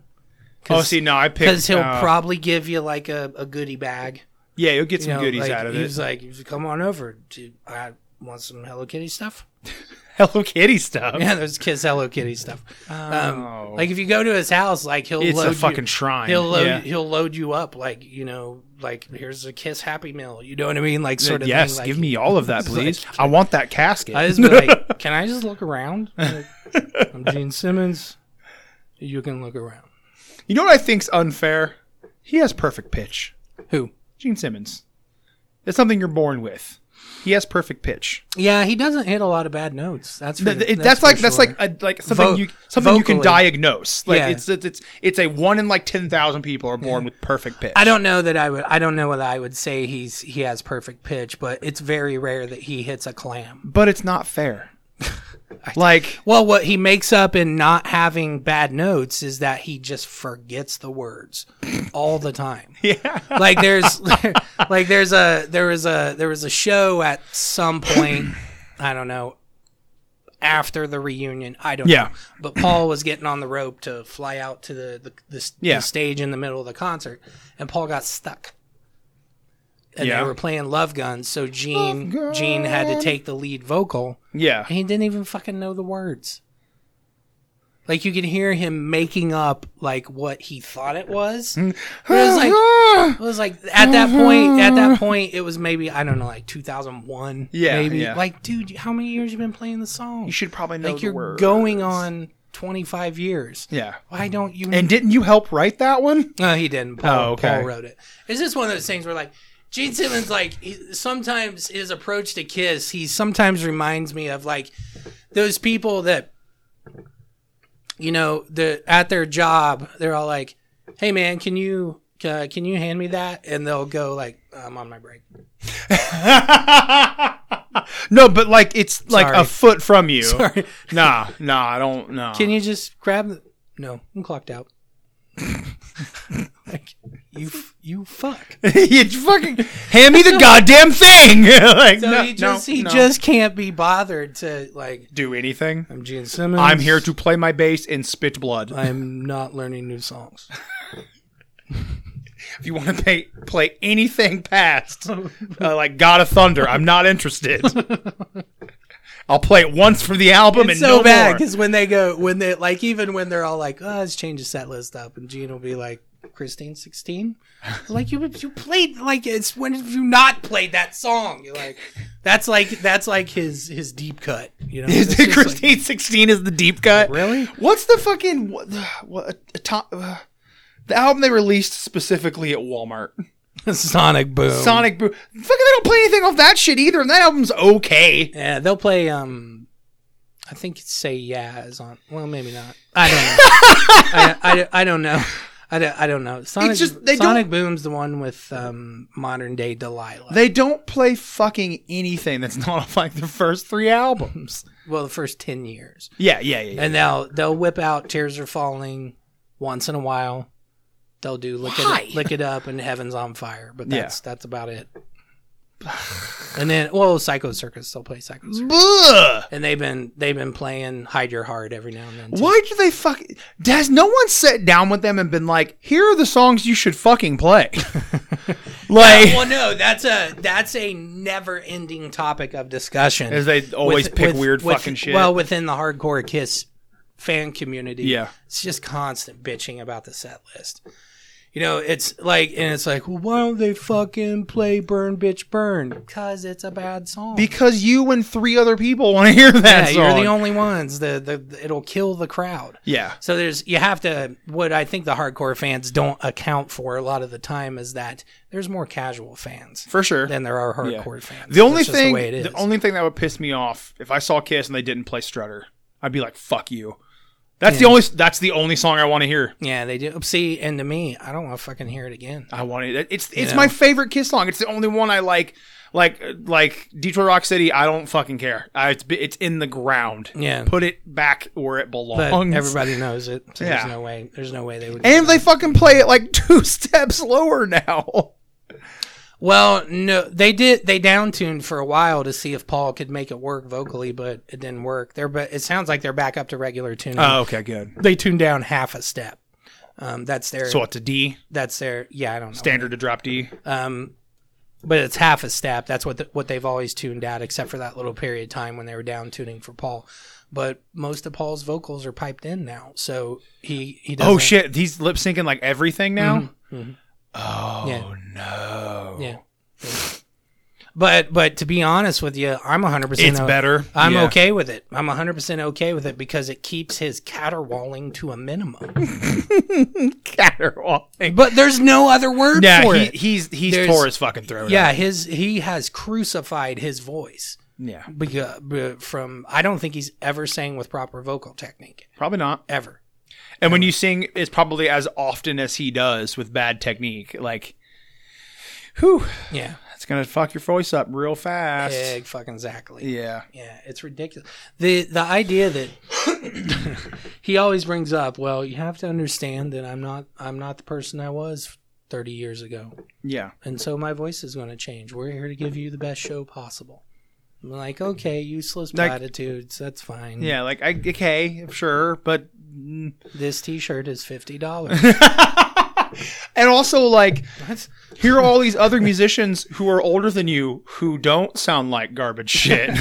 E: Oh, see, no, I picked.
D: because he'll
E: uh,
D: probably give you like a, a goodie bag.
E: yeah, you'll get some
D: You know,
E: goodies
D: like,
E: out of
D: he
E: it.
D: was like, come on over. Dude, I want some Hello Kitty stuff.
E: Hello Kitty stuff.
D: Yeah, there's kiss Hello Kitty stuff. Um, like if you go to his house, like he'll
E: Oh. It's
D: load
E: a fucking
D: you,
E: shrine.
D: He'll load
E: Yeah.
D: he'll load you up like you know like here's a kiss Happy Meal. You know what I mean? Like sort of
E: yes,
D: thing, like,
E: give me all of that,
D: It's like-
E: please. I want that casket.
D: I just be like, can I just look around? Like, I'm Gene Simmons. You can look around.
E: you know what I think's unfair? He has perfect pitch.
D: Who?
E: Gene Simmons. It's something you're born with. He has perfect pitch.
D: Yeah, he doesn't hit a lot of bad notes. That's for,
E: Th- th-
D: that's,
E: that's,
D: for
E: like that's
D: sure.
E: like a, like something
D: Vo-
E: you something you can
D: vocally.
E: diagnose. Like
D: Yeah.
E: it's it's it's it's a one in like ten thousand people are born with perfect pitch.
D: I don't know that I would. I don't know whether I would say he's he has perfect pitch, but it's very rare that he hits a clam.
E: but it's not fair. like
D: Well, what he makes up in not having bad notes is that he just forgets the words all the time. Yeah, like there's like there's a there was a there was a show at some point. I don't know after the reunion. I don't
E: Yeah.
D: know. But Paul was getting on the rope to fly out to the the, the, s-
E: Yeah.
D: the stage in the middle of the concert, and Paul got stuck. And
E: Yeah.
D: they were playing Love Guns, so Gene Gene had to take the lead vocal.
E: yeah,
D: And he didn't even fucking know the words. Like you could hear him making up like what he thought it was.
E: Mm-hmm.
D: But it was like it was like at that point at that point it was maybe I don't know like 2001
E: Mm-hmm. Yeah,
D: maybe.
E: yeah.
D: Like dude, how many years you been playing the song?
E: you should probably know
D: like
E: the
D: you're
E: word.
D: going on 25 years.
E: yeah.
D: Why don't you
E: And didn't you help write that one?
D: no, he didn't. Paul,
E: Oh, okay.
D: Paul wrote it. It's just one of those things where, like, Gene Simmons, like, he, sometimes his approach to Kiss, he sometimes reminds me of, like, those people that, you know, the at their job, they're all like, hey, man, can you. Uh, can you hand me that? And they'll go like, "I'm on my break."
E: No, but like it's like a
D: Sorry.
E: foot from you. Nah, nah, I don't. Nah.
D: Can you just grab? The- no, I'm clocked out. like, you, f- you fuck.
E: you fucking hand me the goddamn thing. like,
D: So
E: no,
D: he just,
E: no,
D: he
E: no.
D: just can't be bothered to like.
E: do anything.
D: I'm Gene Simmons.
E: I'm here to play my bass and spit blood.
D: I'm not learning new songs.
E: if you want to pay, play anything past, uh, like God of Thunder, I'm not interested. I'll play it once for the album
D: It's
E: and
D: so
E: no
D: bad
E: more.
D: because when they go, when they like, even when they're all like, "Oh, let's change the set list up," and Gene will be like, "Christine 16? like you you played like it's when have you not played that song? You're like, that's like that's like his his deep cut. You know, It's just like-
E: Christine 16 is the deep cut.
D: Really?
E: What's the fucking what, what a to- uh, the album they released specifically at Walmart?
D: Sonic Boom.
E: Sonic Boom. Fucking, they don't play anything off that shit either, and that album's okay.
D: Yeah, they'll play um, I think say yeah is on. Well, maybe not. I don't know. I, I, I don't know. I don't, I don't know. Sonic,
E: just- they
D: Sonic Boom's the one with um, modern day Delilah.
E: They don't play fucking anything that's not off like the first three albums.
D: well, the first ten years,
E: Yeah, yeah, yeah.
D: and they'll they'll whip out "Tears Are Falling" once in a while. They'll do "Lick It Lick It Up" and "Heaven's on Fire," but
E: Yeah.
D: that's that's about it. and then, well, Psycho Circus. They'll play Psycho Circus,
E: Ugh.
D: and they've been they've been playing "Hide Your Heart" every now and then. too.
E: Why do they fuck? Has no one sat down with them and been like, "Here are the songs you should fucking play"? like,
D: Well, no, that's a that's a never-ending topic of discussion.
E: As they always pick weird fucking shit.
D: Well, within the hardcore Kiss fan community,
E: Yeah.
D: it's just constant bitching about the set list. You know, it's like, and it's like, well, why don't they fucking play "Burn, Bitch, Burn"? Cause it's a bad song.
E: because you and three other people want to hear that
D: yeah,
E: song.
D: you're the only ones. The, the the- it'll kill the crowd.
E: yeah,
D: So there's you have to what I think the hardcore fans don't account for a lot of the time is that there's more casual fans
E: for sure.
D: than there are
E: Yeah.
D: hardcore fans.
E: The only
D: That's just
E: thing,
D: the, way it is.
E: the only thing that would piss me off if I saw Kiss and they didn't play Strutter, I'd be like, "Fuck you." That's the only. That's the only song I want to hear.
D: yeah, they do. See, and to me, I don't want to fucking hear it again.
E: I want it. It's it's
D: Yeah.
E: my favorite Kiss song. It's the only one I like. Like like Detroit Rock City. I don't fucking care. I, it's it's in the ground.
D: Yeah.
E: put it back where it belongs.
D: But everybody knows it. So
E: Yeah.
D: There's no way. There's no way they would.
E: and they fucking play it like two steps lower now.
D: well, no, they did. They downtuned for a while to see if Paul could make it work vocally, but it didn't work. They're but it sounds like they're back up to regular tuning.
E: Oh, okay, good.
D: they tuned down half a step. Um, that's their.
E: So it's a D
D: that's their. Yeah, I don't know.
E: standard to drop D.
D: Um, but it's half a step. That's what the, what they've always tuned out, except for that little period of time when they were down tuning for Paul. But most of Paul's vocals are piped in now, so he he doesn't.
E: Oh shit, he's lip syncing like everything now.
D: Mm-hmm. Yeah. no! Yeah. But but to be honest with you, I'm 100. percent
E: It's better.
D: I'm
E: Yeah.
D: okay with it. I'm 100 percent okay with it because it keeps his caterwauling to a minimum.
E: Caterwaul.
D: But there's no other word for
E: Yeah, he,
D: it.
E: he's he's
D: There's-
E: tore his fucking throat. out.
D: yeah, his he has crucified his voice.
E: yeah,
D: because from I don't think he's ever sang with proper vocal technique
E: probably not.
D: ever.
E: And when you sing, it's probably as often as he does with bad technique. Like, whew,
D: Yeah,
E: that's gonna fuck your voice up real fast.
D: egg fucking exactly.
E: Yeah,
D: Yeah, it's ridiculous. the The idea that he always brings up, well, you have to understand that I'm not I'm not the person I was 30 years ago,
E: yeah.
D: and so my voice is going to change. We're here to give you the best show possible. I'm like, okay, useless
E: Like-
D: platitudes. That's fine.
E: Yeah, like I okay, sure, but mm.
D: This T-shirt is fifty dollars.
E: and also like here are all these other musicians who are older than you who don't sound like garbage shit.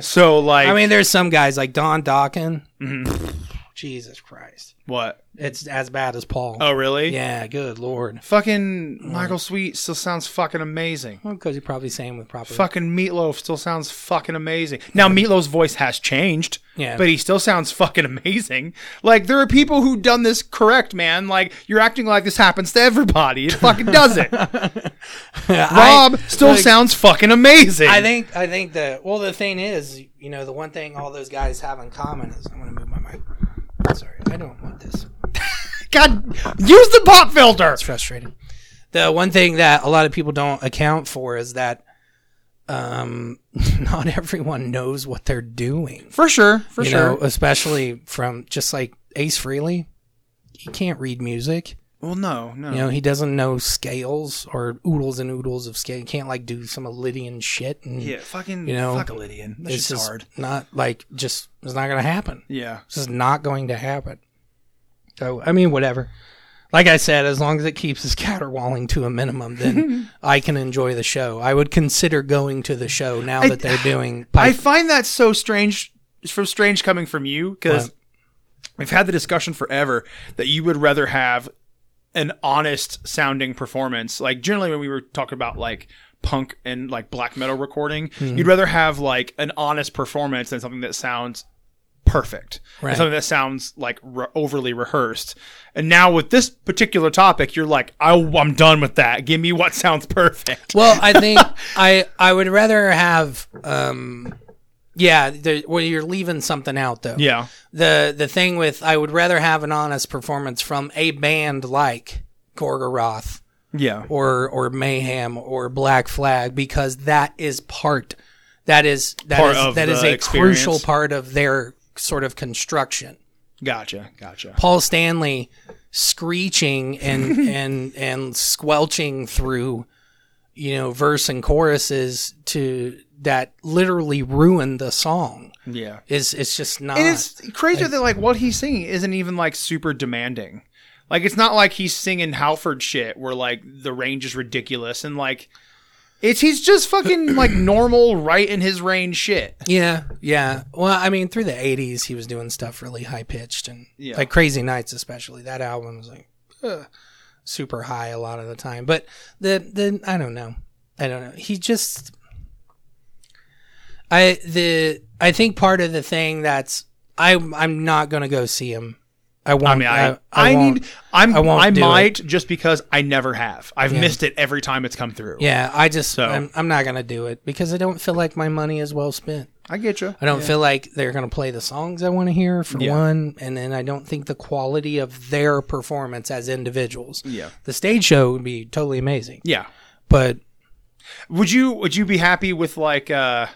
E: so like,
D: I mean, there's some guys like Don Dokken.
E: Mm-hmm.
D: Jesus Christ.
E: what?
D: It's as bad as Paul.
E: Oh, really?
D: yeah, good lord.
E: Fucking Michael Sweet still sounds fucking amazing.
D: Well, because you probably sang with proper.
E: Fucking Meatloaf still sounds fucking amazing. Now Meatloaf's voice has changed,
D: Yeah.
E: but he still sounds fucking amazing. Like there are people who done this correct, man. Like you're acting like this happens to everybody. It fucking doesn't. Rob still
D: like-
E: sounds fucking amazing.
D: I think. I think the well, the thing is, you know, the one thing all those guys have in common is I'm gonna move my mic. Sorry, I don't want this.
E: God, use the pop filter.
D: It's frustrating. The one thing that a lot of people don't account for is that, um, not everyone knows what they're doing.
E: For sure, for
D: you
E: sure.
D: know, especially from just like Ace Frehley. He can't read music.
E: well, no, no.
D: You know, he doesn't know scales or oodles and oodles of scale. He can't like do some Lydian shit. And
E: yeah, fucking
D: you know,
E: fuck a Lydian. That's
D: it's
E: just
D: just
E: hard.
D: not like just it's not gonna happen.
E: Yeah.
D: This is not going to happen. So I mean, whatever. Like I said, as long as it keeps his caterwauling to a minimum, then I can enjoy the show. I would consider going to the show now
E: I-
D: that they're doing.
E: I
D: Pipe.
E: find that so strange. From strange coming from you because
D: What?
E: we've had the discussion forever that you would rather have an honest sounding performance. Like generally when we were talking about like punk and like black metal recording, you'd rather have like an honest performance than something that sounds perfect and
D: Right.
E: something that sounds like re- overly rehearsed and now with this particular topic you're like I, i'm done with that give me what sounds perfect
D: well, I think I I would rather have um Yeah, the, well, you're leaving something out though.
E: Yeah.
D: The the thing with I would rather have an honest performance from a band like Gorgoroth
E: Yeah.
D: or or Mayhem or Black Flag because that is part that is that
E: Part
D: is-
E: of
D: that
E: the
D: is a
E: experience.
D: crucial part of their sort of construction.
E: Gotcha. Gotcha.
D: Paul Stanley screeching and and and squelching through you know verse and choruses to that literally ruin the song
E: Yeah.
D: is it's just not
E: And it's crazy that like what he's singing isn't even like super demanding. Like it's not like he's singing Halford shit where like the range is ridiculous and like it's he's just fucking like normal right in his range shit.
D: yeah yeah well i mean through the 80s he was doing stuff really high pitched and
E: Yeah.
D: like crazy nights especially that album was like ugh, super high a lot of the time but the the i don't know i don't know he just I the I think part of the thing that's I I'm not gonna go see him. I won't.
E: I mean, I, I,
D: won't.
E: need, I'm, I,
D: I won't do it.
E: might just because I never have. I've missed it every time it's come through.
D: Yeah, I just I'm, I'm not gonna do it because I don't feel like my money is well spent.
E: I get you.
D: I don't feel like they're gonna play the songs I want to hear for one, and then I don't think the quality of their performance as individuals.
E: Yeah.
D: the stage show would be totally amazing,
E: Yeah.
D: but
E: Would you would you be happy with like uh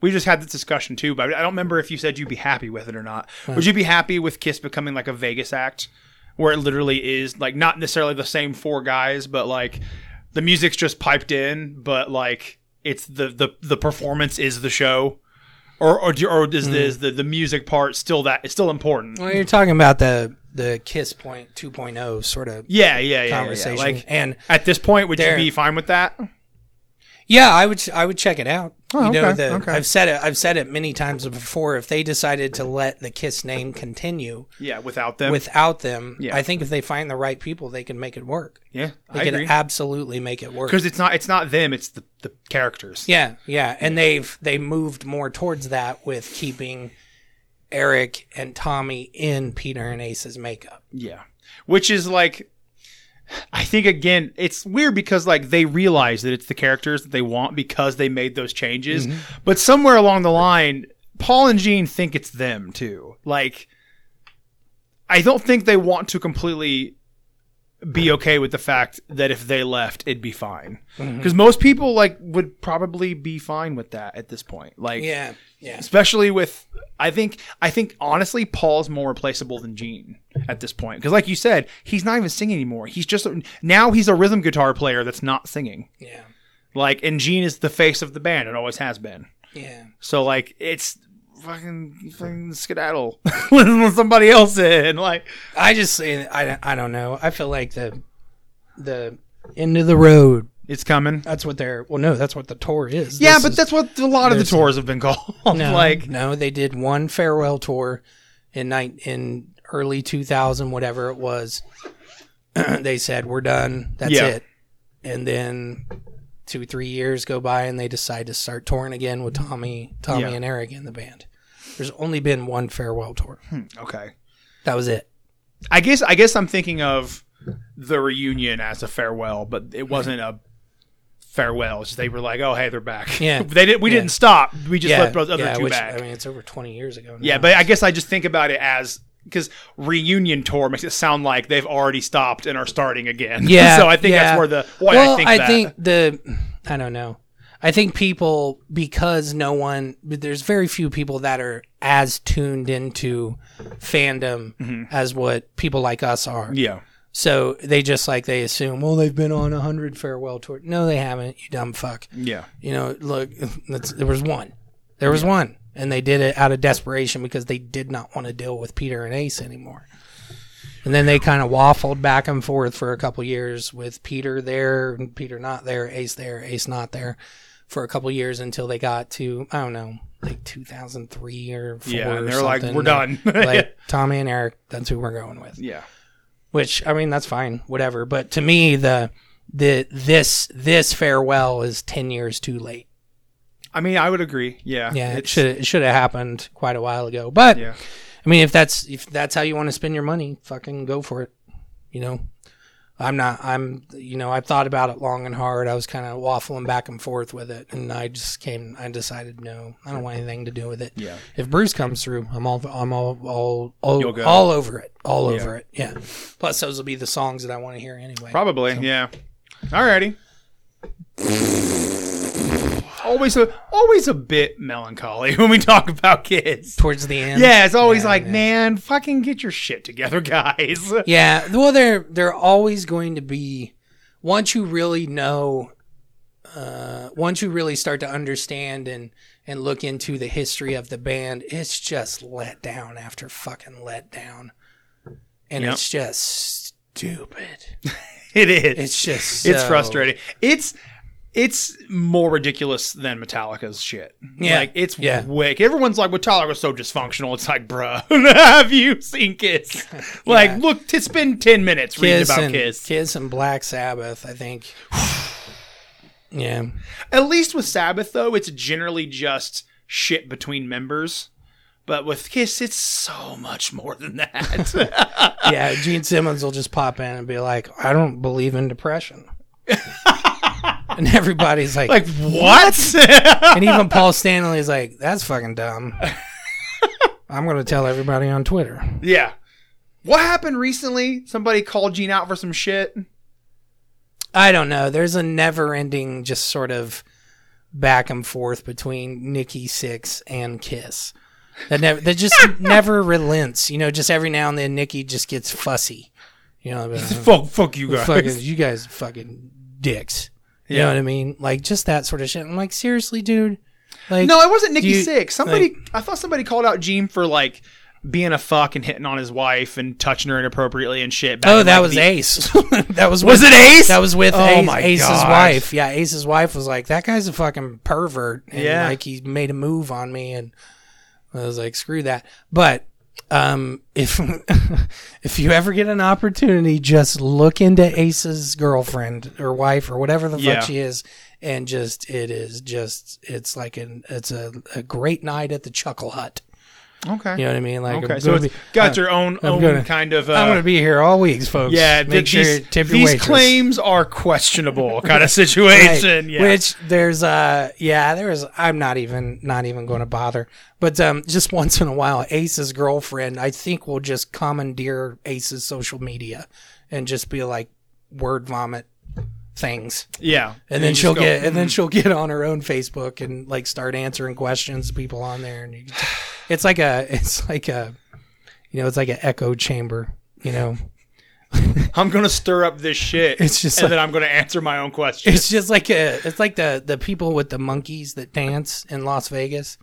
E: we just had this discussion too, but I don't remember if you said you'd be happy with it or not. Would you be happy with Kiss becoming like a Vegas act where it literally is like not necessarily the same four guys, but like the music's just piped in, but like it's the the, the performance is the show? Or or, do, or is this the, the music part still that it's still important?
D: well, you're talking about the the Kiss Point 2.0 sort of
E: Yeah, yeah, yeah, yeah.
D: conversation,
E: yeah. Like
D: and
E: at this point, would you
D: There-
E: be fine with that?
D: Yeah, I would. I would check it out. you know,
E: Oh, okay,
D: the,
E: okay.
D: I've said it. I've said it many times before. If they decided to let the Kiss name continue
E: Yeah, without them.
D: without them,
E: Yeah.
D: I think if they find the right people, they can make it work.
E: yeah,
D: They
E: I
D: can
E: agree.
D: absolutely make it work.
E: because it's not it's not them it's the, the characters
D: Yeah, yeah, and they've they moved more towards that with keeping Eric and Tommy in Peter and Ace's makeup.
E: yeah which is like i think again it's weird because like they realize that it's the characters that they want because they made those changes but somewhere along the line paul and gene think it's them too like i don't think they want to completely be okay with the fact that if they left it'd be fine because most people like would probably be fine with that at this point like
D: Yeah, yeah.
E: especially with I think I think honestly Paul's more replaceable than Gene at this point because like you said he's not even singing anymore he's just now he's a rhythm guitar player that's not singing
D: Yeah.
E: like and Gene is the face of the band it always has been
D: Yeah.
E: so like it's fucking, fucking skedaddle with somebody else in like
D: I just eh, I, I don't know. I feel like the the end of the road
E: it's coming
D: That's what they're. Well, no, that's what the tour is.
E: yeah
D: This
E: but
D: is-
E: that's what a lot of the tours have been called
D: no,
E: like
D: no. They did one farewell tour in night in early two thousand, whatever it was. they said we're done. That's
E: Yeah.
D: it. And then two three years go by, and they decide to start touring again with Tommy, Tommy
E: Yeah.
D: and Eric in the band. There's only been one farewell tour.
E: okay
D: That was it.
E: I guess I guess I'm thinking of the reunion as a farewell, but it wasn't a farewell. It's just they were like, "Oh, hey, they're back."
D: Yeah.
E: they did. We didn't stop. We just
D: yeah,
E: let those other
D: yeah,
E: two
D: which,
E: back.
D: I mean, it's over twenty years ago. Now.
E: yeah, but I guess I just think about it as because reunion tour makes it sound like they've already stopped and are starting again.
D: Yeah,
E: so I think
D: yeah.
E: that's where the why
D: well,
E: I think that.
D: the I don't know. I think people because no one there's very few people that are as tuned into fandom as what people like us are.
E: Mm-hmm. yeah,
D: So they just like they assume, well, they've been on a hundred farewell tours. No, they haven't. You dumb fuck.
E: yeah,
D: You know, look, that's, there was one. There was one, and they did it out of desperation because they did not want to deal with Peter and Ace anymore. And then they kind of waffled back and forth for a couple years with Peter there, and Peter not there, Ace there, Ace not there, for a couple years until they got to I don't know, like 2003 or four.
E: yeah.
D: or
E: And they're like,
D: something.
E: "We're done."
D: like Tommy and Eric, that's who we're going with
E: yeah,
D: which I mean that's fine, whatever. But to me, the the this this farewell is ten years too late.
E: I mean, I would agree. Yeah,
D: Yeah, it
E: It's-
D: should it should have happened quite a while ago. But
E: Yeah.
D: I mean, if that's if that's how you want to spend your money, fucking go for it. You know, I'm not. I'm. You know, I thought about it long and hard. I was kind of waffling back and forth with it, and I just came. I decided no, I don't want anything to do with it.
E: Yeah.
D: If Bruce comes through, I'm all. I'm all. All.
E: You'll
D: All,
E: go.
D: all over it. All over it. Yeah. Plus, those will be the songs that I want to hear anyway.
E: Probably, yeah. Alrighty. always a always a bit melancholy when we talk about kids.
D: Towards the end.
E: Yeah, it's always like, man, fucking get your shit together, guys.
D: Yeah, well, they're they're always going to be once you really know, uh, once you really start to understand and and look into the history of the band, it's just let down after fucking let down, and
E: Yep.
D: it's just stupid.
E: It is.
D: It's just
E: it's
D: so-
E: frustrating. It's it's more ridiculous than Metallica's shit.
D: Yeah.
E: Like it's
D: Yeah.
E: wick. Everyone's like Metallica's so dysfunctional. It's like, bruh, have you seen Kiss? Like, look, it's been ten minutes reading
D: Kiss
E: about
D: and,
E: Kiss.
D: Kiss and Black Sabbath, I think. yeah,
E: At least with Sabbath though, it's generally just shit between members. But with Kiss, it's so much more than that.
D: yeah. Gene Simmons will just pop in and be like, "I don't believe in depression," and everybody's like
E: like what?
D: And even Paul Stanley is like, that's fucking dumb. I'm going to tell everybody on Twitter.
E: yeah. What happened recently? Somebody called Gene out for some shit.
D: I don't know. There's a never ending just sort of back and forth between Nikki Six and Kiss. That never that just never relents. You know, just every now and then Nikki just gets fussy. You know, like,
E: Fuck, fuck you guys.
D: fucking you guys fucking dicks. You
E: Yeah.
D: know what I mean? Like just that sort of shit. I'm like, seriously, dude. Like
E: No, it wasn't Nikki
D: you-
E: Six. Somebody, I thought somebody called out Gene for like being a fuck and hitting on his wife and touching her inappropriately and shit. back
D: Oh,
E: in,
D: that
E: like,
D: was
E: the-
D: Ace. that was
E: Was
D: with-
E: it Ace?
D: That was with
E: Oh
D: Ace,
E: my
D: Ace's
E: God.
D: wife. Yeah, Ace's wife was like, "That guy's a fucking pervert." And
E: Yeah.
D: like he made a move on me, and I was like, "Screw that." But um, if if you ever get an opportunity, just look into Ace's girlfriend or wife or whatever the
E: Yeah.
D: fuck she is, and just it is just it's like an it's a, a great night at the Chuckle Hut.
E: Okay.
D: You know what I mean? Like I'm
E: Okay,
D: gonna
E: so it's
D: be- uh,
E: got your own own
D: gonna-
E: kind of. Uh,
D: I'm gonna be here all week, folks.
E: yeah,
D: make
E: th-
D: sure
E: these,
D: you tip your
E: these
D: waitress.
E: claims are questionable kind of
D: Right.
E: situation. Yeah.
D: Which there's uh yeah, there's I'm not even not even going to bother. But um just once in a while Ace's girlfriend I think will just commandeer Ace's social media and just be like word vomit things.
E: yeah,
D: And then
E: you
D: she'll
E: just go, mm-hmm.
D: get and then she'll get on her own Facebook and like start answering questions to people on there and you can t- it's like a it's like a you know, it's like an echo chamber, you know.
E: I'm gonna stir up this shit.
D: It's just
E: and
D: like-
E: then I'm gonna answer my own question.
D: It's just like a, it's like the the people with the monkeys that dance in Las Vegas.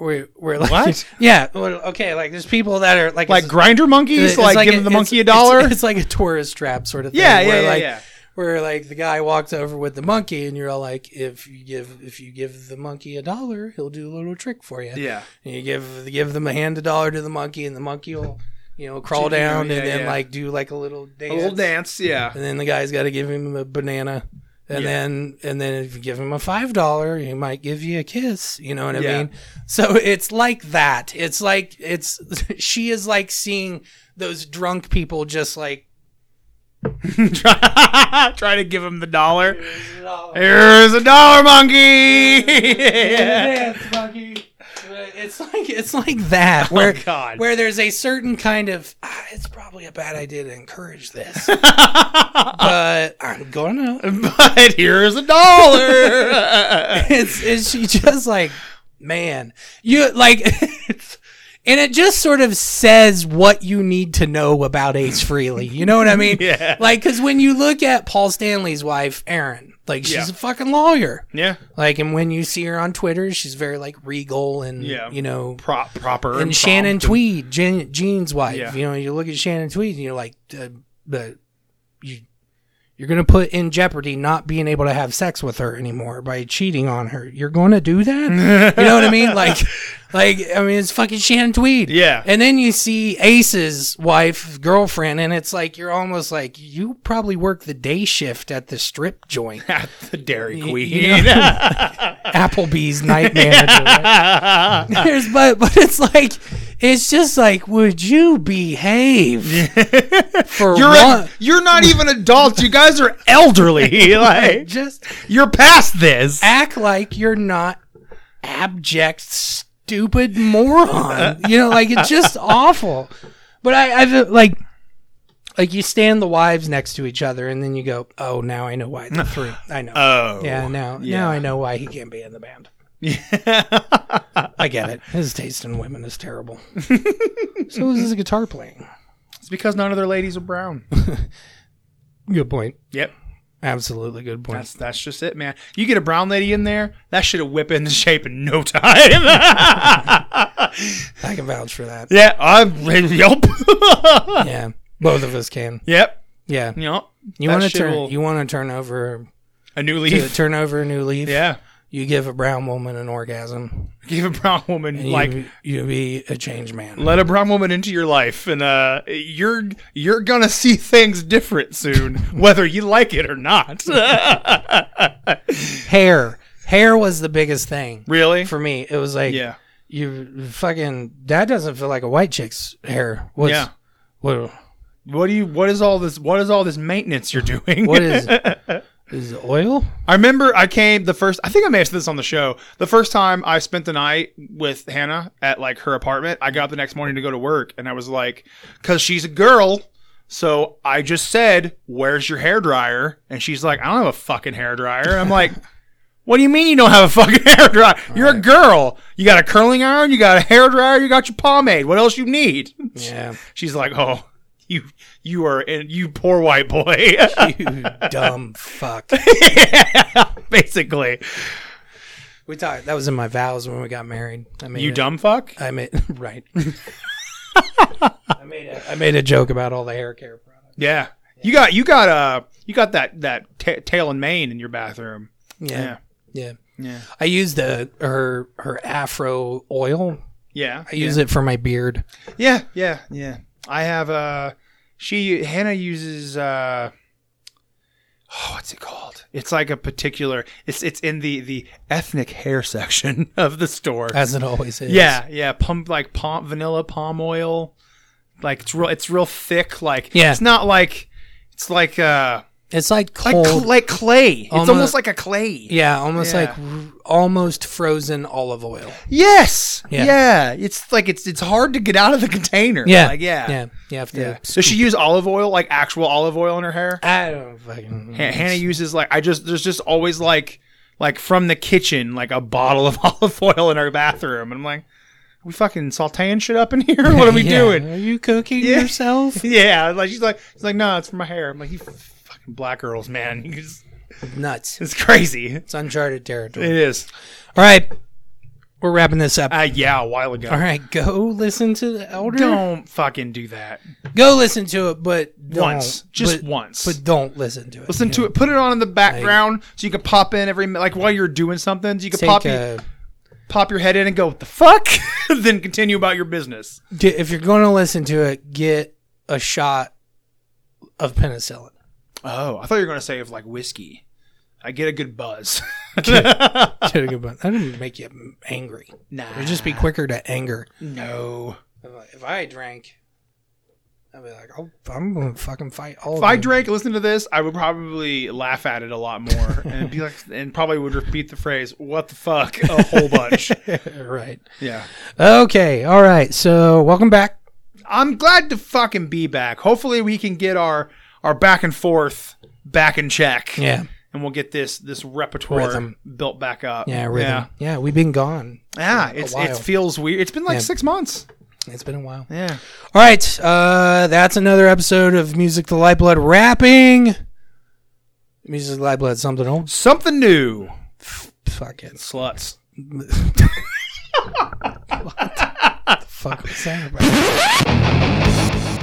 D: We're, we're like,
E: What?
D: Yeah. well, Okay. Like there's people that are like
E: Like
D: it's-
E: grinder monkeys,
D: it's
E: like,
D: like
E: give
D: a-
E: the
D: it's-
E: monkey a
D: it's-
E: dollar.
D: It's, like a tourist trap sort of thing.
E: Yeah, yeah,
D: where
E: yeah,
D: like,
E: yeah.
D: Where like the guy walks over with the monkey, and you're all like, if you give if you give the monkey a dollar, he'll do a little trick for you.
E: Yeah.
D: And you give give them a hand a dollar to the monkey, and the monkey will you know crawl
E: Yeah,
D: down
E: yeah,
D: and then
E: yeah.
D: like do like a little dance
E: a little dance, yeah.
D: and then the guy's got to give him a banana and
E: Yeah.
D: then and then if you give him a five dollar he might give you a kiss you know what i
E: Yeah.
D: mean so it's like that it's like it's she is like seeing those drunk people just like
E: try, try to give him the dollar. Here's a dollar monkey. Oh,
D: it's like it's like that where
E: God.
D: where there's a certain kind of ah, it's probably a bad idea to encourage this but i'm gonna
E: but here's a dollar.
D: it's, it's she just like man you like and it just sort of says what you need to know about ace freely you know what i mean
E: Yeah.
D: like because when you look at paul stanley's wife Erin, like she's
E: Yeah.
D: a fucking lawyer
E: yeah.
D: like and when you see her on twitter she's very like regal and
E: Yeah.
D: you know
E: Prop proper.
D: and Shannon
E: prompt.
D: Tweed, Jen, Jean's wife.
E: Yeah.
D: You know, you look at Shannon Tweed and you're like, uh, but you, you're going to put in jeopardy not being able to have sex with her anymore by cheating on her. You're going to do that? you know what I mean? Like, like I mean, it's fucking Shannon Tweed.
E: Yeah.
D: And then you see Ace's wife, girlfriend, and it's like you're almost like you probably work the day shift at the strip joint,
E: at the Dairy
D: You-
E: Queen.
D: you know? Applebee's night manager. right? There's but but it's like It's just like, would you behave? For
E: You're
D: one,
E: a, you're not even adults. You guys are elderly. Like
D: just
E: you're past this.
D: act like you're not abject, stupid moron. You know, like it's just awful. But I, I like, like you stand the wives next to each other, and then you go, "Oh, now I know why they're through. I know.
E: Oh.
D: yeah, now now I know why he can't be in the band. I get it. His taste in women is terrible. so is his guitar playing.
E: It's because none of their ladies are brown.
D: Good point.
E: Yep.
D: Absolutely good point.
E: That's that's just it, man. You get a brown lady in there, that should have whip into shape in no time.
D: I can vouch for that.
E: yeah, I'm yep.
D: Yeah, both of us can.
E: yep.
D: Yeah,
E: You know,
D: you
E: that
D: want to
E: shit
D: turn.
E: will-
D: You want to turn over
E: a new
D: to
E: leaf.
D: turn over a new leaf.
E: yeah.
D: You give a brown woman an orgasm.
E: Give a brown woman
D: You,
E: like
D: like you be a change man.
E: let a brown woman into your life and uh you're you're gonna see things different soon, whether you like it or not.
D: Hair. Hair was the biggest thing.
E: really?
D: For me, it was like
E: yeah.
D: you fucking that doesn't feel like a white chick's hair. What's,
E: Yeah.
D: What,
E: What do you what is all this what is all this maintenance you're doing?
D: what is is it oil?
E: I remember I came the first. I think I may have said this on the show. The first time I spent the night with Hannah at like her apartment, I got up the next morning to go to work, and I was like, because she's a girl, so I just said, "Where's your hair dryer?" And she's like, "I don't have a fucking hair dryer." And I'm like. What do you mean you don't have a fucking hair dryer? You're a girl. You got a curling iron, you got a hair dryer, you got your pomade. What else you need?
D: Yeah,
E: She's like, "Oh, you you are and you poor white boy."
D: you dumb fuck.
E: Basically.
D: We talked. That was in my vows when we got married. I made
E: You
D: it-
E: dumb fuck?
D: I made right. I made a, I made a joke about all the hair care products.
E: Yeah. You got you got uh you got that that ta tail and mane in your bathroom.
D: Yeah, yeah,
E: Yeah.
D: I used the her her afro oil.
E: Yeah.
D: I use it for my beard.
E: Yeah, yeah, yeah. I have uh she Hannah uses uh oh, what's it called? It's like a particular it's it's in the the ethnic hair section of the store.
D: As it always is.
E: yeah, yeah, pump like palm vanilla palm oil. Like it's real it's real thick like
D: Yeah.
E: it's not like it's like uh
D: it's like
E: like
D: cold.
E: cl- like clay. It's
D: Almo-
E: almost like a clay.
D: yeah, almost
E: Yeah.
D: like r- almost frozen olive oil.
E: Yes.
D: Yeah.
E: Yeah. It's like it's it's hard to get out of the container.
D: Yeah,
E: Like, yeah.
D: yeah. You have to.
E: Yeah. Does she use olive oil, like actual olive oil in her hair?
D: I don't fucking.
E: Han- Hannah uses like I just there's just always like like from the kitchen like a bottle of olive oil in her bathroom, and I'm like, are we fucking sautéing shit up in here? What are we
D: Yeah.
E: doing?
D: Are you cooking
E: Yeah.
D: yourself?
E: Yeah, like she's like she's like no, it's for my hair. I'm like you fucking black girls, man. You just-
D: Nuts.
E: it's crazy.
D: It's uncharted territory.
E: It is.
D: All right, we're wrapping this up.
E: Uh, yeah, a while ago.
D: All right, go listen to the elder.
E: Don't fucking do that
D: Go listen to it, but don't.
E: once, just
D: but,
E: once.
D: But don't listen to it.
E: Listen to it. Put it on in the background so you can pop in every like while you're doing something. So you can
D: Take
E: pop your,
D: a,
E: pop your head in and go what the fuck, then continue about your business.
D: d- if you're going to listen to it, get a shot of penicillin.
E: Oh, I thought you were gonna say of like whiskey. I get a good buzz.
D: Get a good one. That didn't make you angry.
E: nah,
D: It'd just be quicker to anger.
E: no.
D: If I drank, I'd be like, oh, I'm going to fucking fight all
E: If I drank, listen to this, I would probably laugh at it a lot more and be like, and probably would repeat the phrase "What the fuck" a whole bunch.
D: Right.
E: yeah.
D: Okay. All right. So welcome back.
E: I'm glad to fucking be back. Hopefully, we can get our our back and forth back in check.
D: Yeah.
E: and we'll get this this repertoire
D: Rhythm.
E: built back up.
D: Yeah. Rhythm. Yeah. we've been gone.
E: Yeah, it's
D: while.
E: it feels weird. It's been like
D: Yeah.
E: six months.
D: It's been a while.
E: Yeah.
D: All right. Uh, that's another episode of Music the Lifeblood rapping. Music the Lifeblood, something old.
E: Something new.
D: Fuck it.
E: Sluts.
D: Fuck. What's that about?